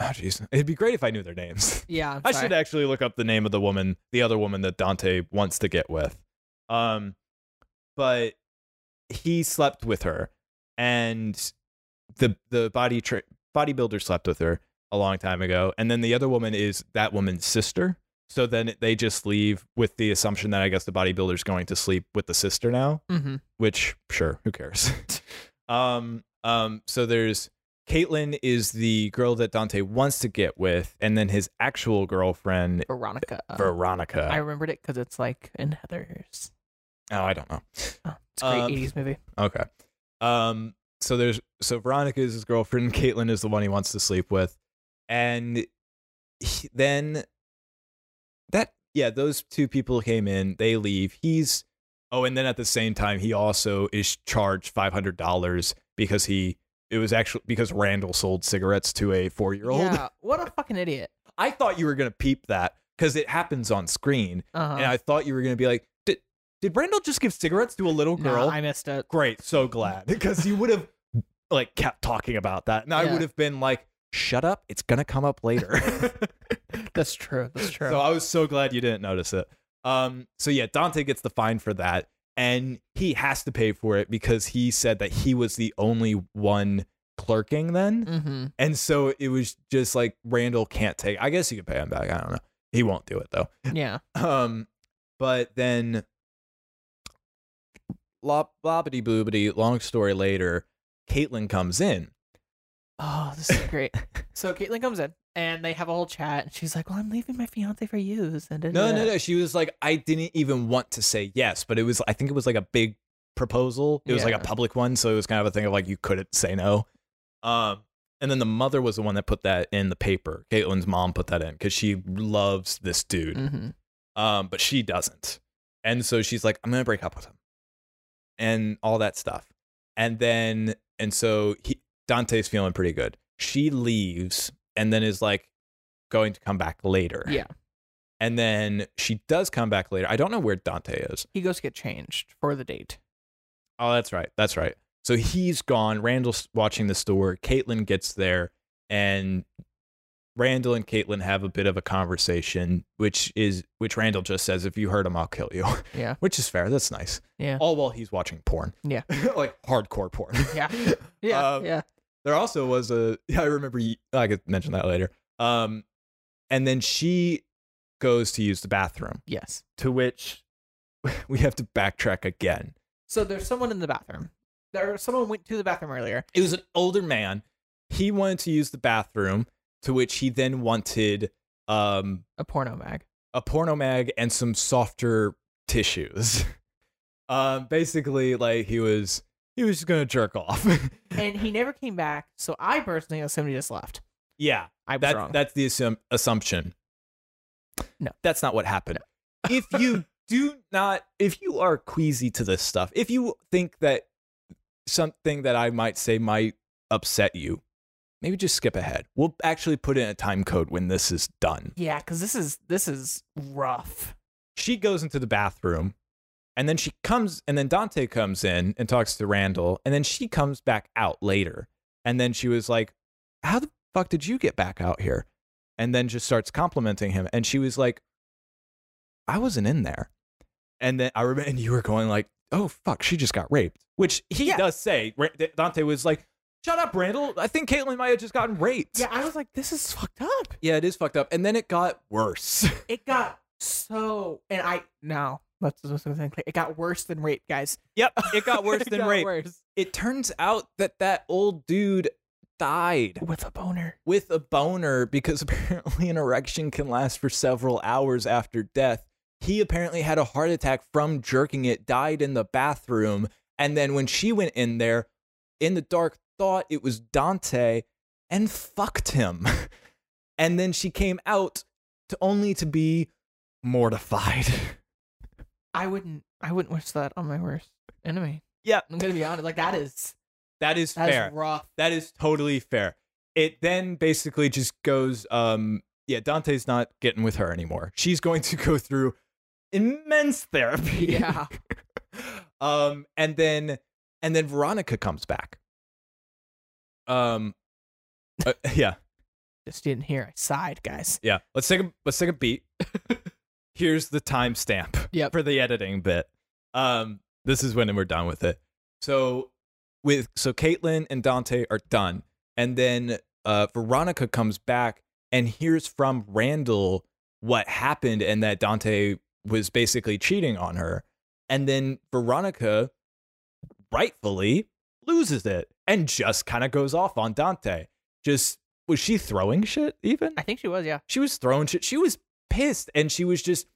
Speaker 4: Oh jeez, it'd be great if I knew their names.
Speaker 3: Yeah. I'm
Speaker 4: I
Speaker 3: sorry.
Speaker 4: should actually look up the name of the woman, the other woman that Dante wants to get with. Um, but he slept with her, and the the body tra- bodybuilder slept with her a long time ago, and then the other woman is that woman's sister. So then they just leave with the assumption that I guess the bodybuilder's going to sleep with the sister now
Speaker 3: Mm-hmm.
Speaker 4: which sure who cares um um so there's caitlin is the girl that dante wants to get with and then his actual girlfriend
Speaker 3: Veronica. uh,
Speaker 4: veronica
Speaker 3: I remembered it because it's like in Heather's.
Speaker 4: oh i don't know
Speaker 3: Oh, it's a great
Speaker 4: Um,
Speaker 3: 80s movie.
Speaker 4: okay um so there's so veronica is his girlfriend caitlin is the one he wants to sleep with and he- then that yeah those two people came in they leave he's oh and then at the same time he also is charged $500 because he it was actually because randall sold cigarettes to a four-year-old
Speaker 3: Yeah. What a fucking idiot.
Speaker 4: i thought you were going to peep that because it happens on screen
Speaker 3: Uh-huh.
Speaker 4: and i thought you were going to be like did, did randall just give cigarettes to a little
Speaker 3: No,
Speaker 4: girl
Speaker 3: I missed it.
Speaker 4: great so glad because you would have like kept talking about that and i
Speaker 3: Yeah.
Speaker 4: would have been like shut up it's gonna come up later
Speaker 3: That's true. That's true.
Speaker 4: so i was so glad you didn't notice it um so yeah dante gets the fine for that and he has to pay for it because he said that he was the only one clerking then
Speaker 3: mm-hmm.
Speaker 4: and so it was just like randall can't take i guess you could pay him back i don't know he won't do it though
Speaker 3: Yeah.
Speaker 4: um, but then, lop bobbity boobity. Long story later, Caitlin comes in.
Speaker 3: Oh, this is great. so Caitlin comes in and they have a whole chat and she's like, Well, I'm leaving my fiance for you. And
Speaker 4: No, no, no. She was like, I didn't even want to say yes, but it was. I think it was like a big proposal. It was like
Speaker 3: Yeah.
Speaker 4: a public one, so it was kind of a thing of like you couldn't say no. Um, and then the mother was the one that put that in the paper. Caitlin's mom put that in because she loves this dude.
Speaker 3: Mm-hmm.
Speaker 4: um, but she doesn't. And so she's like, I'm gonna break up with him, and all that stuff. And then, and so he, Dante's feeling pretty good. She leaves, and then is like going to come back later.
Speaker 3: Yeah.
Speaker 4: And then she does come back later. I don't know where Dante is.
Speaker 3: He goes to get changed for the date.
Speaker 4: Oh, that's right. That's right. So he's gone. Randall's watching the store. Caitlin gets there, and Randall and Caitlin have a bit of a conversation, which is which Randall just says, "If you hurt him, I'll kill you."
Speaker 3: Yeah.
Speaker 4: which is fair. That's nice.
Speaker 3: Yeah.
Speaker 4: All while he's watching porn.
Speaker 3: Yeah.
Speaker 4: like hardcore porn.
Speaker 3: Yeah. Yeah.
Speaker 4: Um,
Speaker 3: yeah.
Speaker 4: There also was a. I remember. you- I could mention that later. Um, and then she goes to use the bathroom
Speaker 3: Yes.
Speaker 4: to which we have to backtrack again.
Speaker 3: So there's someone in the bathroom. There, someone went to the bathroom earlier.
Speaker 4: It was an older man. He wanted to use the bathroom, to which he then wanted um,
Speaker 3: A porno mag.
Speaker 4: a porno mag and some softer tissues. um, basically, like he was he was just gonna jerk off.
Speaker 3: and he never came back. So I personally assumed he just left.
Speaker 4: yeah,
Speaker 3: I was
Speaker 4: that,
Speaker 3: wrong.
Speaker 4: that's the assum- assumption.
Speaker 3: No.
Speaker 4: that's not what happened. if you do not, if you are queasy to this stuff, if you think that something that I might say might upset you, maybe just skip ahead. We'll actually put in a time code when this is done.
Speaker 3: yeah, because this is this is rough.
Speaker 4: she goes into the bathroom and then she comes and then Dante comes in and talks to Randall and then she comes back out later. And then she was like, How the fuck did you get back out here? And then just starts complimenting him. And she was like, I wasn't in there. And then I remember and you were going like, Oh fuck, she just got raped. Which he
Speaker 3: Yeah.
Speaker 4: does say. Ra- Dante was like, Shut up, Randall. I think Caitlin might have just gotten raped.
Speaker 3: Yeah, I was like, this is fucked up.
Speaker 4: Yeah, it is fucked up. And then it got worse.
Speaker 3: It got so, and I no, let's just clear. It got worse than rape, guys.
Speaker 4: yep. It got worse
Speaker 3: It
Speaker 4: than
Speaker 3: got
Speaker 4: rape.
Speaker 3: worse.
Speaker 4: it turns out that that old dude died
Speaker 3: with a boner.
Speaker 4: with a boner because apparently an erection can last for several hours after death. He apparently had a heart attack from jerking it, died in the bathroom, and then when she went in there, in the dark, thought it was Dante and fucked him. And then she came out to only to be mortified.
Speaker 3: I wouldn't. I wouldn't wish that on my worst enemy.
Speaker 4: Yeah.
Speaker 3: I'm gonna be honest. Like that is
Speaker 4: That is
Speaker 3: that is
Speaker 4: fair.
Speaker 3: rough.
Speaker 4: That is totally fair. It then basically just goes, um, yeah, Dante's not getting with her anymore. She's going to go through immense therapy.
Speaker 3: Yeah.
Speaker 4: um, and then and then Veronica comes back. Um uh, yeah,
Speaker 3: Just didn't hear. I sighed, guys.
Speaker 4: yeah. Let's take a let's take a beat. Here's the timestamp
Speaker 3: Yep.
Speaker 4: for the editing bit. Um, this is when we're done with it. So with so Caitlin and Dante are done, and then uh, Veronica comes back and hears from Randall what happened and that Dante was basically cheating on her, and then Veronica rightfully loses it and just kind of goes off on Dante. Just was she throwing shit even?
Speaker 3: I think she was. Yeah.
Speaker 4: She was throwing shit. She was pissed and she was just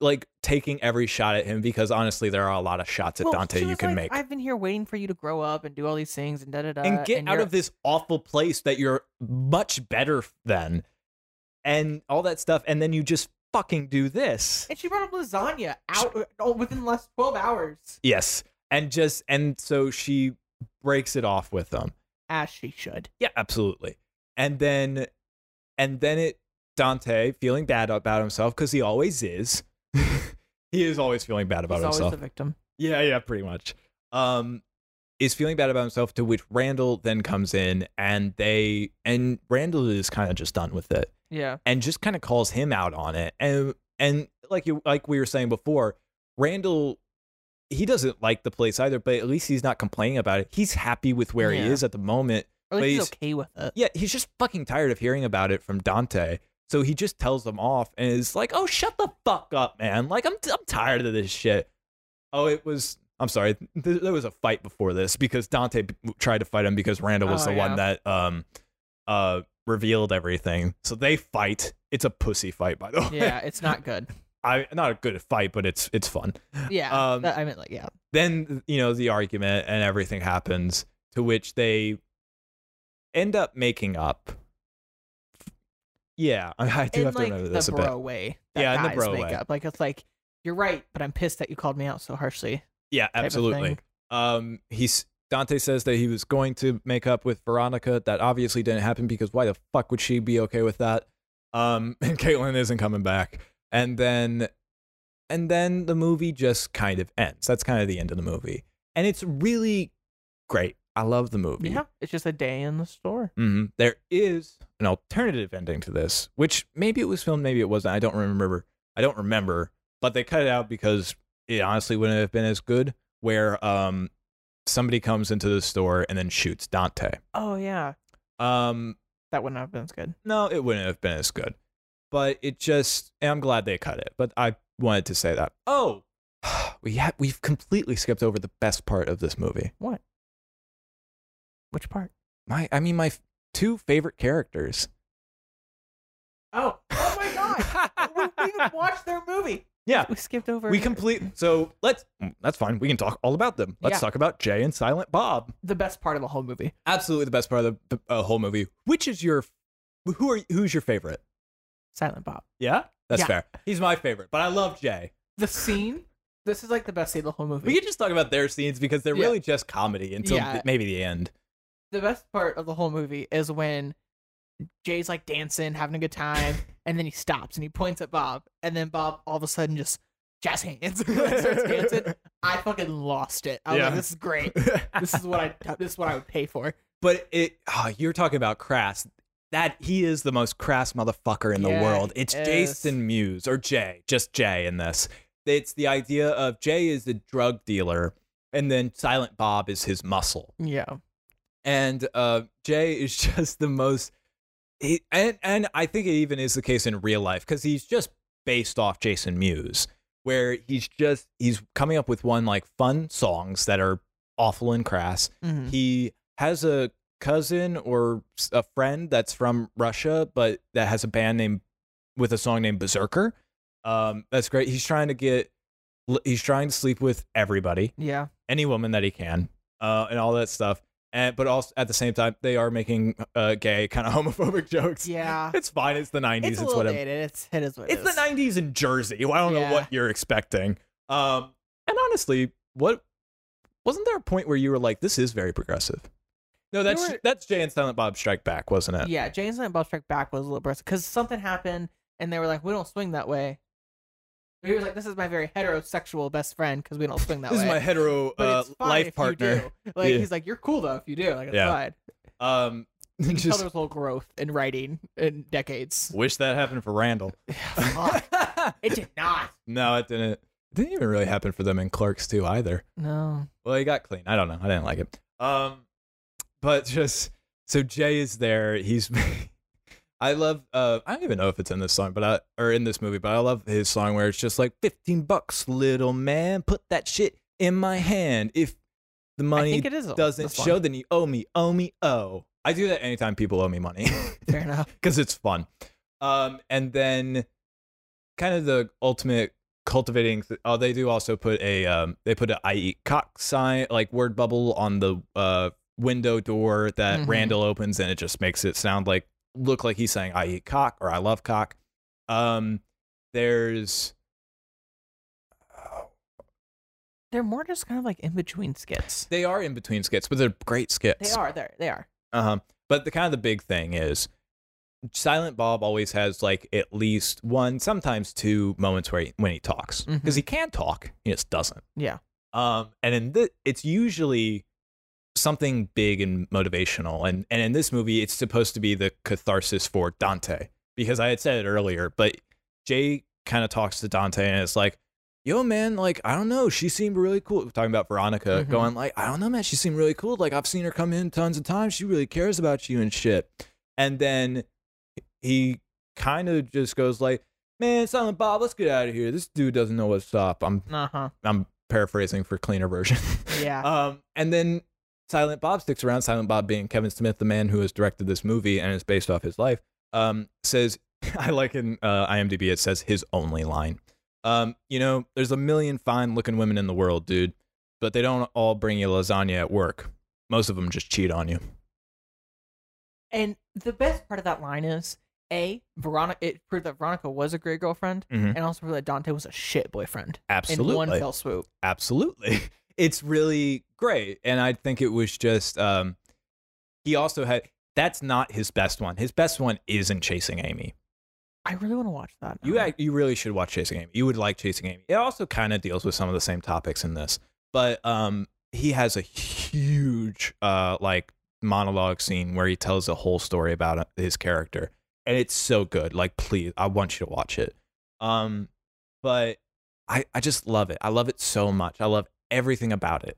Speaker 4: like taking every shot at him because honestly, there are a lot of shots at
Speaker 3: Well,
Speaker 4: Dante
Speaker 3: she
Speaker 4: you
Speaker 3: was
Speaker 4: can
Speaker 3: like,
Speaker 4: make.
Speaker 3: I've been here waiting for you to grow up and do all these things and da da da.
Speaker 4: and get out
Speaker 3: you're-
Speaker 4: of this awful place that you're much better than and all that stuff. And then you just fucking do this.
Speaker 3: And she brought up lasagna out oh, within less twelve hours.
Speaker 4: Yes. And just, and so she breaks it off with them.
Speaker 3: As she should.
Speaker 4: Yeah, absolutely. And then and then it Dante feeling bad about himself because he always is. he is always feeling bad about
Speaker 3: He's
Speaker 4: himself.
Speaker 3: always the victim.
Speaker 4: yeah, yeah, pretty much. Um is feeling bad about himself to which Randall then comes in and they and Randall is kind of just done with it
Speaker 3: Yeah.
Speaker 4: and just kind of calls him out on it. And and like you like we were saying before, Randall he doesn't like the place either, but at least he's not complaining about it. He's happy with where he
Speaker 3: Yeah.
Speaker 4: is at the moment
Speaker 3: Or at least he's
Speaker 4: Please.
Speaker 3: okay with it.
Speaker 4: yeah, he's just fucking tired of hearing about it from Dante. So he just tells them off and is like, "Oh, shut the fuck up, man! Like, I'm I'm tired of this shit." Oh, it was. I'm sorry. Th- there was a fight before this because Dante b- tried to fight him because Randall was
Speaker 3: Oh,
Speaker 4: the one
Speaker 3: yeah.
Speaker 4: that um uh revealed everything. So they fight. It's a pussy fight, by the way.
Speaker 3: Yeah, it's not good.
Speaker 4: I not a good fight, but it's it's fun.
Speaker 3: Yeah.
Speaker 4: Um,
Speaker 3: that- I meant like yeah.
Speaker 4: then you know the argument and everything happens to which they end up making up yeah i, I do
Speaker 3: in
Speaker 4: have to
Speaker 3: like
Speaker 4: remember
Speaker 3: the
Speaker 4: this a bit
Speaker 3: bro way. that
Speaker 4: Yeah, in the
Speaker 3: guys
Speaker 4: bro
Speaker 3: make
Speaker 4: way.
Speaker 3: Up. Like it's like you're right, but I'm pissed that you called me out so harshly.
Speaker 4: yeah
Speaker 3: of
Speaker 4: absolutely
Speaker 3: thing.
Speaker 4: um he's dante says that he was going to make up with veronica that obviously didn't happen because why the fuck would she be okay with that um and caitlin isn't coming back and then and then the movie just kind of ends that's kind of the end of the movie and it's really great i love the movie
Speaker 3: Yeah, it's just a day in the store.
Speaker 4: Mhm. There is an alternative ending to this, which maybe it was filmed, maybe it wasn't. I don't remember. I don't remember. But they cut it out because it honestly wouldn't have been as good. Where um, somebody comes into the store and then shoots Dante.
Speaker 3: Oh yeah,
Speaker 4: Um,
Speaker 3: that would not have been as good.
Speaker 4: no, it wouldn't have been as good. But it just, and I'm glad they cut it. But I wanted to say that. Oh, we ha- we've completely skipped over the best part of this movie.
Speaker 3: What? Which part?
Speaker 4: My, I mean, my f- two favorite characters.
Speaker 3: Oh, oh my god! we, we even watched their movie.
Speaker 4: Yeah.
Speaker 3: we skipped over.
Speaker 4: We complete. So let's. mm, That's fine. We can talk all about them. Let's
Speaker 3: Yeah.
Speaker 4: talk about Jay and Silent Bob.
Speaker 3: the best part of the whole movie.
Speaker 4: Absolutely the best part of the, the uh, whole movie. Which is your? Who are? Who's your favorite?
Speaker 3: Silent Bob.
Speaker 4: Yeah, that's
Speaker 3: Yeah.
Speaker 4: fair. He's my favorite, but I love Jay.
Speaker 3: The scene. This is like the best scene of the whole movie.
Speaker 4: We can just talk about their scenes because they're
Speaker 3: Yeah.
Speaker 4: really just comedy until
Speaker 3: Yeah.
Speaker 4: th- maybe the end.
Speaker 3: the best part of the whole movie is when Jay's like dancing, having a good time, and then he stops and he points at Bob, and then Bob all of a sudden just jazz hands and starts dancing. I fucking lost it. I was
Speaker 4: Yeah.
Speaker 3: like, this is great. This is what I this is what I would pay for.
Speaker 4: but it ah, you're talking about crass that he is the most crass motherfucker in the
Speaker 3: Yeah,
Speaker 4: world it's
Speaker 3: he is.
Speaker 4: jason mewes or jay just jay in this it's the idea of jay is the drug dealer and then silent bob is his muscle
Speaker 3: Yeah.
Speaker 4: and uh, jay is just the most he, and and i think it even is the case in real life because he's just based off jason mewes where he's just he's coming up with one like fun songs that are awful and crass
Speaker 3: Mm-hmm.
Speaker 4: he has a cousin or s- a friend that's from Russia, but that has a band named with a song named Berserker. Um, that's great. He's trying to get, l- he's trying to sleep with everybody,
Speaker 3: Yeah.
Speaker 4: any woman that he can, uh, and all that stuff. And but also at the same time, they are making uh, gay kind of homophobic jokes.
Speaker 3: Yeah.
Speaker 4: It's fine. It's the '90s.
Speaker 3: It's
Speaker 4: It's,
Speaker 3: a little
Speaker 4: whatever.
Speaker 3: dated. It's it is what it
Speaker 4: It's the
Speaker 3: is.
Speaker 4: '90s in Jersey. Well, I don't
Speaker 3: Yeah.
Speaker 4: know what you're expecting. Um, and honestly, what wasn't there a point where you were like, "This is very progressive"? No,
Speaker 3: There
Speaker 4: that's
Speaker 3: were-
Speaker 4: that's Jay and Silent Bob Strike Back, wasn't it?
Speaker 3: Yeah, James and Bob Strike Back was a little burst because something happened and they were like, we don't swing that way. But he was like, this is my very heterosexual best friend because we don't swing that
Speaker 4: this
Speaker 3: way.
Speaker 4: is my hetero
Speaker 3: but
Speaker 4: uh,
Speaker 3: it's fine if
Speaker 4: life
Speaker 3: you
Speaker 4: partner.
Speaker 3: do. Like
Speaker 4: Yeah.
Speaker 3: he's like, you're cool though if you do. Like it's
Speaker 4: Yeah.
Speaker 3: fine.
Speaker 4: Um,
Speaker 3: Just... Tell
Speaker 4: just
Speaker 3: there's little growth in writing in decades.
Speaker 4: wish that happened for Randall.
Speaker 3: Fuck. it did not.
Speaker 4: no, it didn't. It didn't even really happen for them in Clerks too either.
Speaker 3: No.
Speaker 4: Well, he got clean. I don't know. I didn't like it. Um, but just so Jay is there. He's. I love. Uh, I don't even know if it's in this song, but I or in this movie, but I love his song where it's just like fifteen bucks, little man, put that shit in my hand. If the
Speaker 3: I
Speaker 4: money
Speaker 3: think it is a-
Speaker 4: doesn't
Speaker 3: this one.
Speaker 4: show, then you owe me, owe me, owe. I do that anytime people owe me money.
Speaker 3: Fair enough.
Speaker 4: because it's fun. Um, and then kind of the ultimate cultivating. Th- oh, they do also put a um, they put a I eat cock sign like word bubble on the uh window door that
Speaker 3: Mhm.
Speaker 4: Randall opens, and it just makes it sound like look like he's saying I eat cock or I love cock. Um, there's
Speaker 3: They're more just kind of like in between skits.
Speaker 4: they are in between skits, but they're great skits.
Speaker 3: They are there. They are.
Speaker 4: Uh-huh. But the kind of the big thing is Silent Bob always has like at least one, sometimes two moments where he, when he talks because
Speaker 3: Mhm.
Speaker 4: he can talk, he just doesn't.
Speaker 3: Yeah.
Speaker 4: Um, and in this, it's usually something big and motivational, and and in this movie, it's supposed to be the catharsis for Dante because I had said it earlier, but Jay kind of talks to Dante and it's like, yo, man, like, I don't know. She seemed really cool. Talking about Veronica
Speaker 3: Mhm.
Speaker 4: going, like, I don't know, man. She seemed really cool. Like, I've seen her come in tons of times. She really cares about you and shit. And then he kind of just goes, like, man, Silent Bob, let's get out of here. This dude doesn't know what's up. I'm,
Speaker 3: Uh huh.
Speaker 4: I'm paraphrasing for cleaner version.
Speaker 3: Yeah.
Speaker 4: Um, and then Silent Bob sticks around. Silent Bob being Kevin Smith, the man who has directed this movie and is based off his life, um, says, I like in uh, IMDb, it says his only line. Um, you know, there's a million fine looking women in the world, dude, but they don't all bring you lasagna at work. Most of them just cheat on you.
Speaker 3: And the best part of that line is a Veronica. It proved that Veronica was a great girlfriend,
Speaker 4: Mhm.
Speaker 3: and also proved that Dante was a shit boyfriend in one
Speaker 4: Absolutely.
Speaker 3: fell swoop.
Speaker 4: Absolutely. It's really great. And I think it was just, um, he also had, that's not his best one. His best one isn't Chasing Amy.
Speaker 3: I really want to watch that.
Speaker 4: You
Speaker 3: now.
Speaker 4: act, you really should watch Chasing Amy. You would like Chasing Amy. It also kind of deals with some of the same topics in this, but um, he has a huge uh like monologue scene where he tells the whole story about uh, his character, and it's so good. Like, please, I want you to watch it. Um, but I I just love it. I love it so much. I love everything about it.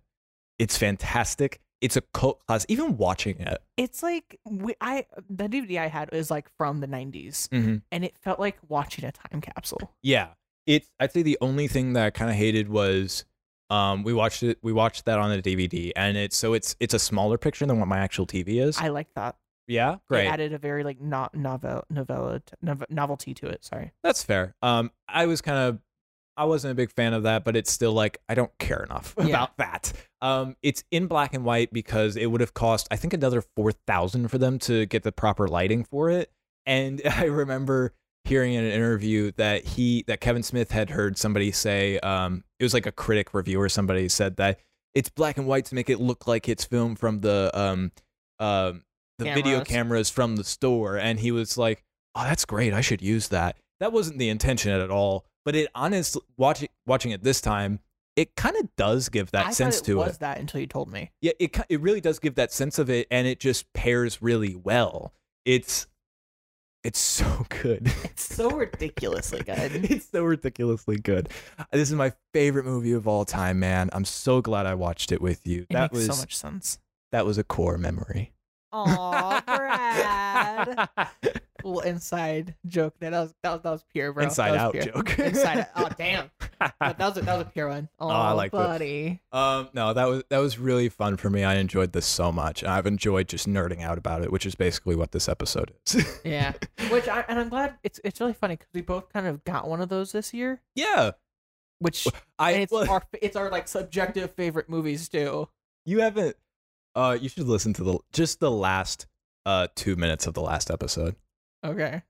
Speaker 4: It's fantastic. It's a cult class. Even watching it,
Speaker 3: It's like we, I the DVD I had is like from the '90s,
Speaker 4: mm-hmm.
Speaker 3: and it felt like watching a time capsule.
Speaker 4: yeah, it's I'd say the only thing that I kind of hated was um we watched it we watched that on the DVD and it's so it's it's a smaller picture than what my actual TV is.
Speaker 3: I like that.
Speaker 4: yeah,
Speaker 3: They
Speaker 4: great.
Speaker 3: added a very like not novel novella t- nov- novelty to it. Sorry.
Speaker 4: That's fair. Um I was kind of I wasn't a big fan of that, but it's still like I don't care enough
Speaker 3: Yeah.
Speaker 4: about that. Um it's in black and white because it would have cost I think another 4000 for them to get the proper lighting for it. And I remember hearing in an interview that he that Kevin Smith had heard somebody say um, it was like a critic review or somebody said that it's black and white to make it look like it's filmed from the um, um, the video
Speaker 3: Cameras.
Speaker 4: cameras from the store, and he was like, "Oh, that's great! I should use that." That wasn't the intention at all, but it honestly watching watching it this time, it kind of does give that
Speaker 3: I
Speaker 4: sense
Speaker 3: thought it
Speaker 4: to
Speaker 3: was
Speaker 4: it.
Speaker 3: that until you told me.
Speaker 4: Yeah, it ki- it really does give that sense of it, and it just pairs really well. It's it's so good.
Speaker 3: It's so ridiculously
Speaker 4: it's so ridiculously good. This is my favorite movie of all time, man. I'm so glad I watched it with you.
Speaker 3: It
Speaker 4: that
Speaker 3: makes
Speaker 4: was
Speaker 3: so much sense.
Speaker 4: that was a core memory.
Speaker 2: Aw, Brad.
Speaker 3: Little inside joke. That was that was, that was pure, bro.
Speaker 4: Inside
Speaker 3: That was
Speaker 4: out
Speaker 3: pure.
Speaker 4: joke.
Speaker 3: Inside. out. Oh damn. That that was a, that was a pure one. Oh,
Speaker 4: I like that.
Speaker 3: buddy.
Speaker 4: um, no, that was that was really fun for me. I enjoyed this so much. I've enjoyed just nerding out about it, which is basically what this episode is.
Speaker 3: Yeah. Which I, and I'm glad it's it's really funny because we both kind of got one of those this year.
Speaker 4: yeah,
Speaker 3: Which
Speaker 4: I
Speaker 3: and it's
Speaker 4: well,
Speaker 3: our it's our like subjective favorite movies too.
Speaker 4: you haven't. Uh, you should listen to the just the last uh two minutes of the last episode.
Speaker 3: Okay.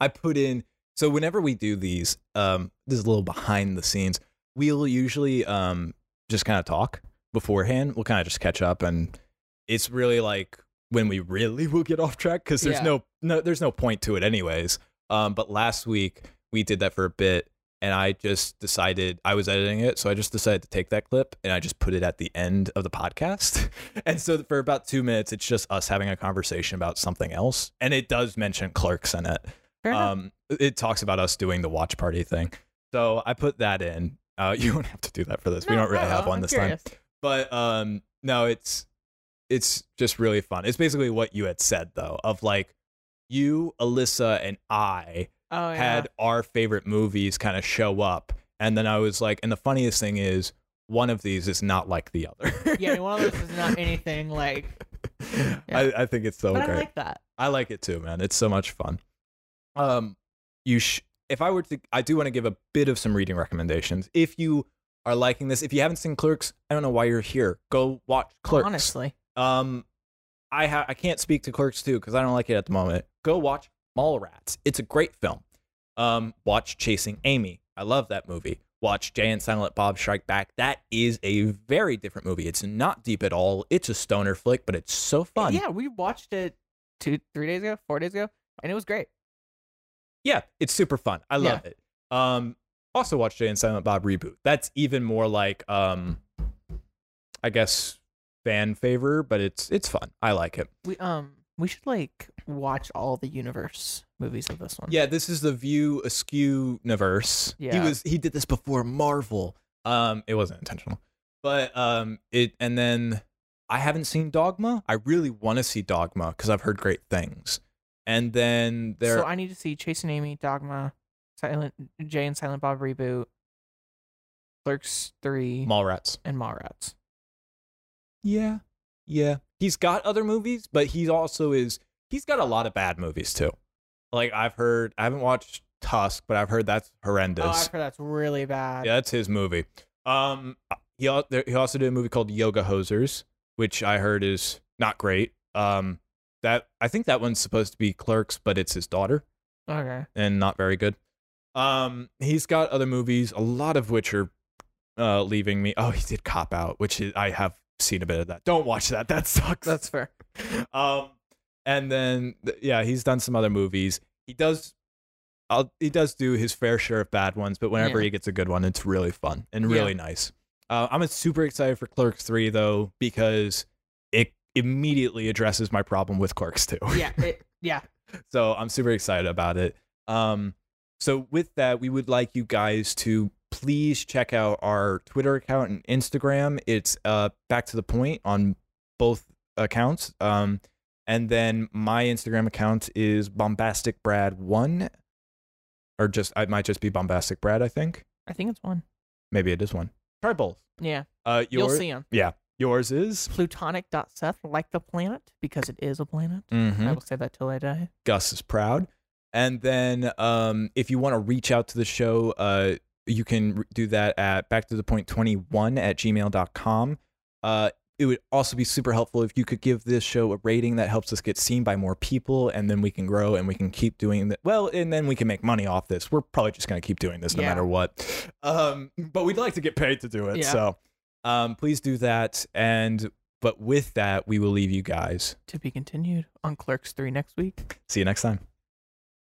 Speaker 4: I put in so whenever we do these, um, this is a little behind the scenes. We'll usually um just kind of talk beforehand. We'll kind of just catch up, and it's really like when we really will get off track because there's
Speaker 3: Yeah.
Speaker 4: no no there's no point to it anyways. Um, but last week we did that for a bit, and I just decided I was editing it, so I just decided to take that clip and I just put it at the end of the podcast. and so for about two minutes, it's just us having a conversation about something else, and it does mention clerks in it
Speaker 3: Fair enough.
Speaker 4: um, it talks about us doing the watch party thing. So I put that in. Uh, you don't have to do that for this. we
Speaker 3: No,
Speaker 4: don't really
Speaker 3: no,
Speaker 4: have one
Speaker 3: I'm
Speaker 4: this time.
Speaker 3: curious.
Speaker 4: But um, no, it's it's just really fun. It's basically what you had said though, of like you, Alyssa, and I
Speaker 3: Oh yeah.
Speaker 4: had our favorite movies kind of show up, and then I was like, and the funniest thing is one of these is not like the other.
Speaker 3: yeah, one of those is not anything like
Speaker 4: I, I think it's so
Speaker 3: but
Speaker 4: Oh, great.
Speaker 3: I like that.
Speaker 4: I like it too, man. It's so much fun. Um, you sh- if I were to, I do want to give a bit of some reading recommendations. If you are liking this, if you haven't seen Clerks, I don't know why you're here. Go watch Clerks.
Speaker 3: Honestly.
Speaker 4: Um, I ha- I can't speak to Clerks too because I don't like it at the moment. Go watch Mallrats. It's a great film. Um, watch Chasing Amy. I love that movie. Watch Jay and Silent Bob Strike Back. That is a very different movie. It's not deep at all. It's a stoner flick, but it's so fun.
Speaker 3: Yeah, we watched it two three days ago, four days ago, and it was great.
Speaker 4: yeah, it's super fun. I
Speaker 3: Yeah.
Speaker 4: love it. Um, also watch Jay and Silent Bob reboot. That's even more like, um, I guess fan favor, but it's it's fun. I like it.
Speaker 3: We um we should like watch all the universe movies of this one.
Speaker 4: Yeah, this is the View Askew universe. he
Speaker 3: Yeah.
Speaker 4: was he did this before Marvel. Um, it wasn't intentional, but um, it and then I haven't seen Dogma. I really want to see Dogma because I've heard great things. And then there,
Speaker 3: So I need to see Chasing Amy, Dogma, Silent Jay and Silent Bob reboot, Clerks three,
Speaker 4: Mallrats.
Speaker 3: and Mallrats.
Speaker 4: Yeah. Yeah. He's got other movies, but he also is he's got a lot of bad movies too. Like I've heard I haven't watched Tusk, but I've heard that's horrendous.
Speaker 3: Oh, I've heard that's really bad.
Speaker 4: yeah, that's his movie. Um he al- there- he also did a movie called Yoga Hosers, which I heard is not great. Um that I think that one's supposed to be Clerks, but it's his daughter
Speaker 3: Okay.
Speaker 4: and not very good. Um, he's got other movies, a lot of which are uh, leaving me. Oh, he did Cop Out, which is, I have seen a bit of that. Don't watch that. That sucks.
Speaker 3: That's fair.
Speaker 4: um, and then th- yeah, he's done some other movies. He does. I'll, he does do his fair share of bad ones, but whenever
Speaker 3: Yeah.
Speaker 4: he gets a good one, it's really fun and
Speaker 3: Yeah.
Speaker 4: really nice. Uh, I'm super excited for Clerks 3 though because it immediately addresses my problem with Clerks 2
Speaker 3: Yeah. It, yeah.
Speaker 4: so I'm super excited about it. Um, so with that, we would like you guys to please check out our Twitter account and Instagram. It's uh back to the point on both accounts. Um, and then my Instagram account is bombasticbrad1. or just I might just be bombastic Brad. I think
Speaker 3: I think it's one.
Speaker 4: maybe it is one. Try both.
Speaker 3: Yeah,
Speaker 4: Uh,
Speaker 3: you'll
Speaker 4: yours
Speaker 3: see him.
Speaker 4: yours is
Speaker 3: Plutonic dot Seth like the planet because it is a planet.
Speaker 4: Mm-hmm.
Speaker 3: I will say that till I die.
Speaker 4: Gus is proud. And then um, if you want to reach out to the show, uh, you can re- do that at back to the point 21 at gmail.com. Uh, it would also be super helpful if you could give this show a rating that helps us get seen by more people and then we can grow and we can keep doing that. Well, and then we can make money off this. We're probably just going to keep doing this no
Speaker 3: Yeah.
Speaker 4: matter what. Um, but we'd like to get paid to do it.
Speaker 3: Yeah.
Speaker 4: So um, please do that. And but with that, we will leave you guys.
Speaker 3: To be continued on Clerks three next week.
Speaker 4: See you next time.